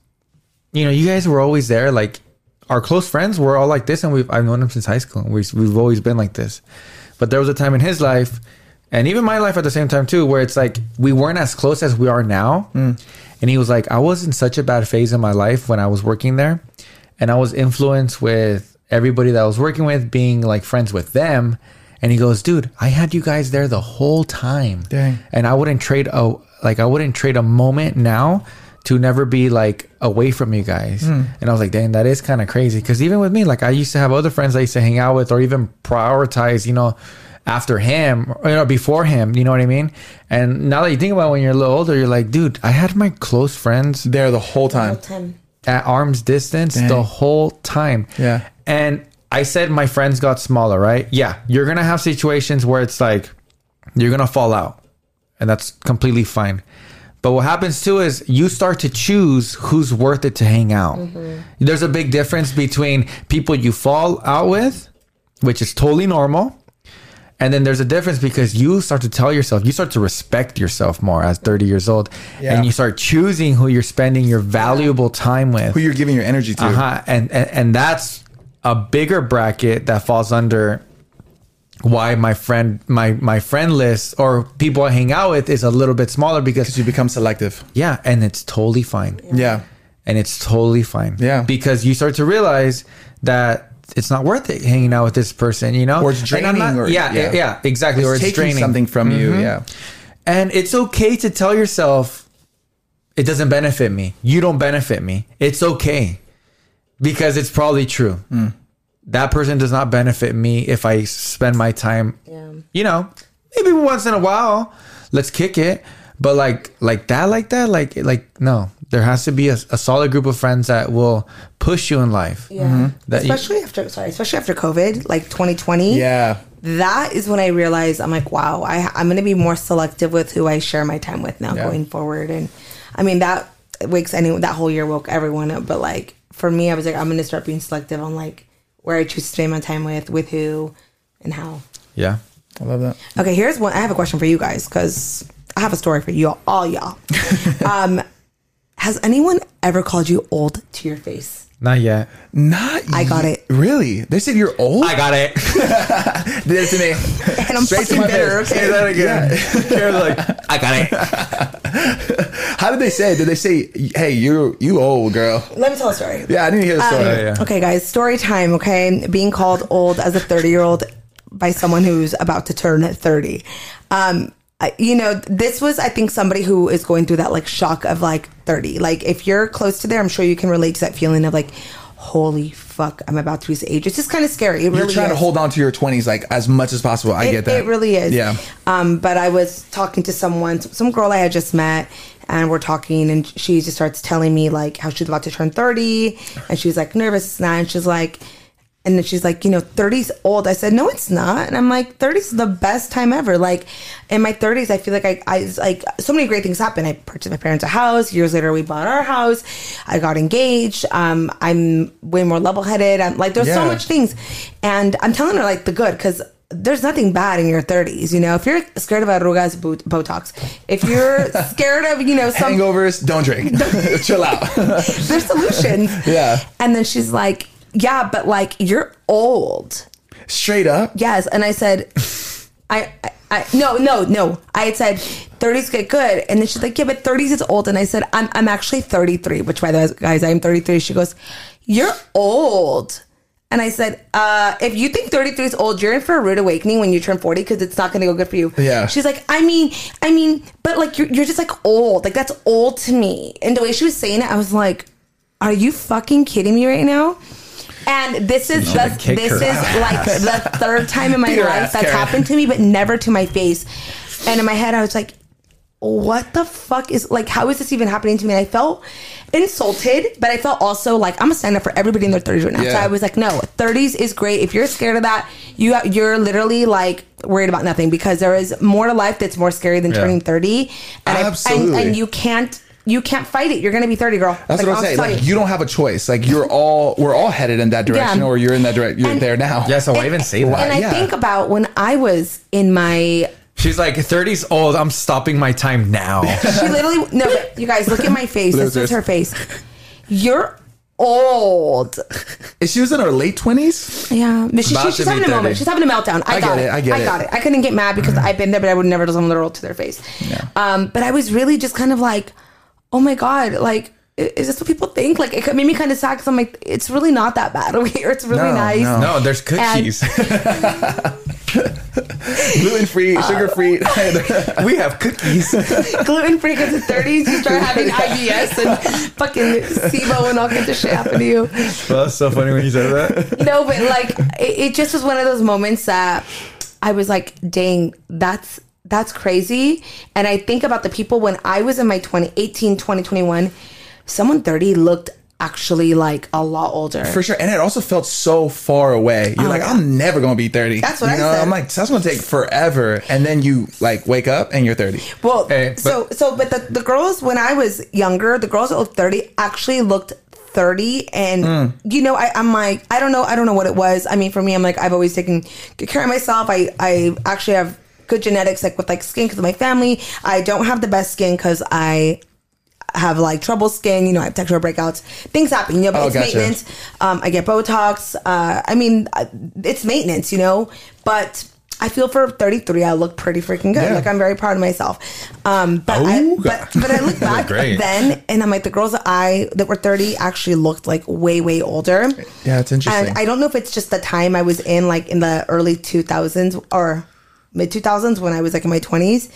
[SPEAKER 1] you know, you guys were always there. Like our close friends were all like this, and we've I've known them since high school. And we've we've always been like this. But there was a time in his life, and even my life at the same time too, where it's like we weren't as close as we are now. And he was like, I was in such a bad phase in my life when I was working there, and I was influenced with everybody that I was working with being like friends with them. And he goes, dude, I had you guys there the whole time,
[SPEAKER 2] Dang.
[SPEAKER 1] and I wouldn't trade a like I wouldn't trade a moment now to never be like away from you guys. And I was like, dang, that is kind of crazy. Because even with me, like I used to have other friends I used to hang out with, or even prioritize, you know, after him or you know, before him. You know what I mean? And now that you think about it, when you're a little older, you're like, dude, I had my close friends
[SPEAKER 2] There the whole time.
[SPEAKER 1] at arm's distance the whole time.
[SPEAKER 2] Yeah.
[SPEAKER 1] And I said my friends got smaller, right? Yeah. You're going to have situations where it's like you're going to fall out. And that's completely fine. But what happens too is you start to choose who's worth it to hang out. There's a big difference between people you fall out with, which is totally normal. And then there's a difference because you start to tell yourself, you start to respect yourself more as 30 years old,
[SPEAKER 2] Yeah.
[SPEAKER 1] and you start choosing who you're spending your valuable time with.
[SPEAKER 2] Who you're giving your energy to?
[SPEAKER 1] Uh-huh. And, and and that's a bigger bracket that falls under why my friend my my friend list or people I hang out with is a little bit smaller because
[SPEAKER 2] You become selective.
[SPEAKER 1] yeah, and it's totally fine.
[SPEAKER 2] Yeah.
[SPEAKER 1] And it's totally fine.
[SPEAKER 2] Yeah.
[SPEAKER 1] Because you start to realize that it's not worth it hanging out with this person, you know?
[SPEAKER 2] Or it's
[SPEAKER 1] And I'm
[SPEAKER 2] draining, or-
[SPEAKER 1] yeah,
[SPEAKER 2] yeah.
[SPEAKER 1] yeah, yeah, exactly. or it's
[SPEAKER 2] Taking
[SPEAKER 1] draining.
[SPEAKER 2] something from
[SPEAKER 1] Mm-hmm.
[SPEAKER 2] you. Yeah.
[SPEAKER 1] And it's okay to tell yourself, it doesn't benefit me. You don't benefit me. It's okay because it's probably true. That person does not benefit me if I spend my time, you know, maybe once in a while, let's kick it. But like, like that, like that, like, like, no, there has to be a, a solid group of friends that will push you in life.
[SPEAKER 3] Yeah,
[SPEAKER 1] That you-
[SPEAKER 3] especially after sorry, especially after COVID, like 2020.
[SPEAKER 2] Yeah.
[SPEAKER 3] that is when I realized I'm like, wow, I, I'm going to be more selective with who I share my time with now
[SPEAKER 2] Yeah.
[SPEAKER 3] going forward. And I mean, that wakes anyone, that whole year woke everyone up. But like for me, I was like, I'm going to start being selective on like where I choose to spend my time with, with who, and how.
[SPEAKER 1] yeah.
[SPEAKER 2] I love that.
[SPEAKER 3] Okay, here's one. I have a question for you guys because I have a story for you all, all y'all. um, has anyone ever called you old to your face?
[SPEAKER 1] Not yet.
[SPEAKER 2] Not.
[SPEAKER 3] I got
[SPEAKER 2] ye-
[SPEAKER 3] it.
[SPEAKER 2] Really? They said you're old.
[SPEAKER 1] I got it.
[SPEAKER 2] They did it to me.
[SPEAKER 3] And I'm
[SPEAKER 2] Straight to
[SPEAKER 3] fucking
[SPEAKER 2] my
[SPEAKER 3] bitter.
[SPEAKER 2] face.
[SPEAKER 3] Okay.
[SPEAKER 2] Say that again.
[SPEAKER 1] like, I got it.
[SPEAKER 2] How did they say? it? Did they say, "Hey, you you old girl"?
[SPEAKER 3] Let me tell a story.
[SPEAKER 2] Yeah, I need to hear the story.
[SPEAKER 1] yeah.
[SPEAKER 3] Um, Okay, guys, story time. Okay, being called old as a 30 year old by someone who's about to turn 30. Um, I- you know, this was, I think, somebody who is going through that like shock of like 30. Like, if you're close to there, I'm sure you can relate to that feeling of like, holy fuck, I'm about to reach the age. It's just kind of scary. It really
[SPEAKER 2] You're trying
[SPEAKER 3] is.
[SPEAKER 2] to hold on to your 20s like as much as possible. I
[SPEAKER 3] it,
[SPEAKER 2] get that.
[SPEAKER 3] It really is.
[SPEAKER 2] Yeah.
[SPEAKER 3] Um, but I was talking to someone, some girl I had just met, and we're talking, and she just starts telling me like how she's about to turn thirty, and she's like nervous now, and she's like. And then she's like, you know, 30's old. I said, no, it's not. And I'm like, 30's the best time ever. Like, in my 30s, I feel like I, I it's like so many great things happen. I purchased my parents a house. Years later, we bought our house. I got engaged. Um, I'm way more level headed. I'm like, there's so
[SPEAKER 2] Yeah.
[SPEAKER 3] much things. And I'm telling her like the good because there's nothing bad in your 30s. You know, if you're scared of arrugas, bot- Botox, if you're scared of, you know, some,
[SPEAKER 2] Hangovers, don't drink. Chill out.
[SPEAKER 3] there's solutions.
[SPEAKER 2] Yeah.
[SPEAKER 3] And then she's like, yeah, but like you're old.
[SPEAKER 2] Straight up.
[SPEAKER 3] Yes. And I said, I, I, I no, no, no. I had said 30s get good. And then she's like, yeah, but 30s is old. And I said, I'm, I'm actually 33, which by the way, guys, I'm 33. She goes, you're old. And I said, uh, if you think 33 is old, you're in for a rude awakening when you turn 40 because it's not going to go good for you.
[SPEAKER 2] Yeah.
[SPEAKER 3] She's like, I mean, I mean, but like, you're, you're just like old. Like, that's old to me. And the way she was saying it, I was like, are you fucking kidding me right now? And this is
[SPEAKER 1] Should've
[SPEAKER 3] the,
[SPEAKER 1] kicked
[SPEAKER 3] this
[SPEAKER 1] her
[SPEAKER 3] is like the third time in my
[SPEAKER 2] Beat her
[SPEAKER 3] life
[SPEAKER 2] ass,
[SPEAKER 3] that's
[SPEAKER 2] Karen.
[SPEAKER 3] happened to me, but never to my face. And in my head, I was like, what the fuck is like how is this even happening to me and i felt insulted but i felt also like i'm a stand up for everybody in their 30s right now so
[SPEAKER 2] Yeah.
[SPEAKER 3] i was like no 30s is great if you're scared of that you you're literally like worried about nothing because there is more to life that's more scary than
[SPEAKER 1] Yeah.
[SPEAKER 3] turning 30 and, I- and-
[SPEAKER 2] Absolutely.
[SPEAKER 3] and you can't you can't fight it you're gonna be 30 girl
[SPEAKER 2] That's what I'm saying. Like you don't have a choice. Like you're all we're all headed in that direction, or you're in that direction. You're
[SPEAKER 3] And-
[SPEAKER 2] there now.
[SPEAKER 1] Yeah, so why even say that?
[SPEAKER 3] and i
[SPEAKER 2] Yeah.
[SPEAKER 3] think about when i was in my
[SPEAKER 1] She's like, 30's old. I'm stopping my time now.
[SPEAKER 3] She literally no. But you guys, look at my face.
[SPEAKER 2] Look
[SPEAKER 3] This
[SPEAKER 2] at this.
[SPEAKER 3] is her face. You're old.
[SPEAKER 2] And she was in her late 20s.
[SPEAKER 3] Yeah, but she,
[SPEAKER 1] About
[SPEAKER 3] she-
[SPEAKER 1] to
[SPEAKER 3] she's
[SPEAKER 1] be
[SPEAKER 3] having a
[SPEAKER 1] 30.
[SPEAKER 3] moment. She's having a meltdown. I,
[SPEAKER 2] I
[SPEAKER 3] got
[SPEAKER 2] get
[SPEAKER 3] it.
[SPEAKER 2] it, I get
[SPEAKER 3] I
[SPEAKER 2] it.
[SPEAKER 3] got it. I couldn't get mad because I've been there, but I would never do something literal to their face. Um, but I was really just kind of like, oh my god, like. i- Is this what people think? Like, it made me kind of sad because I'm like, it's really not that bad over here. It's
[SPEAKER 2] No,
[SPEAKER 3] really nice.
[SPEAKER 2] no.
[SPEAKER 1] no, there's cookies.
[SPEAKER 2] Gluten free, sugar free.
[SPEAKER 1] we have cookies.
[SPEAKER 3] gluten free because in thirties you start having IBS and fucking SIBO and all kinds of shit happen to you.
[SPEAKER 1] well, that's so funny when you said that.
[SPEAKER 3] No, but like it, it just was one of those moments that I was like, dang, that's that's crazy. And I think about the people when I was in my 20, 18, 20, 21, someone 30 looked actually like a lot older.
[SPEAKER 2] For sure. And it also felt so far away. You're like, I'm never going to be 30.
[SPEAKER 3] That's what
[SPEAKER 2] you
[SPEAKER 3] I said.
[SPEAKER 2] I'm like, that's going to take forever. And then you like wake up and you're 30.
[SPEAKER 3] well,
[SPEAKER 2] Eh,
[SPEAKER 1] Hey, but-
[SPEAKER 3] so so but the, the girls when I was younger, the girls of 30 actually looked 30 and
[SPEAKER 2] Hmm.
[SPEAKER 3] you know I, i'm like i don't know i don't know what it was i mean for me i'm like i've always taken good care of myself i i actually have good genetics like with like skin because of my family i don't have the best skin because i have like trouble skin, you know, I have textural breakouts. Things happen, you know, but
[SPEAKER 2] Oh,
[SPEAKER 3] it's
[SPEAKER 2] gotcha.
[SPEAKER 3] maintenance. Um, I get Botox. Uh, I mean, I- it's maintenance, you know, but I feel for 33, I look pretty freaking good.
[SPEAKER 2] Yeah.
[SPEAKER 3] Like I'm very proud of myself. Um, but, I,
[SPEAKER 2] Ooga.
[SPEAKER 3] but, but I look back
[SPEAKER 1] great.
[SPEAKER 3] then and I'm like, the girls that I, that were 30 actually looked like way, way older.
[SPEAKER 2] Yeah, it's interesting.
[SPEAKER 3] And I don't know if it's just the time I was in, like in the early 2000s or mid 2000s when I was like in my 20s.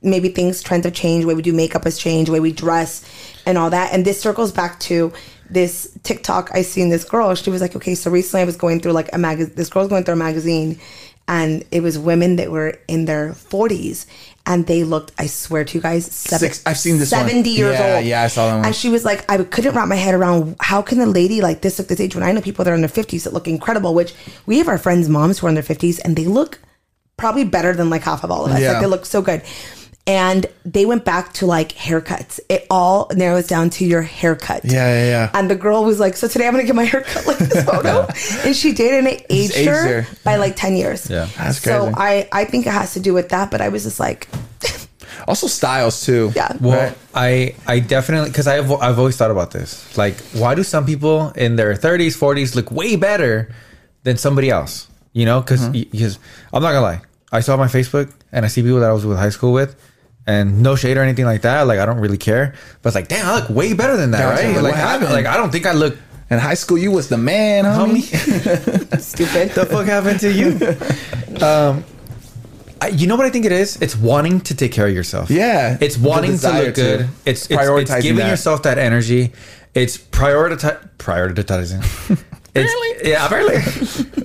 [SPEAKER 3] Maybe things, trends have changed, the way we do makeup has changed, the way we dress and all that. And this circles back to this TikTok I seen this girl. She was like, okay, so recently I was going through like a magazine, this girl's going through a magazine and it was women that were in their 40s and they looked, I swear to you guys, seven,
[SPEAKER 2] Six- I've seen this one.
[SPEAKER 3] 70 years
[SPEAKER 2] Yeah,
[SPEAKER 3] old.
[SPEAKER 2] yeah, I saw that one.
[SPEAKER 3] And she was like, I couldn't wrap my head around how can a lady like this look this age when I know people that are in their fifties that look incredible. Which we have our friends' moms who are in their fifties and they look probably better than like half of all of us.
[SPEAKER 2] Yeah.
[SPEAKER 3] Like they look so good. And they went back to like haircuts. It all narrows down to your haircut.
[SPEAKER 2] Yeah, yeah, yeah.
[SPEAKER 3] And the girl was like, "So today I'm gonna get my haircut like this photo," and she did, and it aged,
[SPEAKER 2] aged
[SPEAKER 3] her,
[SPEAKER 2] her.
[SPEAKER 3] by like ten years.
[SPEAKER 1] Yeah.
[SPEAKER 2] That's
[SPEAKER 3] So
[SPEAKER 2] crazy.
[SPEAKER 3] I I think it has to do with that. But I was just like,
[SPEAKER 2] also, styles too.
[SPEAKER 3] Yeah.
[SPEAKER 1] Well,
[SPEAKER 2] Right?
[SPEAKER 1] I I definitely because I've I've always thought about this. Like, why do some people in their 30s, 40s look way better than somebody else? You know, because I'm not gonna lie, I saw my Facebook and I see people that I was with high school with. And no shade or anything like that. Like I don't really care, but it's like, damn, I look way better than that,
[SPEAKER 2] Yeah, I was
[SPEAKER 1] right?
[SPEAKER 2] like, what
[SPEAKER 1] Like, I,
[SPEAKER 2] happened?
[SPEAKER 1] like I don't think I look.
[SPEAKER 2] In high school, you was the man, homie.
[SPEAKER 1] Stupid. the fuck happened to you? Um, I, you know what I think it is? It's wanting to take care of yourself.
[SPEAKER 2] Yeah.
[SPEAKER 1] It's
[SPEAKER 2] The
[SPEAKER 1] wanting to
[SPEAKER 2] desire
[SPEAKER 1] look good.
[SPEAKER 2] to.
[SPEAKER 1] It's, it's,
[SPEAKER 2] Prioritizing
[SPEAKER 1] it's giving
[SPEAKER 2] that.
[SPEAKER 1] yourself that energy. It's prioritizing. Prioritizing. It's, yeah, apparently.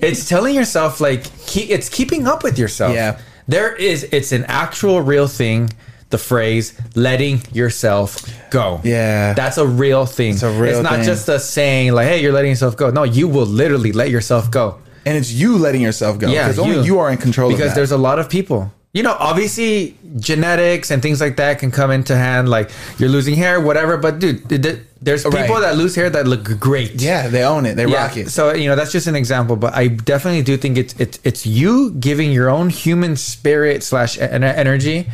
[SPEAKER 1] it's telling yourself like keep, it's keeping up with yourself.
[SPEAKER 2] Yeah.
[SPEAKER 1] There is it's an actual real thing. The phrase "letting yourself go."
[SPEAKER 2] Yeah.
[SPEAKER 1] that's a real thing. It's
[SPEAKER 2] a real
[SPEAKER 1] It's not
[SPEAKER 2] thing.
[SPEAKER 1] just a saying like, "Hey, you're letting yourself go." No, you will literally let yourself go.
[SPEAKER 2] and it's you letting yourself go.
[SPEAKER 1] Yeah,
[SPEAKER 2] because only you are in control.
[SPEAKER 1] Because
[SPEAKER 2] of that.
[SPEAKER 1] there's a lot of people. You know, obviously genetics and things like that can come into hand. Like you're losing hair, whatever. But dude, th- th- there's people
[SPEAKER 2] Right.
[SPEAKER 1] that lose hair that look great.
[SPEAKER 2] yeah, they own it. They rock it.
[SPEAKER 1] So you know that's just an example, but I definitely do think it's it's it's you giving your own human spirit slash en- energy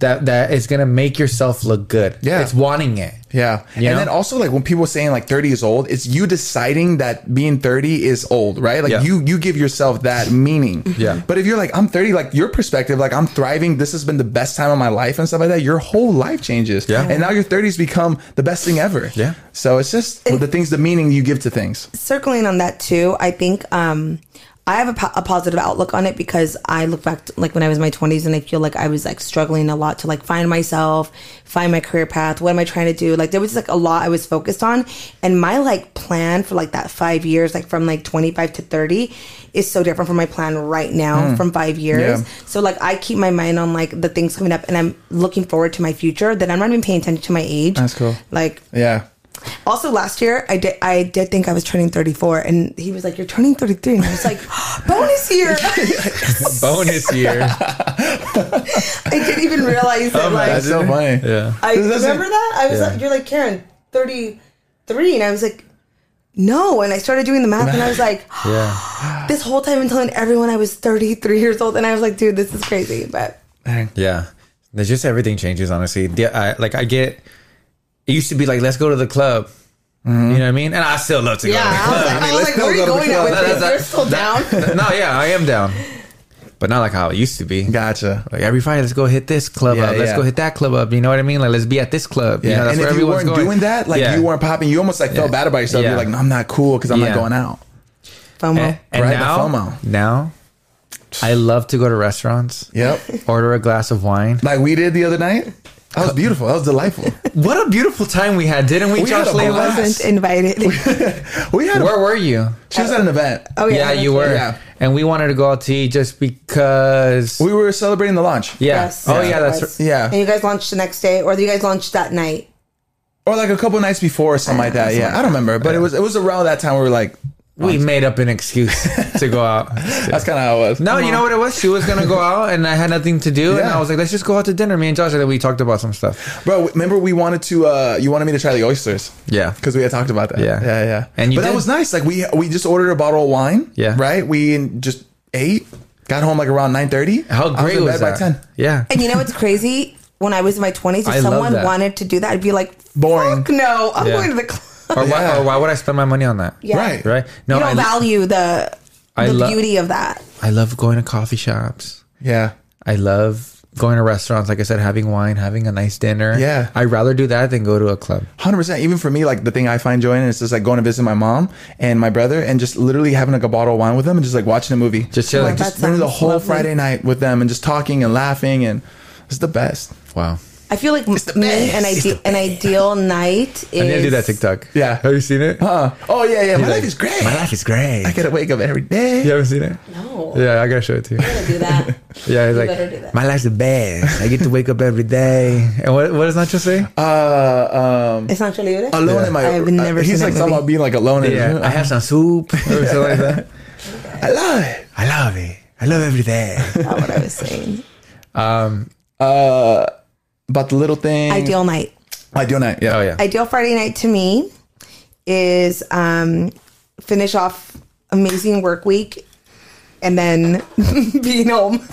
[SPEAKER 1] that that is gonna make yourself look good.
[SPEAKER 2] Yeah.
[SPEAKER 1] it's wanting it.
[SPEAKER 2] Yeah.
[SPEAKER 1] You
[SPEAKER 2] and
[SPEAKER 1] know?
[SPEAKER 2] then also like when people saying like 30 is old, it's you deciding that being 30 is old, right? Like
[SPEAKER 1] Yeah.
[SPEAKER 2] you you give yourself that meaning.
[SPEAKER 1] Yeah.
[SPEAKER 2] But if you're like I'm 30, like your perspective, like I'm thriving, this has been the best time of my life and stuff like that, your whole life changes.
[SPEAKER 1] Yeah.
[SPEAKER 2] And now your 30s become the best thing ever.
[SPEAKER 1] Yeah.
[SPEAKER 2] So it's just the things the meaning you give to things.
[SPEAKER 3] circling on that too, I think um, I have a, po- a positive outlook on it because I look back to, like when I was in my 20s and I feel like I was like struggling a lot to like find myself, find my career path. What am I trying to do? Like there was like a lot I was focused on. And my like plan for like that five years, like from like 25 to 30 is so different from my plan right now from five years.
[SPEAKER 2] Hmm. Yeah.
[SPEAKER 3] So like I keep my mind on like the things coming up and I'm looking forward to my future that I'm not even paying attention to my age.
[SPEAKER 2] That's cool.
[SPEAKER 3] Like
[SPEAKER 2] Yeah.
[SPEAKER 3] also, last year I did I did think I was turning 34, and he was like, "You're turning 33," and I was like, "Bonus year!"
[SPEAKER 1] Bonus year.
[SPEAKER 3] I didn't even realize that.
[SPEAKER 1] Oh my
[SPEAKER 3] like,
[SPEAKER 2] That's so funny.
[SPEAKER 1] yeah.
[SPEAKER 3] I
[SPEAKER 2] This doesn't-
[SPEAKER 3] remember that I was
[SPEAKER 1] Yeah.
[SPEAKER 3] like, "You're like Karen, 33," and I was like, "No," and I started doing the math, and I was like,
[SPEAKER 1] Yeah.
[SPEAKER 3] "This whole time I'm telling everyone I was 33 years old," and I was like, "Dude, this is crazy," but
[SPEAKER 1] Yeah. There's just everything changes, honestly. The, I, like, I get, it used to be like, let's go to the club.
[SPEAKER 2] Mm-hmm.
[SPEAKER 1] You know what I mean? And I still love to
[SPEAKER 3] yeah, I
[SPEAKER 1] go to
[SPEAKER 3] was
[SPEAKER 1] the
[SPEAKER 3] like,
[SPEAKER 1] club.
[SPEAKER 3] I was like, "Where are you going at with this? You're still down."
[SPEAKER 1] no, yeah, I am down. But not like how it used to be.
[SPEAKER 2] Gotcha.
[SPEAKER 1] Like every Friday, let's go hit this club
[SPEAKER 2] Yeah,
[SPEAKER 1] up. Let's
[SPEAKER 2] yeah.
[SPEAKER 1] go hit that club up. You know what I mean? Like, let's be at this club. You know,
[SPEAKER 2] and if you
[SPEAKER 1] everyone's
[SPEAKER 2] weren't doing that, like
[SPEAKER 1] Yeah.
[SPEAKER 2] you weren't popping, you almost like felt
[SPEAKER 1] Yeah.
[SPEAKER 2] bad about yourself.
[SPEAKER 1] Yeah.
[SPEAKER 2] You're like, no, I'm not cool because I'm
[SPEAKER 1] Yeah.
[SPEAKER 2] not going out.
[SPEAKER 3] FOMO.
[SPEAKER 1] And, and
[SPEAKER 2] Right, the FOMO.
[SPEAKER 1] now, now, I love to go to restaurants,
[SPEAKER 2] Yep.
[SPEAKER 1] order a glass of wine.
[SPEAKER 2] like we did the other night. That was beautiful. That was delightful.
[SPEAKER 1] What a beautiful time we had, didn't we,
[SPEAKER 2] We had
[SPEAKER 1] Josh
[SPEAKER 2] a
[SPEAKER 3] I
[SPEAKER 1] Layla?
[SPEAKER 2] blast.
[SPEAKER 3] wasn't invited.
[SPEAKER 2] We had a
[SPEAKER 1] Where were you?
[SPEAKER 2] She was at an event.
[SPEAKER 3] Oh
[SPEAKER 1] yeah,
[SPEAKER 3] yeah,
[SPEAKER 1] you were.
[SPEAKER 2] Yeah.
[SPEAKER 1] And we wanted to go out to eat just because.
[SPEAKER 2] We were celebrating the launch.
[SPEAKER 1] yeah.
[SPEAKER 3] Yes,
[SPEAKER 1] oh
[SPEAKER 3] yes,
[SPEAKER 1] yeah,
[SPEAKER 3] it
[SPEAKER 1] that's
[SPEAKER 3] was.
[SPEAKER 1] right.
[SPEAKER 2] Yeah.
[SPEAKER 3] And you guys launched the next day, or you guys launched that night.
[SPEAKER 2] Or like a couple nights before or something like that. Yeah. I don't remember. But it was it was around that time we were like,
[SPEAKER 1] we made up an excuse to go out.
[SPEAKER 2] that's kinda how it was.
[SPEAKER 1] No, you know what it was? She was gonna go out, and I had nothing to do, and
[SPEAKER 2] Yeah.
[SPEAKER 1] I was like, "Let's just go out to dinner." Me and Josh, and then we talked about some stuff.
[SPEAKER 2] Bro, remember we wanted to uh you wanted me to try the oysters.
[SPEAKER 1] Yeah.
[SPEAKER 2] Because we had talked about that.
[SPEAKER 1] Yeah.
[SPEAKER 2] Yeah, yeah.
[SPEAKER 1] And you
[SPEAKER 2] but
[SPEAKER 1] did.
[SPEAKER 2] that was nice. Like we we just ordered a bottle of wine.
[SPEAKER 1] Yeah.
[SPEAKER 2] Right? We just ate, got home like around nine thirty.
[SPEAKER 1] How great was, that?
[SPEAKER 2] by ten.
[SPEAKER 1] Yeah,
[SPEAKER 3] And you know what's crazy? When I was in my 20s, if
[SPEAKER 1] I love
[SPEAKER 3] someone
[SPEAKER 1] that.
[SPEAKER 3] wanted to do that, I'd be like,
[SPEAKER 2] Boring.
[SPEAKER 3] Fuck no, I'm
[SPEAKER 1] Yeah.
[SPEAKER 3] going to the club.
[SPEAKER 1] or, why,
[SPEAKER 2] Yeah.
[SPEAKER 1] or why would I spend my money on that?
[SPEAKER 3] Yeah.
[SPEAKER 2] Right.
[SPEAKER 1] Right? No,
[SPEAKER 3] you don't
[SPEAKER 1] I,
[SPEAKER 3] value the,
[SPEAKER 1] I
[SPEAKER 3] the
[SPEAKER 1] lo-
[SPEAKER 3] beauty of that.
[SPEAKER 1] I love going to coffee shops.
[SPEAKER 2] Yeah.
[SPEAKER 1] I love going to restaurants. Like I said, having wine, having a nice dinner.
[SPEAKER 2] Yeah.
[SPEAKER 1] I'd rather do that than go to a club.
[SPEAKER 2] Hundred percent. Even for me, like the thing I find joy in is just like going to visit my mom and my brother, and just literally having like a bottle of wine with them, and just like watching a movie,
[SPEAKER 1] Just chilling.
[SPEAKER 2] like just
[SPEAKER 3] That
[SPEAKER 2] spending the
[SPEAKER 3] sounds
[SPEAKER 2] whole
[SPEAKER 3] lovely.
[SPEAKER 2] Friday night with them, and just talking and laughing, and it's the best.
[SPEAKER 1] Wow.
[SPEAKER 3] I feel like me, an, ide- an ideal night is.
[SPEAKER 1] I'm gonna do that TikTok.
[SPEAKER 2] Yeah.
[SPEAKER 1] Have you seen it?
[SPEAKER 2] Uh, oh yeah, yeah. My
[SPEAKER 1] Like,
[SPEAKER 2] life is great.
[SPEAKER 1] My life is great.
[SPEAKER 2] I gotta wake up every day.
[SPEAKER 1] you haven't seen it?
[SPEAKER 3] No.
[SPEAKER 1] Yeah, I gotta show it to you.
[SPEAKER 3] I'm gonna do that.
[SPEAKER 1] Yeah, he's
[SPEAKER 3] better do that.
[SPEAKER 1] like, my life's the best. I get to wake up every day. And what, what does Nacho say?
[SPEAKER 2] Uh, um,
[SPEAKER 3] It's not your leader?
[SPEAKER 2] alone in my.
[SPEAKER 3] I've never
[SPEAKER 2] uh,
[SPEAKER 3] seen
[SPEAKER 2] He's
[SPEAKER 3] that
[SPEAKER 2] like talking
[SPEAKER 3] movie.
[SPEAKER 2] about being like alone.
[SPEAKER 1] yeah,
[SPEAKER 2] in
[SPEAKER 1] I have some soup or something like that.
[SPEAKER 2] I love it.
[SPEAKER 1] I love it. I love every day.
[SPEAKER 3] Not what I was saying.
[SPEAKER 1] Um,
[SPEAKER 2] Uh, about the little thing.
[SPEAKER 3] ideal night.
[SPEAKER 2] Ideal night. Yeah.
[SPEAKER 1] oh yeah.
[SPEAKER 3] Ideal Friday night to me is um, finish off amazing work week and then being home.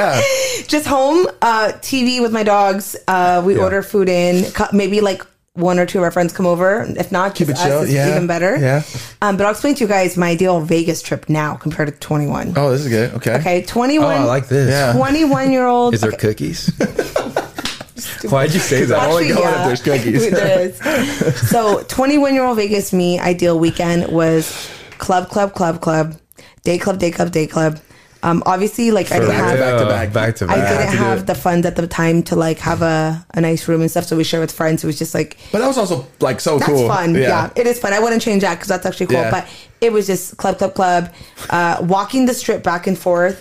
[SPEAKER 2] Yeah.
[SPEAKER 3] just home uh tv with my dogs uh we order food in Co- maybe like one or two of our friends come over if not
[SPEAKER 2] Keep
[SPEAKER 3] just
[SPEAKER 2] it
[SPEAKER 3] us,
[SPEAKER 2] chill,
[SPEAKER 3] it's
[SPEAKER 2] yeah,
[SPEAKER 3] even better
[SPEAKER 2] yeah.
[SPEAKER 3] um but i'll explain to you guys my ideal vegas trip now compared to 21
[SPEAKER 2] Oh, this is good. Okay.
[SPEAKER 3] okay
[SPEAKER 1] oh,
[SPEAKER 3] 21
[SPEAKER 1] I like this.
[SPEAKER 2] Yeah.
[SPEAKER 3] 21 year old
[SPEAKER 1] Is there cookies? Why'd you say that? Oh
[SPEAKER 2] Actually- going if there's cookies.
[SPEAKER 3] there is. so 21 year old vegas me ideal weekend was club club club club day club day club day club Um, obviously, like I
[SPEAKER 2] For
[SPEAKER 3] didn't
[SPEAKER 2] back to
[SPEAKER 3] have
[SPEAKER 2] back to back.
[SPEAKER 6] back to
[SPEAKER 3] I
[SPEAKER 6] back.
[SPEAKER 3] didn't
[SPEAKER 2] to do
[SPEAKER 3] have
[SPEAKER 2] it.
[SPEAKER 3] the funds at the time to like have a, a nice room and stuff. So we shared with friends. It was just like
[SPEAKER 2] But that was also like so
[SPEAKER 3] that's
[SPEAKER 2] cool.
[SPEAKER 3] fun. Yeah. it is fun. I wouldn't change that because that's actually cool.
[SPEAKER 2] Yeah.
[SPEAKER 3] But it was just club, club, club, uh, walking the strip back and forth,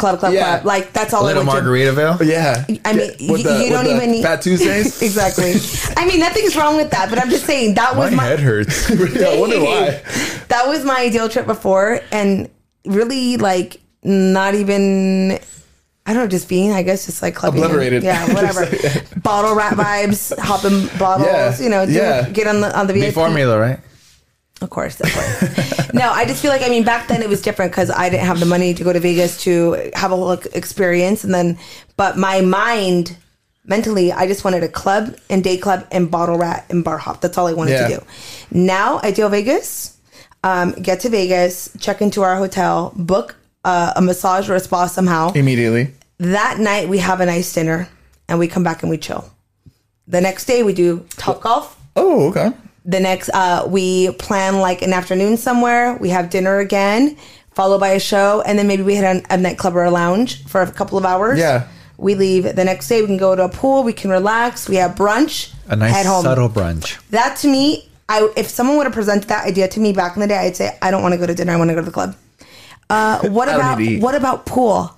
[SPEAKER 3] club, club,
[SPEAKER 2] Yeah.
[SPEAKER 3] club. Like that's all
[SPEAKER 1] Little
[SPEAKER 3] I would do.
[SPEAKER 1] Margaritaville.
[SPEAKER 2] yeah.
[SPEAKER 3] I mean,
[SPEAKER 2] Yeah, with
[SPEAKER 3] you,
[SPEAKER 2] the-
[SPEAKER 3] you don't
[SPEAKER 2] with the
[SPEAKER 3] even need
[SPEAKER 2] Fat Tuesdays.
[SPEAKER 3] exactly. I mean, nothing's wrong with that, but I'm just saying that
[SPEAKER 6] My
[SPEAKER 3] was my
[SPEAKER 6] head hurts.
[SPEAKER 2] yeah, I wonder why.
[SPEAKER 3] that was my ideal trip before, and really like not even. I don't know, just being, I guess, just like clubbing.
[SPEAKER 2] Obliterated.
[SPEAKER 3] Yeah, whatever. Bottle rat vibes, hopping bottles,
[SPEAKER 2] Yeah,
[SPEAKER 3] you know, do,
[SPEAKER 2] yeah.
[SPEAKER 3] get on the on the
[SPEAKER 1] Big
[SPEAKER 3] VIP.
[SPEAKER 1] formula, right?
[SPEAKER 3] Of course, of course. no, I just feel like I mean back then it was different because I didn't have the money to go to Vegas to have a whole like, experience, and then but my mind, mentally, I just wanted a club and day club and bottle rat and bar hop. That's all I wanted
[SPEAKER 2] Yeah.
[SPEAKER 3] to do. Now ideal Vegas, um, get to Vegas, check into our hotel, book uh, a massage or a spa somehow.
[SPEAKER 2] Immediately.
[SPEAKER 3] That night we have a nice dinner and we come back and we chill. The next day we do top golf
[SPEAKER 2] Oh, okay.
[SPEAKER 3] the next uh we plan like an afternoon somewhere we have dinner again followed by a show and then maybe we hit a, a nightclub or a lounge for a couple of hours
[SPEAKER 2] Yeah.
[SPEAKER 3] we leave the next day we can go to a pool we can relax we have brunch
[SPEAKER 1] A nice subtle brunch.
[SPEAKER 3] that to me I, if someone would have presented that idea to me back in the day i'd say i don't want to go to dinner i want to go to the club uh, what
[SPEAKER 2] I don't
[SPEAKER 3] about
[SPEAKER 2] need to eat.
[SPEAKER 3] what about pool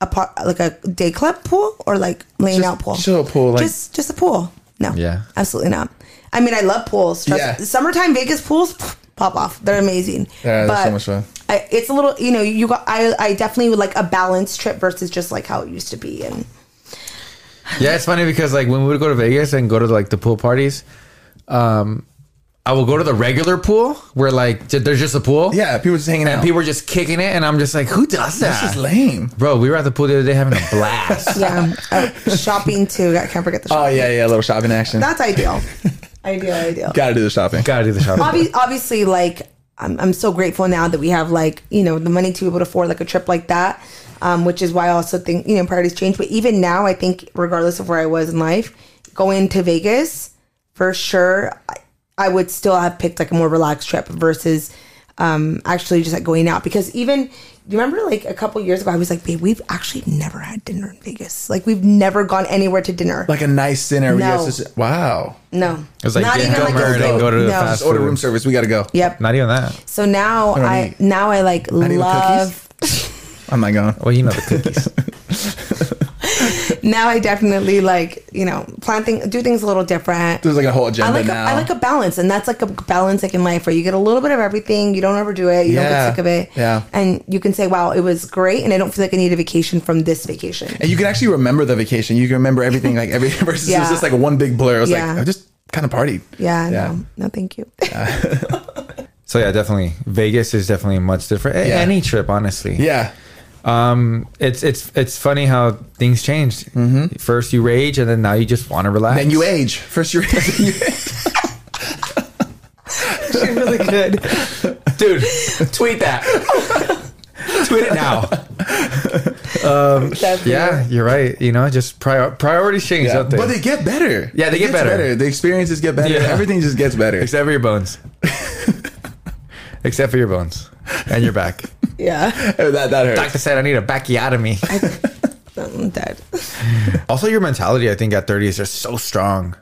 [SPEAKER 3] a par- like a day club pool or like laying
[SPEAKER 2] Just
[SPEAKER 3] out pool
[SPEAKER 2] chill pool, like-
[SPEAKER 3] just just a pool no
[SPEAKER 1] Yeah.
[SPEAKER 3] absolutely not i mean i love pools Trust-
[SPEAKER 2] Yeah.
[SPEAKER 3] summertime vegas pools pff, pop off they're amazing
[SPEAKER 2] Yeah, that's
[SPEAKER 3] But
[SPEAKER 2] so much fun.
[SPEAKER 3] I, it's a little you know you got i i definitely would like a balanced trip versus just like how it used to be and
[SPEAKER 1] Yeah, it's funny because like when we would go to Vegas and go to like the pool parties, um, I will go to the regular pool where like j- there's just a pool.
[SPEAKER 2] Yeah, people just hanging out.
[SPEAKER 1] And people are just kicking it, and I'm just like, who does that?
[SPEAKER 2] this is lame.
[SPEAKER 1] Bro, we were at the pool the other day having a blast.
[SPEAKER 3] yeah oh, shopping too i can't forget the shopping
[SPEAKER 2] Oh yeah, yeah, a little shopping action.
[SPEAKER 3] that's ideal ideal ideal
[SPEAKER 2] Gotta do the shopping.
[SPEAKER 1] Gotta do the shopping.
[SPEAKER 3] Obvi- obviously, like I'm, I'm so grateful now that we have like you know the money to be able to afford like a trip like that, um, which is why I also think you know priorities change. But even now, I think regardless of where I was in life, going to Vegas for sure, I, I would still have picked like a more relaxed trip versus um, actually just like going out because even. You remember, like a couple years ago, I was like, "Babe, we've actually never had dinner in Vegas. Like, we've never gone anywhere to dinner.
[SPEAKER 2] Like a nice dinner. where you
[SPEAKER 3] No.
[SPEAKER 2] guys just- wow.
[SPEAKER 3] no,
[SPEAKER 1] It's like get hammered
[SPEAKER 3] a-
[SPEAKER 1] and go to the fast
[SPEAKER 2] Just order
[SPEAKER 1] food.
[SPEAKER 2] room service. We gotta go.
[SPEAKER 3] Yep.
[SPEAKER 1] Not even that.
[SPEAKER 3] So now
[SPEAKER 2] don't
[SPEAKER 3] I,
[SPEAKER 2] eat.
[SPEAKER 3] now I like
[SPEAKER 2] need the
[SPEAKER 3] love.
[SPEAKER 2] I'm not going.
[SPEAKER 1] Well, you know the cookies.
[SPEAKER 3] Now I definitely like you know plan thing, do things a little different.
[SPEAKER 2] There's like a whole
[SPEAKER 3] I
[SPEAKER 2] agenda
[SPEAKER 3] like a,
[SPEAKER 2] now.
[SPEAKER 3] I like a balance, and that's like a balance like in life where you get a little bit of everything. You don't overdo it. You don't
[SPEAKER 2] Yeah.
[SPEAKER 3] get sick of it.
[SPEAKER 2] Yeah.
[SPEAKER 3] and you can say, "Wow, it was great," and I don't feel like I need a vacation from this vacation.
[SPEAKER 2] and you can actually remember the vacation. You can remember everything. Like every versus it was
[SPEAKER 3] Yeah.
[SPEAKER 2] just like one big blur. It was
[SPEAKER 3] Yeah.
[SPEAKER 2] like I just kind of partied.
[SPEAKER 3] Yeah,
[SPEAKER 2] Yeah.
[SPEAKER 3] no, no, thank you.
[SPEAKER 1] so yeah, definitely Vegas is definitely much different. A-
[SPEAKER 2] Yeah.
[SPEAKER 1] Any trip, honestly.
[SPEAKER 2] Yeah.
[SPEAKER 1] Um, it's it's it's funny how things changed. First you rage, and then now Mm-hmm. you just want to relax.
[SPEAKER 2] Then you age. First you're
[SPEAKER 1] She really good, dude. Tweet that. tweet it now.
[SPEAKER 3] That's
[SPEAKER 1] Yeah, you're right. You know, just prior- priorities change,
[SPEAKER 2] Yeah.
[SPEAKER 1] don't they?
[SPEAKER 2] But they get better.
[SPEAKER 1] Yeah, they
[SPEAKER 2] It
[SPEAKER 1] get
[SPEAKER 2] gets
[SPEAKER 1] better.
[SPEAKER 2] The experiences get better.
[SPEAKER 1] Yeah.
[SPEAKER 2] Everything just gets better.
[SPEAKER 1] Except for your bones. Except for your bones and your back.
[SPEAKER 3] yeah.
[SPEAKER 2] that that hurts.
[SPEAKER 1] Doctor said I need a backiotomy.
[SPEAKER 3] I'm dead.
[SPEAKER 1] also, your mentality, I think, at 30 is just so strong,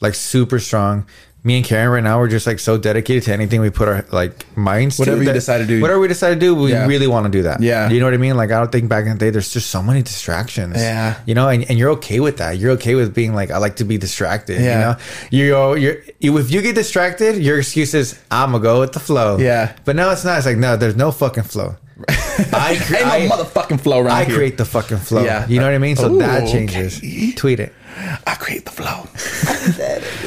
[SPEAKER 1] like super strong. Me and Karen right now, we're just like so dedicated to anything we put our like minds to.
[SPEAKER 2] Whatever you
[SPEAKER 1] that-
[SPEAKER 2] decide to do.
[SPEAKER 1] Whatever we decide to do, we
[SPEAKER 2] Yeah.
[SPEAKER 1] really want to do that.
[SPEAKER 2] Yeah.
[SPEAKER 1] You know what I mean? Like, I don't think back in the day, there's just so many distractions.
[SPEAKER 2] Yeah.
[SPEAKER 1] You know, and, and you're okay with that. You're okay with being like, I like to be distracted.
[SPEAKER 2] Yeah.
[SPEAKER 1] You know, you're, you're, if you get distracted, your excuse is, I'm going to go with the flow.
[SPEAKER 2] Yeah.
[SPEAKER 1] But now it's not. It's like, no, there's no fucking flow. I, cre-
[SPEAKER 2] Ain't no
[SPEAKER 1] I,
[SPEAKER 2] motherfucking flow around
[SPEAKER 1] I
[SPEAKER 2] here.
[SPEAKER 1] create the fucking flow.
[SPEAKER 2] Yeah.
[SPEAKER 1] You know what I mean? So
[SPEAKER 2] Ooh,
[SPEAKER 1] that changes.
[SPEAKER 2] okay.
[SPEAKER 1] Tweet it.
[SPEAKER 2] I create the flow.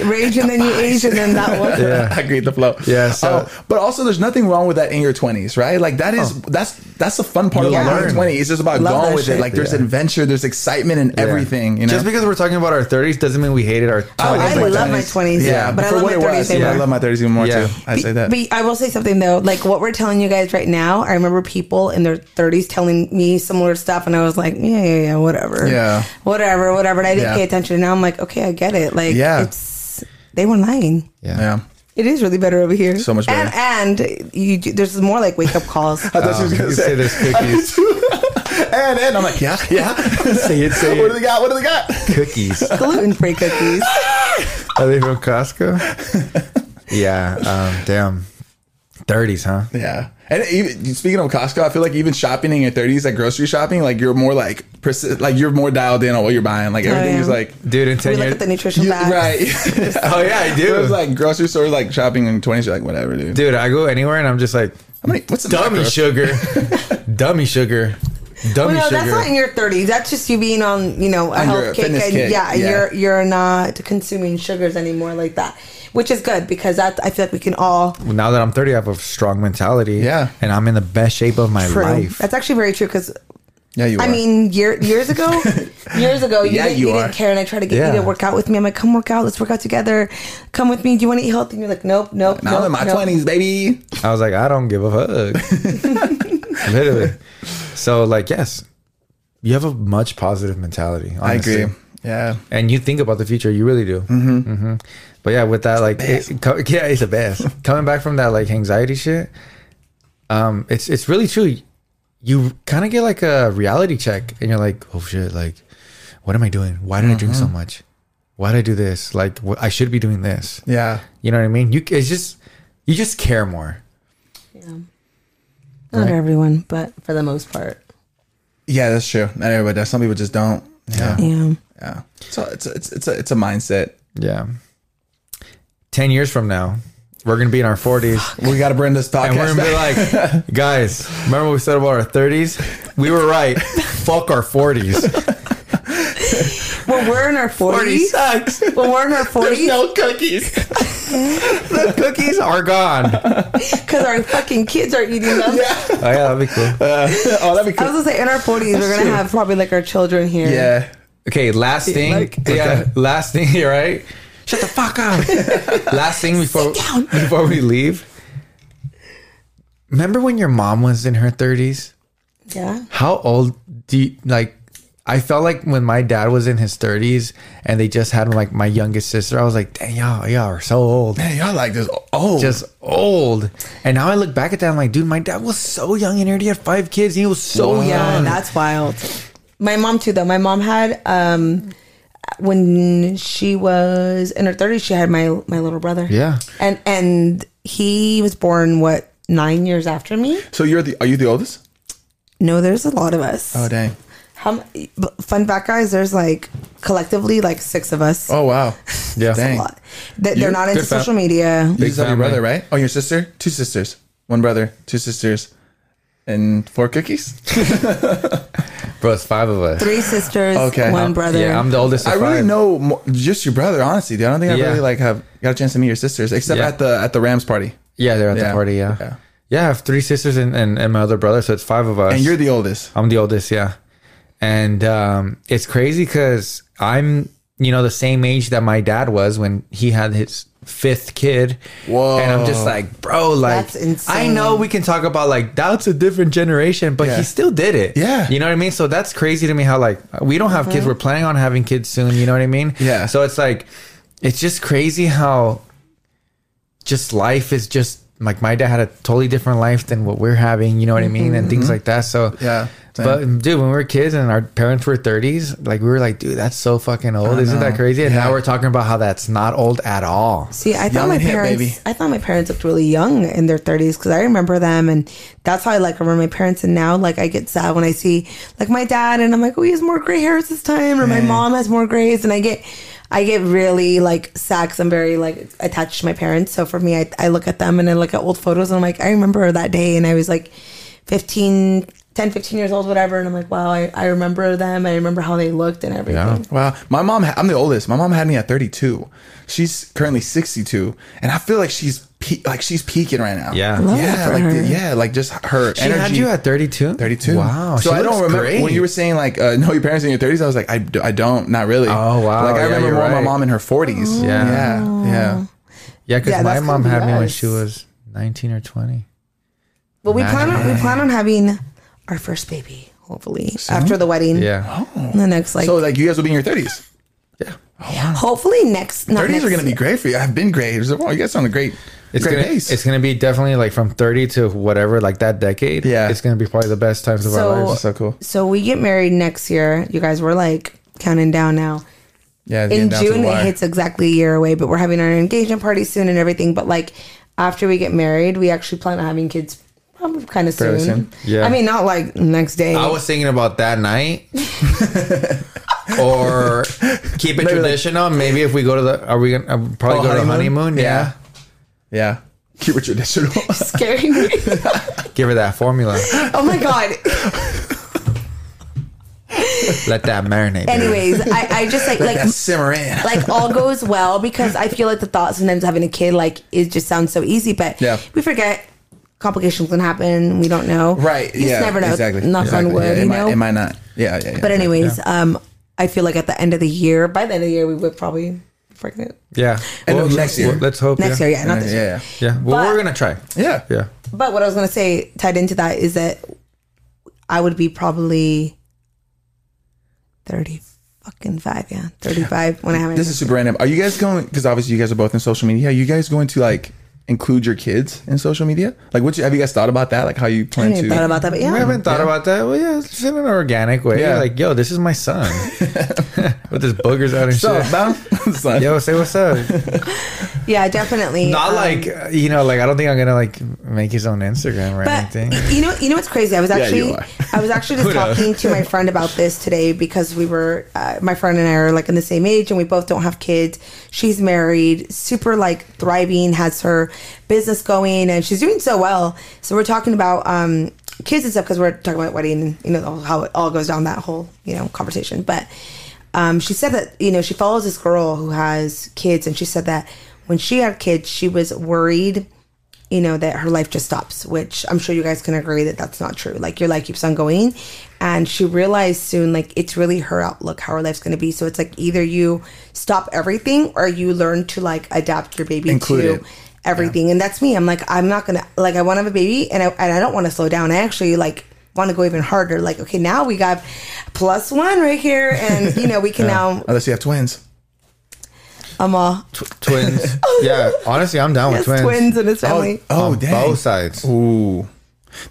[SPEAKER 3] Rage and then you age and then that one.
[SPEAKER 2] I create the flow.
[SPEAKER 1] Yeah, so-
[SPEAKER 2] Oh, but also, there's nothing wrong with that in your 20s, right? Like that is that's that's the fun part
[SPEAKER 1] You
[SPEAKER 2] of
[SPEAKER 1] learn.
[SPEAKER 2] learning 20. It's just about
[SPEAKER 3] Love
[SPEAKER 2] going
[SPEAKER 3] that
[SPEAKER 2] with it.
[SPEAKER 3] shit.
[SPEAKER 2] Like there's
[SPEAKER 1] Yeah.
[SPEAKER 2] adventure, there's excitement in everything. You know,
[SPEAKER 1] Just because we're talking about our 30s doesn't mean we hated our 20s.
[SPEAKER 3] Oh, I
[SPEAKER 2] my
[SPEAKER 3] love my 20s, yeah, but I
[SPEAKER 2] for
[SPEAKER 3] love
[SPEAKER 2] what
[SPEAKER 3] my
[SPEAKER 2] it
[SPEAKER 3] 30s
[SPEAKER 2] was,
[SPEAKER 3] even
[SPEAKER 2] yeah, I
[SPEAKER 3] more.
[SPEAKER 2] love my 30s even more
[SPEAKER 1] Yeah.
[SPEAKER 2] too. I say that.
[SPEAKER 3] But I will say something though, like what we're telling you guys right now. I remember people in their 30s telling me similar stuff, and I was like, yeah, yeah, yeah, whatever,
[SPEAKER 2] Yeah.
[SPEAKER 3] whatever, whatever. And I didn't
[SPEAKER 2] Yeah.
[SPEAKER 3] pay attention. And now I'm like, okay, I get it. Like,
[SPEAKER 2] Yeah.
[SPEAKER 3] it's they were lying.
[SPEAKER 1] yeah.
[SPEAKER 2] yeah.
[SPEAKER 3] It is really better over here.
[SPEAKER 2] So much better.
[SPEAKER 3] And, and you, do- there's more like wake up calls.
[SPEAKER 2] I thought she
[SPEAKER 1] Um,
[SPEAKER 2] was
[SPEAKER 1] You
[SPEAKER 2] gonna
[SPEAKER 1] say
[SPEAKER 2] say
[SPEAKER 1] there's cookies.
[SPEAKER 2] and and I'm like, yeah, yeah.
[SPEAKER 1] Say it, say
[SPEAKER 2] what
[SPEAKER 1] it.
[SPEAKER 2] do they got? What do they got?
[SPEAKER 1] Cookies.
[SPEAKER 3] gluten free cookies.
[SPEAKER 1] Are they from Costco? yeah. Um, damn. 30s, huh?
[SPEAKER 2] Yeah. And even, speaking of Costco, I feel like even shopping in your 30s, like grocery shopping, like you're more like persi- like you're more dialed in on what you're buying. Like everything is
[SPEAKER 3] yeah.
[SPEAKER 2] like
[SPEAKER 1] Dude, in 10
[SPEAKER 3] We look
[SPEAKER 1] years.
[SPEAKER 3] at the nutrition
[SPEAKER 2] you,
[SPEAKER 3] facts.
[SPEAKER 2] right.
[SPEAKER 1] oh, yeah, I
[SPEAKER 2] it
[SPEAKER 1] do.
[SPEAKER 2] was like grocery store like shopping in 20s. You're like whatever, dude.
[SPEAKER 1] Dude, I go anywhere and I'm just like,
[SPEAKER 2] I'm like, what's the
[SPEAKER 1] dummy
[SPEAKER 2] macro?
[SPEAKER 1] sugar. dummy sugar. Dummy
[SPEAKER 3] Well, no,
[SPEAKER 1] sugar.
[SPEAKER 3] that's not in your 30s. That's just you being on, you know, a
[SPEAKER 2] On your
[SPEAKER 3] health kick,
[SPEAKER 2] fitness
[SPEAKER 3] and
[SPEAKER 2] kick,
[SPEAKER 3] yeah,
[SPEAKER 2] yeah.
[SPEAKER 3] you're you're not consuming sugars anymore like that, which is good because that I feel like we can all
[SPEAKER 1] now that I'm 30, I have a strong mentality.
[SPEAKER 2] Yeah.
[SPEAKER 1] And I'm in the best shape of my
[SPEAKER 3] True.
[SPEAKER 1] life.
[SPEAKER 3] That's actually very true because
[SPEAKER 2] Yeah, you.
[SPEAKER 3] I
[SPEAKER 2] are.
[SPEAKER 3] mean, year, years ago, years ago, you,
[SPEAKER 2] Yeah,
[SPEAKER 3] didn't,
[SPEAKER 2] you
[SPEAKER 3] you,
[SPEAKER 2] are.
[SPEAKER 3] didn't care, and I tried to get
[SPEAKER 1] Yeah.
[SPEAKER 3] you to work out with me. I'm like, come work out, let's work out together. Come with me. Do you want to eat healthy? And you're like, nope, nope.
[SPEAKER 2] now
[SPEAKER 3] nope,
[SPEAKER 2] I'm in my
[SPEAKER 3] nope.
[SPEAKER 2] 20s, baby.
[SPEAKER 1] I was like, I don't give a fuck. Literally. So, like, yes, you have a much positive mentality.
[SPEAKER 2] I
[SPEAKER 1] honestly.
[SPEAKER 2] agree. Yeah.
[SPEAKER 1] And you think about the future. You really do. Mm-hmm. But yeah, with that, like, it, co- yeah, it's the best. Coming back from that, like, anxiety shit, um, it's it's really true. You kind of get like a reality check, and you're like, oh shit, like, what am I doing? Why did I drink so much? Why did I do this? Like, wh- I should be doing this.
[SPEAKER 2] Yeah.
[SPEAKER 1] You know what I mean? You it's just you just care more.
[SPEAKER 3] Not everyone, but for the most part,
[SPEAKER 2] Yeah, that's true. Not everybody does. Some people just don't. Yeah.
[SPEAKER 3] yeah.
[SPEAKER 2] Yeah. So it's a, it's a, it's a, it's a mindset.
[SPEAKER 1] Yeah. 10 years from now, we're going to be in our 40s
[SPEAKER 2] We got to bring this
[SPEAKER 1] and we're
[SPEAKER 2] podcast
[SPEAKER 1] going to be
[SPEAKER 2] back.
[SPEAKER 1] like, guys, remember what we said about our 30s? We were right. Fuck our 40s.
[SPEAKER 3] When we're in our 40s,
[SPEAKER 1] sucks.
[SPEAKER 3] when we're in our 40s,
[SPEAKER 2] no cookies.
[SPEAKER 1] The cookies are gone. Oh,
[SPEAKER 3] because our fucking kids are eating them.
[SPEAKER 1] yeah, that'd be cool.
[SPEAKER 2] oh, that'd be
[SPEAKER 3] I
[SPEAKER 2] cool.
[SPEAKER 3] was gonna say in our 40s, we're gonna have probably like our children here.
[SPEAKER 2] yeah.
[SPEAKER 1] Okay, last thing.
[SPEAKER 3] like-
[SPEAKER 1] yeah, last thing, you're right? Shut the fuck up. last thing before, before we leave. Remember when your mom was in her 30s?
[SPEAKER 3] yeah.
[SPEAKER 1] How old do you like? I felt like when my dad was in his 30s and they just had like my youngest sister, I was like, dang, y'all, y'all are so old.
[SPEAKER 2] Man, y'all like this. Oh,
[SPEAKER 1] Just old. And now I look back at that, I'm like, dude, my dad was so young and he already had five kids. He was so
[SPEAKER 2] Wow.
[SPEAKER 3] Oh, Yeah,
[SPEAKER 1] young.
[SPEAKER 3] that's wild. My mom too, though. My mom had um when she was in her thirties, she had my my little brother.
[SPEAKER 1] Yeah.
[SPEAKER 3] and and he was born what nine years after me.
[SPEAKER 2] so you're the are you the oldest?
[SPEAKER 3] No, there's a lot of us.
[SPEAKER 2] Oh dang.
[SPEAKER 3] How m- but fun fact, guys? There's like collectively like six of us.
[SPEAKER 2] Oh wow.
[SPEAKER 1] Yeah.
[SPEAKER 2] Dang.
[SPEAKER 3] A lot. They-
[SPEAKER 1] You-
[SPEAKER 3] They're not into
[SPEAKER 1] good fam-
[SPEAKER 3] social media.
[SPEAKER 2] You just have your
[SPEAKER 1] family.
[SPEAKER 2] brother, right? Oh, your sister? Two sisters. One brother, two sisters, and four cookies?
[SPEAKER 1] Bro, it's five of us.
[SPEAKER 3] Three sisters,
[SPEAKER 2] Okay.
[SPEAKER 3] one brother.
[SPEAKER 1] Yeah, I'm the oldest. Of
[SPEAKER 2] I really
[SPEAKER 1] five.
[SPEAKER 2] know mo- just your brother, honestly, dude. I don't think I
[SPEAKER 1] Yeah.
[SPEAKER 2] really like have got a chance to meet your sisters, except
[SPEAKER 1] Yeah.
[SPEAKER 2] at the at the Rams party.
[SPEAKER 1] Yeah, they're at
[SPEAKER 2] Yeah.
[SPEAKER 1] the party. Yeah.
[SPEAKER 2] Yeah.
[SPEAKER 1] yeah. I have three sisters and, and, and my other brother. So it's five of us.
[SPEAKER 2] And you're the oldest.
[SPEAKER 1] I'm the oldest, yeah. And um, it's crazy because I'm, you know, the same age that my dad was when he had his fifth kid.
[SPEAKER 2] Whoa.
[SPEAKER 1] And I'm just like, bro, like,
[SPEAKER 3] That's insane.
[SPEAKER 1] I know we can talk about like, that's a different generation, but
[SPEAKER 2] Yeah.
[SPEAKER 1] he still did it.
[SPEAKER 2] Yeah.
[SPEAKER 1] You know what I mean? So that's crazy to me how, like, we don't have
[SPEAKER 3] Uh-huh.
[SPEAKER 1] kids. We're planning on having kids soon. You know what I mean?
[SPEAKER 2] Yeah.
[SPEAKER 1] So it's like, it's just crazy how just life is just like my dad had a totally different life than what we're having, you know what I mean? And things like that. So,
[SPEAKER 2] Mm-hmm. Yeah, same.
[SPEAKER 1] But dude, when we were kids and our parents were 30s, like we were like, dude, that's so fucking old. Isn't that crazy? And now we're talking about how that's not old at all.
[SPEAKER 3] See, I
[SPEAKER 2] Young
[SPEAKER 3] thought my
[SPEAKER 2] and hip,
[SPEAKER 3] parents,
[SPEAKER 2] baby.
[SPEAKER 3] I thought my parents looked really young in their thirties because I remember them, and that's how I like remember my parents. And now, like, I get sad when I see like my dad, and I'm like, oh, he has more gray hairs this time, or my mom has more grays, and I get, I get really like sad 'cause I'm very like attached to my parents. So for me, I, I look at them and I look at old photos, and I'm like, I remember that day, and I was like, 15, 10, 15 years old, whatever, and I'm like, wow, I, I remember them, I remember how they looked and everything.
[SPEAKER 2] Wow. My mom, ha- I'm the oldest. My mom had me at 32. She's currently 62. And I feel like she's pe- like she's peaking right now.
[SPEAKER 1] Yeah.
[SPEAKER 3] Love
[SPEAKER 2] yeah.
[SPEAKER 3] that for
[SPEAKER 2] like,
[SPEAKER 3] her.
[SPEAKER 2] yeah. Like just her
[SPEAKER 1] She
[SPEAKER 2] energy.
[SPEAKER 1] had you at 32?
[SPEAKER 2] 32.
[SPEAKER 1] Wow.
[SPEAKER 2] So
[SPEAKER 1] she
[SPEAKER 2] I don't
[SPEAKER 1] looks
[SPEAKER 2] remember
[SPEAKER 1] great.
[SPEAKER 2] when you were saying like uh, know your parents in your 30s. I was like I, d- I don't, not really.
[SPEAKER 1] Oh, wow.
[SPEAKER 2] Like I
[SPEAKER 1] Yeah,
[SPEAKER 2] remember
[SPEAKER 1] you're
[SPEAKER 2] more my
[SPEAKER 1] right.
[SPEAKER 2] mom in her 40s.
[SPEAKER 1] Yeah.
[SPEAKER 2] yeah, yeah.
[SPEAKER 1] yeah, because
[SPEAKER 3] Yeah,
[SPEAKER 1] my
[SPEAKER 3] that's
[SPEAKER 1] mom
[SPEAKER 3] gonna
[SPEAKER 1] had
[SPEAKER 3] be
[SPEAKER 1] me when
[SPEAKER 3] us.
[SPEAKER 1] she was 19 or 20.
[SPEAKER 3] But we plan on we plan on having our first baby, hopefully after the wedding.
[SPEAKER 1] Yeah.
[SPEAKER 2] Oh.
[SPEAKER 3] the next like
[SPEAKER 2] So like you guys will be in your 30s.
[SPEAKER 3] hopefully next. Not
[SPEAKER 2] 30s
[SPEAKER 3] next
[SPEAKER 2] are gonna be great for you. I've been great. It was- oh, You guys are on a great
[SPEAKER 1] It's
[SPEAKER 2] Great
[SPEAKER 1] gonna
[SPEAKER 2] pace.
[SPEAKER 1] it's gonna be definitely like from thirty to whatever, like that decade.
[SPEAKER 2] Yeah.
[SPEAKER 1] it's gonna be probably the best times of our
[SPEAKER 3] So,
[SPEAKER 1] lives.
[SPEAKER 2] so cool.
[SPEAKER 3] so we get married next year. You guys were like counting down now.
[SPEAKER 2] Yeah, it's getting
[SPEAKER 3] in
[SPEAKER 2] down to the
[SPEAKER 3] June it
[SPEAKER 2] wire.
[SPEAKER 3] hits exactly a year away, but we're having our engagement party soon and everything. But like after we get married, we actually plan on having kids probably kind of soon.
[SPEAKER 2] Fairly soon.
[SPEAKER 1] Yeah.
[SPEAKER 3] I mean, not like next day.
[SPEAKER 1] I was thinking about that night. or keep it
[SPEAKER 2] Maybe like-
[SPEAKER 1] traditional. Maybe if we go to the, are we gonna uh, probably
[SPEAKER 2] Oh,
[SPEAKER 1] go to the
[SPEAKER 2] honeymoon?
[SPEAKER 1] honeymoon? Yeah.
[SPEAKER 2] Yeah, keep it traditional.
[SPEAKER 3] scaring me.
[SPEAKER 1] give her that formula.
[SPEAKER 3] oh my god.
[SPEAKER 1] Let that marinate. baby.
[SPEAKER 3] Anyways, I, I just like like
[SPEAKER 2] yeah, simmer in.
[SPEAKER 3] like all goes well because I feel like the thought sometimes of having a kid like it just sounds so easy, but
[SPEAKER 2] Yeah.
[SPEAKER 3] we forget complications can happen. We don't know.
[SPEAKER 2] right?
[SPEAKER 3] You
[SPEAKER 2] yeah,
[SPEAKER 3] just never know.
[SPEAKER 2] Exactly.
[SPEAKER 3] Knock
[SPEAKER 2] exactly.
[SPEAKER 3] on wood,
[SPEAKER 2] Yeah, it,
[SPEAKER 3] you
[SPEAKER 2] might,
[SPEAKER 3] know.
[SPEAKER 2] it might not. Yeah, yeah. yeah
[SPEAKER 3] but anyways, um, I feel like at the end of the year, by the end of the year, we would probably be pregnant.
[SPEAKER 1] Yeah.
[SPEAKER 2] And
[SPEAKER 1] Well, let's-
[SPEAKER 2] then next year.
[SPEAKER 1] well, Let's hope.
[SPEAKER 3] Next
[SPEAKER 1] yeah.
[SPEAKER 3] year, yeah, not
[SPEAKER 2] Yeah,
[SPEAKER 3] this year.
[SPEAKER 2] yeah,
[SPEAKER 1] Yeah. Well,
[SPEAKER 3] But-
[SPEAKER 1] we're gonna try.
[SPEAKER 2] yeah.
[SPEAKER 1] Yeah.
[SPEAKER 3] But what I was gonna say, tied into that, is that I would be probably thirty fucking five, yeah, thirty five when I have my
[SPEAKER 2] This is super random. Are you guys going? Because obviously you guys are both in social media. Are you guys going to like include your kids in social media? Like, what you, have you guys thought about that? Like, how you
[SPEAKER 3] I
[SPEAKER 2] plan
[SPEAKER 3] hadn't
[SPEAKER 2] to?
[SPEAKER 3] even thought about that, but
[SPEAKER 1] We
[SPEAKER 3] yeah,
[SPEAKER 1] haven't thought about that. Well, yeah, it's in an organic way.
[SPEAKER 2] Yeah.
[SPEAKER 1] Like, yo, this is my son with his boogers out and
[SPEAKER 2] So,
[SPEAKER 1] shit.
[SPEAKER 2] about son.
[SPEAKER 1] Yo, say what's up.
[SPEAKER 3] yeah, definitely.
[SPEAKER 1] Not
[SPEAKER 3] Um,
[SPEAKER 1] like uh, you know, like I don't think I'm gonna like make his own Instagram or
[SPEAKER 3] But
[SPEAKER 1] anything.
[SPEAKER 3] you know, you know what's crazy? I was actually,
[SPEAKER 2] you are.
[SPEAKER 3] I was actually just
[SPEAKER 1] Kudos.
[SPEAKER 3] talking to my friend about this today because we were, uh, my friend and I are like in the same age, and we both don't have kids. She's married, super like thriving, has her business going, and she's doing so well. So we're talking about um, kids and stuff because we're talking about wedding, and you know how it all goes down that whole you know conversation, but um, she said that you know she follows this girl who has kids, and she said that when she had kids, she was worried, you know, that her life just stops. Which I'm sure you guys can agree that that's not true. Like your life keeps on going, and she realized soon like it's really her outlook how her life's going to be. So it's like either you stop everything or you learn to like adapt your baby
[SPEAKER 2] Include
[SPEAKER 3] to
[SPEAKER 2] it.
[SPEAKER 3] everything. And that's me. I'm like I'm not gonna like I want to have a baby, and I and I don't want to slow down. I actually like want to go even harder. Like okay, now we got plus one right here, and you know we can now
[SPEAKER 2] Unless you have twins.
[SPEAKER 3] I'm all
[SPEAKER 1] Tw- twins. yeah. Honestly, I'm down
[SPEAKER 3] Oh. yes,
[SPEAKER 1] with twins.
[SPEAKER 3] twins. and his family.
[SPEAKER 2] Oh,
[SPEAKER 1] on
[SPEAKER 2] dang.
[SPEAKER 1] both sides.
[SPEAKER 2] Ooh.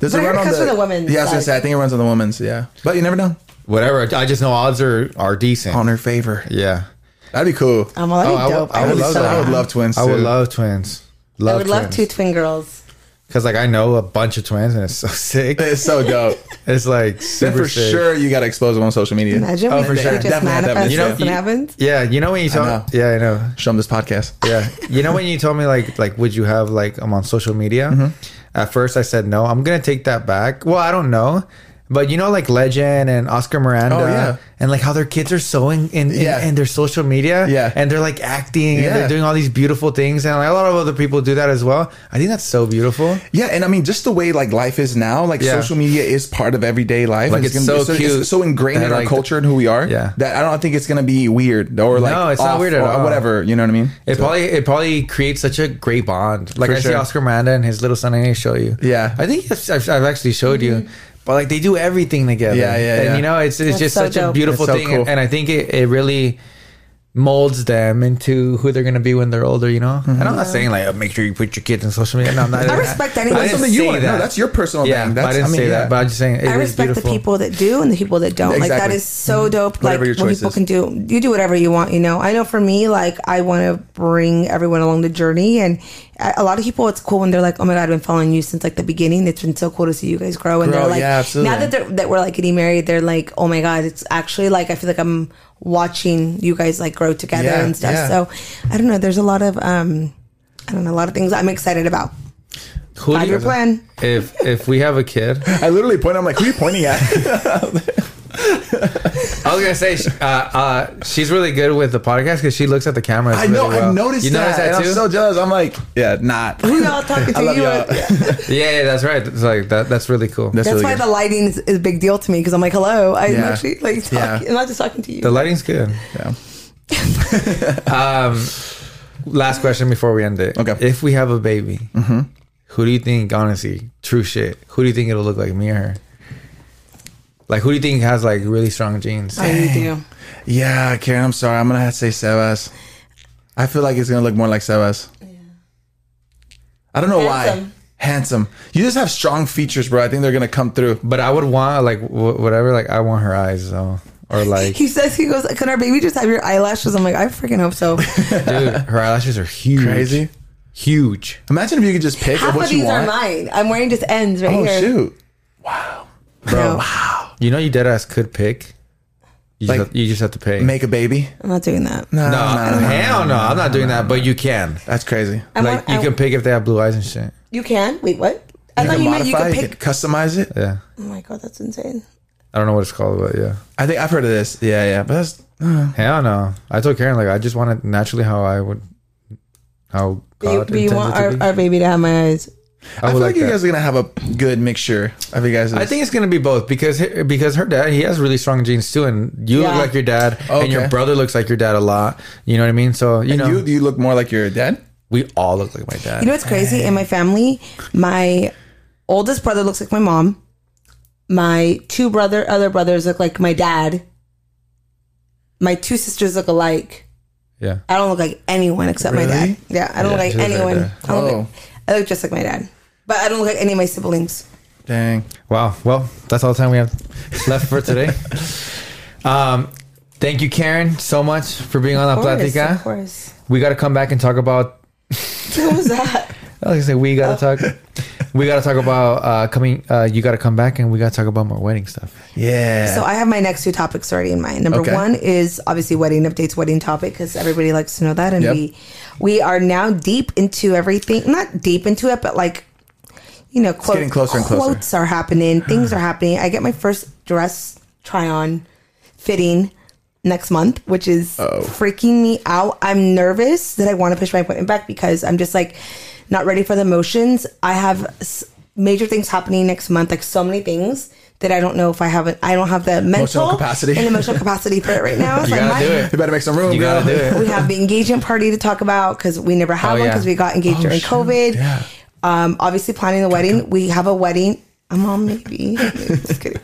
[SPEAKER 2] There's
[SPEAKER 3] But
[SPEAKER 2] a
[SPEAKER 3] it
[SPEAKER 2] run on
[SPEAKER 3] comes
[SPEAKER 2] the,
[SPEAKER 3] with the women's
[SPEAKER 2] Yeah, I was gonna
[SPEAKER 3] side.
[SPEAKER 2] say. I think it runs on the women's. Yeah, but you never know.
[SPEAKER 1] Whatever. I just know odds are are decent.
[SPEAKER 2] On her favor.
[SPEAKER 1] yeah.
[SPEAKER 2] That'd be cool.
[SPEAKER 3] I'm all
[SPEAKER 1] Oh,
[SPEAKER 3] that'd
[SPEAKER 1] I
[SPEAKER 3] be
[SPEAKER 1] would,
[SPEAKER 3] dope.
[SPEAKER 1] I
[SPEAKER 3] I'd
[SPEAKER 1] would
[SPEAKER 3] be
[SPEAKER 1] love
[SPEAKER 3] so
[SPEAKER 1] that.
[SPEAKER 2] I would
[SPEAKER 3] down.
[SPEAKER 2] love twins,
[SPEAKER 1] I would
[SPEAKER 2] too.
[SPEAKER 1] love twins. Love
[SPEAKER 3] I would love two
[SPEAKER 1] twins.
[SPEAKER 3] twin girls.
[SPEAKER 1] Because like I know a bunch of twins and it's so sick.
[SPEAKER 2] It's so dope.
[SPEAKER 1] It's like super
[SPEAKER 2] then for
[SPEAKER 1] sick.
[SPEAKER 2] sure you gotta expose them on social media.
[SPEAKER 3] Imagine
[SPEAKER 1] Oh,
[SPEAKER 3] we
[SPEAKER 1] for
[SPEAKER 3] we
[SPEAKER 1] sure.
[SPEAKER 3] just
[SPEAKER 2] Definitely have that
[SPEAKER 3] manifest
[SPEAKER 2] many
[SPEAKER 1] You know,
[SPEAKER 3] this
[SPEAKER 2] twins.
[SPEAKER 3] and
[SPEAKER 1] you-
[SPEAKER 3] happens.
[SPEAKER 1] Yeah, you know when you
[SPEAKER 2] know.
[SPEAKER 1] told. Yeah, I know.
[SPEAKER 2] Show them this podcast.
[SPEAKER 1] Yeah, you know when you told me like like would you have like I'm on social media?
[SPEAKER 2] Mm-hmm.
[SPEAKER 1] At first I said no. I'm gonna take that back. Well, I don't know, but you know like Legend and Oscar Miranda,
[SPEAKER 2] Oh, yeah.
[SPEAKER 1] and like how their kids are so in in, in,
[SPEAKER 2] Yeah.
[SPEAKER 1] in their social media,
[SPEAKER 2] Yeah.
[SPEAKER 1] and they're like acting
[SPEAKER 2] Yeah.
[SPEAKER 1] and they're doing all these beautiful things, and like, a lot of other people do that as well. I think that's so beautiful.
[SPEAKER 2] Yeah, and I mean, just the way like life is now, like
[SPEAKER 1] Yeah.
[SPEAKER 2] social media is part of everyday life.
[SPEAKER 1] Like,
[SPEAKER 2] and
[SPEAKER 1] it's
[SPEAKER 2] gonna
[SPEAKER 1] so
[SPEAKER 2] be,
[SPEAKER 1] cute
[SPEAKER 2] It's so ingrained
[SPEAKER 1] that,
[SPEAKER 2] in our
[SPEAKER 1] like,
[SPEAKER 2] culture and who we are.
[SPEAKER 1] Yeah.
[SPEAKER 2] that I don't think it's gonna be weird or like
[SPEAKER 1] No, it's not
[SPEAKER 2] off
[SPEAKER 1] weird at
[SPEAKER 2] or
[SPEAKER 1] all.
[SPEAKER 2] Whatever, you know what I mean?
[SPEAKER 1] It probably it probably creates such a great bond. Like
[SPEAKER 2] For
[SPEAKER 1] I see
[SPEAKER 2] sure.
[SPEAKER 1] Oscar Miranda and his little son. I need to show you.
[SPEAKER 2] Yeah.
[SPEAKER 1] I think I've, I've I've actually showed you. But like they do everything together.
[SPEAKER 2] Yeah, yeah,
[SPEAKER 1] And
[SPEAKER 2] yeah.
[SPEAKER 1] you know, it's it's
[SPEAKER 3] Mm-hmm. That's
[SPEAKER 1] just
[SPEAKER 3] so
[SPEAKER 1] such a
[SPEAKER 3] dope.
[SPEAKER 1] beautiful
[SPEAKER 2] That's so
[SPEAKER 1] thing,
[SPEAKER 2] cool.
[SPEAKER 1] and I think it, it really molds them into who they're gonna be when they're older. You know, and I'm not saying like oh, make sure you put your kids in social media. No, I'm not,
[SPEAKER 3] Mm-hmm. I respect
[SPEAKER 1] I didn't
[SPEAKER 3] anyone. That's
[SPEAKER 2] something you
[SPEAKER 1] say
[SPEAKER 2] wanna- no, that's your personal
[SPEAKER 1] yeah,
[SPEAKER 2] thing.
[SPEAKER 1] but I
[SPEAKER 2] That's-
[SPEAKER 1] didn't
[SPEAKER 2] I mean,
[SPEAKER 1] say
[SPEAKER 2] yeah.
[SPEAKER 1] that. But I'm just saying, it is
[SPEAKER 3] I respect the
[SPEAKER 1] beautiful.
[SPEAKER 3] people that do and the people that don't. Like that
[SPEAKER 2] Exactly.
[SPEAKER 3] is so dope.
[SPEAKER 2] Whatever
[SPEAKER 3] like
[SPEAKER 2] your
[SPEAKER 3] when
[SPEAKER 2] choice
[SPEAKER 3] people
[SPEAKER 2] is.
[SPEAKER 3] can do, you do whatever you want. You know, I know for me, like I want to bring everyone along the journey, and a a lot of people, it's cool when they're like, "Oh my god, I've been following you since like the beginning. It's been so cool to see you guys grow." And
[SPEAKER 2] Grow,
[SPEAKER 3] they're like,
[SPEAKER 2] yeah, absolutely.
[SPEAKER 3] now that they're, that we're like getting married, they're like, "Oh my god, it's actually like I feel like I'm watching you guys like grow together
[SPEAKER 2] Yeah,
[SPEAKER 3] and stuff."
[SPEAKER 2] yeah.
[SPEAKER 3] So I don't know. There's a lot of um, I don't know, a lot of things I'm excited about.
[SPEAKER 1] Who do
[SPEAKER 3] Five year
[SPEAKER 1] you,
[SPEAKER 3] plan.
[SPEAKER 1] if if we have a kid,
[SPEAKER 2] I literally point. I'm like, who are you pointing at?
[SPEAKER 1] I was gonna say sh- uh, uh, she's really good with the podcast because she looks at the camera.
[SPEAKER 2] I know. I noticed
[SPEAKER 1] you
[SPEAKER 2] that.
[SPEAKER 1] noticed that
[SPEAKER 2] and
[SPEAKER 1] too.
[SPEAKER 2] I'm so jealous. I'm like, yeah, not.
[SPEAKER 3] Who y'all talking to?
[SPEAKER 2] I love
[SPEAKER 3] you
[SPEAKER 2] y'all.
[SPEAKER 3] Yeah.
[SPEAKER 1] yeah, yeah, that's right. It's like that. That's really cool.
[SPEAKER 2] That's
[SPEAKER 3] That's
[SPEAKER 2] really
[SPEAKER 3] why
[SPEAKER 2] good.
[SPEAKER 3] the lighting is, is a big deal to me because I'm like, hello, I'm
[SPEAKER 2] Yeah.
[SPEAKER 3] actually like, talking,
[SPEAKER 2] Yeah.
[SPEAKER 3] I'm not just talking to you.
[SPEAKER 1] the lighting's good.
[SPEAKER 2] Yeah.
[SPEAKER 1] Um, last question before we end it.
[SPEAKER 2] Okay. Mm-hmm.
[SPEAKER 1] If we have a baby, who do you think? Honestly, true shit. Who do you think it'll look like, me or her? Like, who do you think has like really strong genes?
[SPEAKER 3] oh, you do.
[SPEAKER 2] Yeah, Karen. I'm sorry. I'm gonna have to say Sebas. I feel like it's gonna look more like Sebas. I don't know why.
[SPEAKER 5] Handsome.
[SPEAKER 2] Handsome. You just have strong features, bro. I think they're gonna come through.
[SPEAKER 1] But I would want like w- whatever. Like I want her eyes though, or like
[SPEAKER 3] He says he goes. Can our baby just have your eyelashes? I'm like, I freaking hope so.
[SPEAKER 1] dude, her eyelashes are huge,
[SPEAKER 2] Crazy.
[SPEAKER 1] huge.
[SPEAKER 2] Imagine if you could just pick
[SPEAKER 3] Half
[SPEAKER 2] what
[SPEAKER 3] of
[SPEAKER 2] you
[SPEAKER 3] these
[SPEAKER 2] want.
[SPEAKER 3] are mine. I'm wearing just ends right
[SPEAKER 2] oh
[SPEAKER 3] here.
[SPEAKER 2] shoot.
[SPEAKER 3] No,
[SPEAKER 1] You know, you dead ass could pick. You,
[SPEAKER 2] Like-
[SPEAKER 1] just, have, you just have to pay.
[SPEAKER 2] Make a baby.
[SPEAKER 3] I'm not doing that.
[SPEAKER 1] no,
[SPEAKER 2] No, no, no.
[SPEAKER 1] hell no, I'm not doing that. But you can.
[SPEAKER 2] That's crazy.
[SPEAKER 3] I
[SPEAKER 1] like
[SPEAKER 3] want-
[SPEAKER 1] you
[SPEAKER 3] I-
[SPEAKER 1] can pick if they have blue eyes and shit.
[SPEAKER 3] You can wait. What? I
[SPEAKER 2] You
[SPEAKER 3] thought
[SPEAKER 2] can
[SPEAKER 3] you meant you
[SPEAKER 2] modify
[SPEAKER 3] could
[SPEAKER 2] it,
[SPEAKER 3] pick.
[SPEAKER 2] you can customize it.
[SPEAKER 1] Yeah,
[SPEAKER 3] Oh my god, that's insane.
[SPEAKER 1] I don't know what it's called, but yeah,
[SPEAKER 2] I think I've heard of this. Yeah, yeah. But that's
[SPEAKER 1] hell no. I told Karen like I just want it naturally how I would, how
[SPEAKER 3] But you,
[SPEAKER 1] God
[SPEAKER 3] but you
[SPEAKER 1] intends
[SPEAKER 3] want
[SPEAKER 1] it to
[SPEAKER 3] our,
[SPEAKER 1] be.
[SPEAKER 3] our baby to have my eyes.
[SPEAKER 1] I
[SPEAKER 2] I
[SPEAKER 1] would
[SPEAKER 2] feel
[SPEAKER 1] like,
[SPEAKER 2] like, you
[SPEAKER 1] that.
[SPEAKER 2] guys are gonna have a good mixture of you guys.
[SPEAKER 1] I think it's gonna be both because he- because her dad he has really strong genes too, and you look
[SPEAKER 3] Yeah.
[SPEAKER 1] like your dad, and your
[SPEAKER 2] Okay.
[SPEAKER 1] brother looks like your dad a lot. You know what I mean? So you
[SPEAKER 2] and
[SPEAKER 1] know,
[SPEAKER 2] you you look more like your dad.
[SPEAKER 1] we all look like my dad.
[SPEAKER 3] You know what's crazy? In my family, my oldest brother looks like my mom. My two brother other brothers look like my dad. My two sisters look alike.
[SPEAKER 1] yeah,
[SPEAKER 3] I don't look like anyone except my
[SPEAKER 2] Really?
[SPEAKER 3] dad. Yeah, I don't
[SPEAKER 1] Yeah,
[SPEAKER 3] look
[SPEAKER 1] she
[SPEAKER 3] like
[SPEAKER 1] looks like
[SPEAKER 3] anyone.
[SPEAKER 1] that.
[SPEAKER 3] I, don't
[SPEAKER 2] Oh.
[SPEAKER 3] look, I look just like my dad, but I don't look like any of my siblings.
[SPEAKER 2] Dang.
[SPEAKER 1] Wow. Well, that's all the time we have left for today. um, thank you, Karen, so much for being on La
[SPEAKER 3] Of course, of
[SPEAKER 1] Platica.
[SPEAKER 3] course.
[SPEAKER 1] We got to come back and talk about.
[SPEAKER 3] What was that?
[SPEAKER 1] Like I said, we got to talk. We got to talk about uh, coming. Uh, you got to come back, and we got to talk about more wedding stuff.
[SPEAKER 2] Yeah.
[SPEAKER 3] So I have my next two topics already in mind. Number
[SPEAKER 2] Okay.
[SPEAKER 3] one is obviously wedding updates, wedding topic, because everybody likes to know that, and
[SPEAKER 2] Yep.
[SPEAKER 3] we we are now deep into everything. Not deep into it, but like you know, quote,
[SPEAKER 2] getting closer and closer.
[SPEAKER 3] quotes are happening, things are happening. I get my first dress try on fitting next month, which is
[SPEAKER 1] Oh.
[SPEAKER 3] freaking me out. I'm nervous that I want to push my appointment back because I'm just like not ready for the emotions. I have s- major things happening next month, like so many things that I don't know if I haven't. I don't have the mental
[SPEAKER 2] capacity.
[SPEAKER 3] and emotional capacity for it right now.
[SPEAKER 1] You
[SPEAKER 3] I
[SPEAKER 1] gotta
[SPEAKER 3] might-
[SPEAKER 1] do it.
[SPEAKER 2] you better make some room.
[SPEAKER 1] You gotta
[SPEAKER 2] girl.
[SPEAKER 1] do it.
[SPEAKER 3] we have the engagement party to talk about because we never
[SPEAKER 1] Oh,
[SPEAKER 3] had one
[SPEAKER 1] yeah.
[SPEAKER 3] because we got engaged
[SPEAKER 2] Oh,
[SPEAKER 3] during
[SPEAKER 2] shoot.
[SPEAKER 3] COVID.
[SPEAKER 2] Yeah.
[SPEAKER 3] Um, obviously planning the wedding. We have a wedding. I'm on maybe. Just kidding.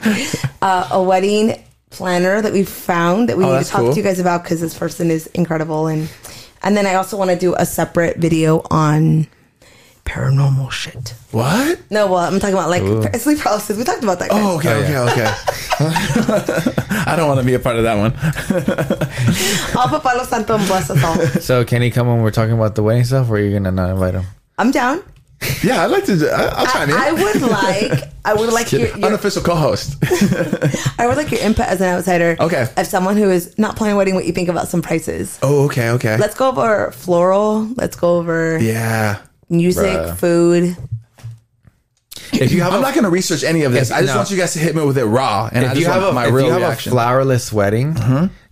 [SPEAKER 3] Uh, a wedding planner that we found that we
[SPEAKER 2] Oh,
[SPEAKER 3] need
[SPEAKER 2] that's
[SPEAKER 3] to talk
[SPEAKER 2] cool.
[SPEAKER 3] to you guys about because this person is incredible and and then I also want to do a separate video on paranormal shit.
[SPEAKER 2] What?
[SPEAKER 3] No, well, I'm talking about like sleep paralysis. We talked about that. guys.
[SPEAKER 2] Oh, okay, okay, okay. I don't want to be a part of that one.
[SPEAKER 3] Papa Palo Santo bless us all.
[SPEAKER 1] So can he come when we're talking about the wedding stuff, or are you gonna not invite him?
[SPEAKER 3] I'm down.
[SPEAKER 2] Yeah, I'd like to. I, I'll chime in.
[SPEAKER 3] I, I would like. I would like your, your
[SPEAKER 2] unofficial co-host.
[SPEAKER 3] I would like your input as an outsider.
[SPEAKER 2] Okay.
[SPEAKER 3] As someone who is not planning a wedding, what you think about some prices.
[SPEAKER 2] Oh, okay, okay.
[SPEAKER 3] Let's go over floral. Let's go over
[SPEAKER 2] yeah.
[SPEAKER 3] music,
[SPEAKER 1] Bruh.
[SPEAKER 3] food.
[SPEAKER 1] If you have
[SPEAKER 2] I'm
[SPEAKER 1] a,
[SPEAKER 2] not going to research any of this.
[SPEAKER 1] If-
[SPEAKER 2] I just
[SPEAKER 1] no.
[SPEAKER 2] want you guys to hit me with it raw, and
[SPEAKER 1] if
[SPEAKER 2] I just
[SPEAKER 1] you have
[SPEAKER 2] want
[SPEAKER 1] a,
[SPEAKER 2] my
[SPEAKER 1] if
[SPEAKER 2] real
[SPEAKER 1] you have
[SPEAKER 2] reaction. Mm-hmm.
[SPEAKER 1] a flowerless wedding,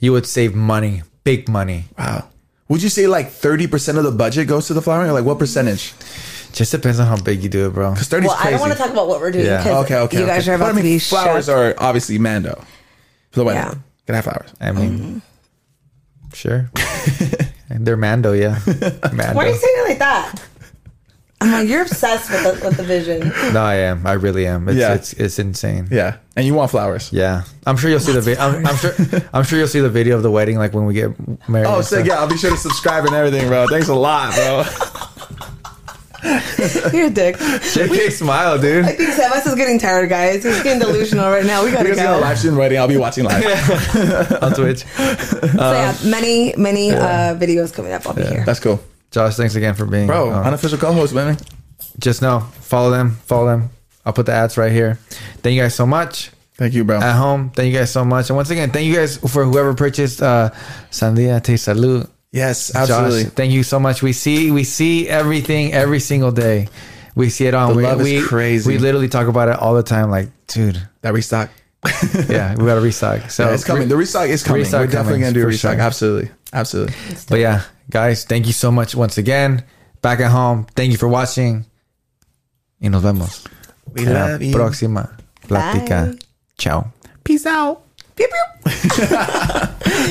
[SPEAKER 1] you would save money, big money.
[SPEAKER 2] wow. Would you say like 30 percent of the budget goes to the flowering, or like what percentage?
[SPEAKER 1] Just depends on how big you do it, bro.
[SPEAKER 2] Because 30
[SPEAKER 3] Well,
[SPEAKER 2] is crazy.
[SPEAKER 3] I don't want to talk about what we're doing
[SPEAKER 1] Yeah.
[SPEAKER 3] because
[SPEAKER 2] Okay, okay.
[SPEAKER 3] you guys
[SPEAKER 2] okay.
[SPEAKER 3] are
[SPEAKER 2] But
[SPEAKER 3] about
[SPEAKER 2] I mean,
[SPEAKER 3] to be
[SPEAKER 2] flowers
[SPEAKER 3] flowers
[SPEAKER 2] are obviously Mando. For the wedding,
[SPEAKER 3] Yeah.
[SPEAKER 2] gonna have flowers.
[SPEAKER 1] I mean, sure. They're Mando, yeah. Mando.
[SPEAKER 3] Why are you saying it like that? I'm like, you're obsessed with the, with the vision.
[SPEAKER 1] no, I am. I really am. It's
[SPEAKER 2] Yeah.
[SPEAKER 1] it's, it's insane. Yeah.
[SPEAKER 2] Yeah, and you want flowers.
[SPEAKER 1] I'm sure you'll see the video. I'm, I'm sure. I'm sure you'll see the video of the wedding, like when we get married.
[SPEAKER 2] Oh,
[SPEAKER 1] and
[SPEAKER 2] sick.
[SPEAKER 1] stuff.
[SPEAKER 2] Yeah, I'll be sure to subscribe and everything, bro. Thanks a lot, bro.
[SPEAKER 3] You're a dick.
[SPEAKER 1] JK, smile, dude.
[SPEAKER 3] I think Sebas is getting tired, guys. He's getting delusional right now. We gotta
[SPEAKER 2] Because
[SPEAKER 3] go.
[SPEAKER 2] you're live stream wedding, I'll be watching live.
[SPEAKER 1] On Twitch.
[SPEAKER 3] so yeah, many many uh, videos coming up. I'll be here.
[SPEAKER 2] That's cool,
[SPEAKER 1] Josh, thanks again for being.
[SPEAKER 2] bro.
[SPEAKER 1] on.
[SPEAKER 2] Unofficial co-host, man.
[SPEAKER 1] just know, follow them, follow them. I'll put the ads right here. Thank you guys so much.
[SPEAKER 2] Thank you, bro.
[SPEAKER 1] at home. Thank you guys so much. And once again, thank you guys for whoever purchased uh Sandia Te Salud.
[SPEAKER 2] yes,
[SPEAKER 1] Josh,
[SPEAKER 2] absolutely.
[SPEAKER 1] thank you so much. We see we see everything every single day. We see it on
[SPEAKER 2] The
[SPEAKER 1] we,
[SPEAKER 2] love
[SPEAKER 1] we-
[SPEAKER 2] is crazy.
[SPEAKER 1] We literally talk about it all the time. Like, dude,
[SPEAKER 2] That restock.
[SPEAKER 1] yeah, we gotta restock. So
[SPEAKER 2] Yeah, it's coming. The restock is coming.
[SPEAKER 1] restock
[SPEAKER 2] We're definitely
[SPEAKER 1] coming,
[SPEAKER 2] gonna do a
[SPEAKER 1] for
[SPEAKER 2] restock.
[SPEAKER 1] sure.
[SPEAKER 2] Absolutely, absolutely.
[SPEAKER 1] But yeah, guys, thank you so much once again. Back at home. Thank you for watching. Y nos vemos.
[SPEAKER 2] We
[SPEAKER 1] En la próxima plática.
[SPEAKER 3] Bye.
[SPEAKER 1] Ciao.
[SPEAKER 2] Peace out.
[SPEAKER 3] Pew, pew.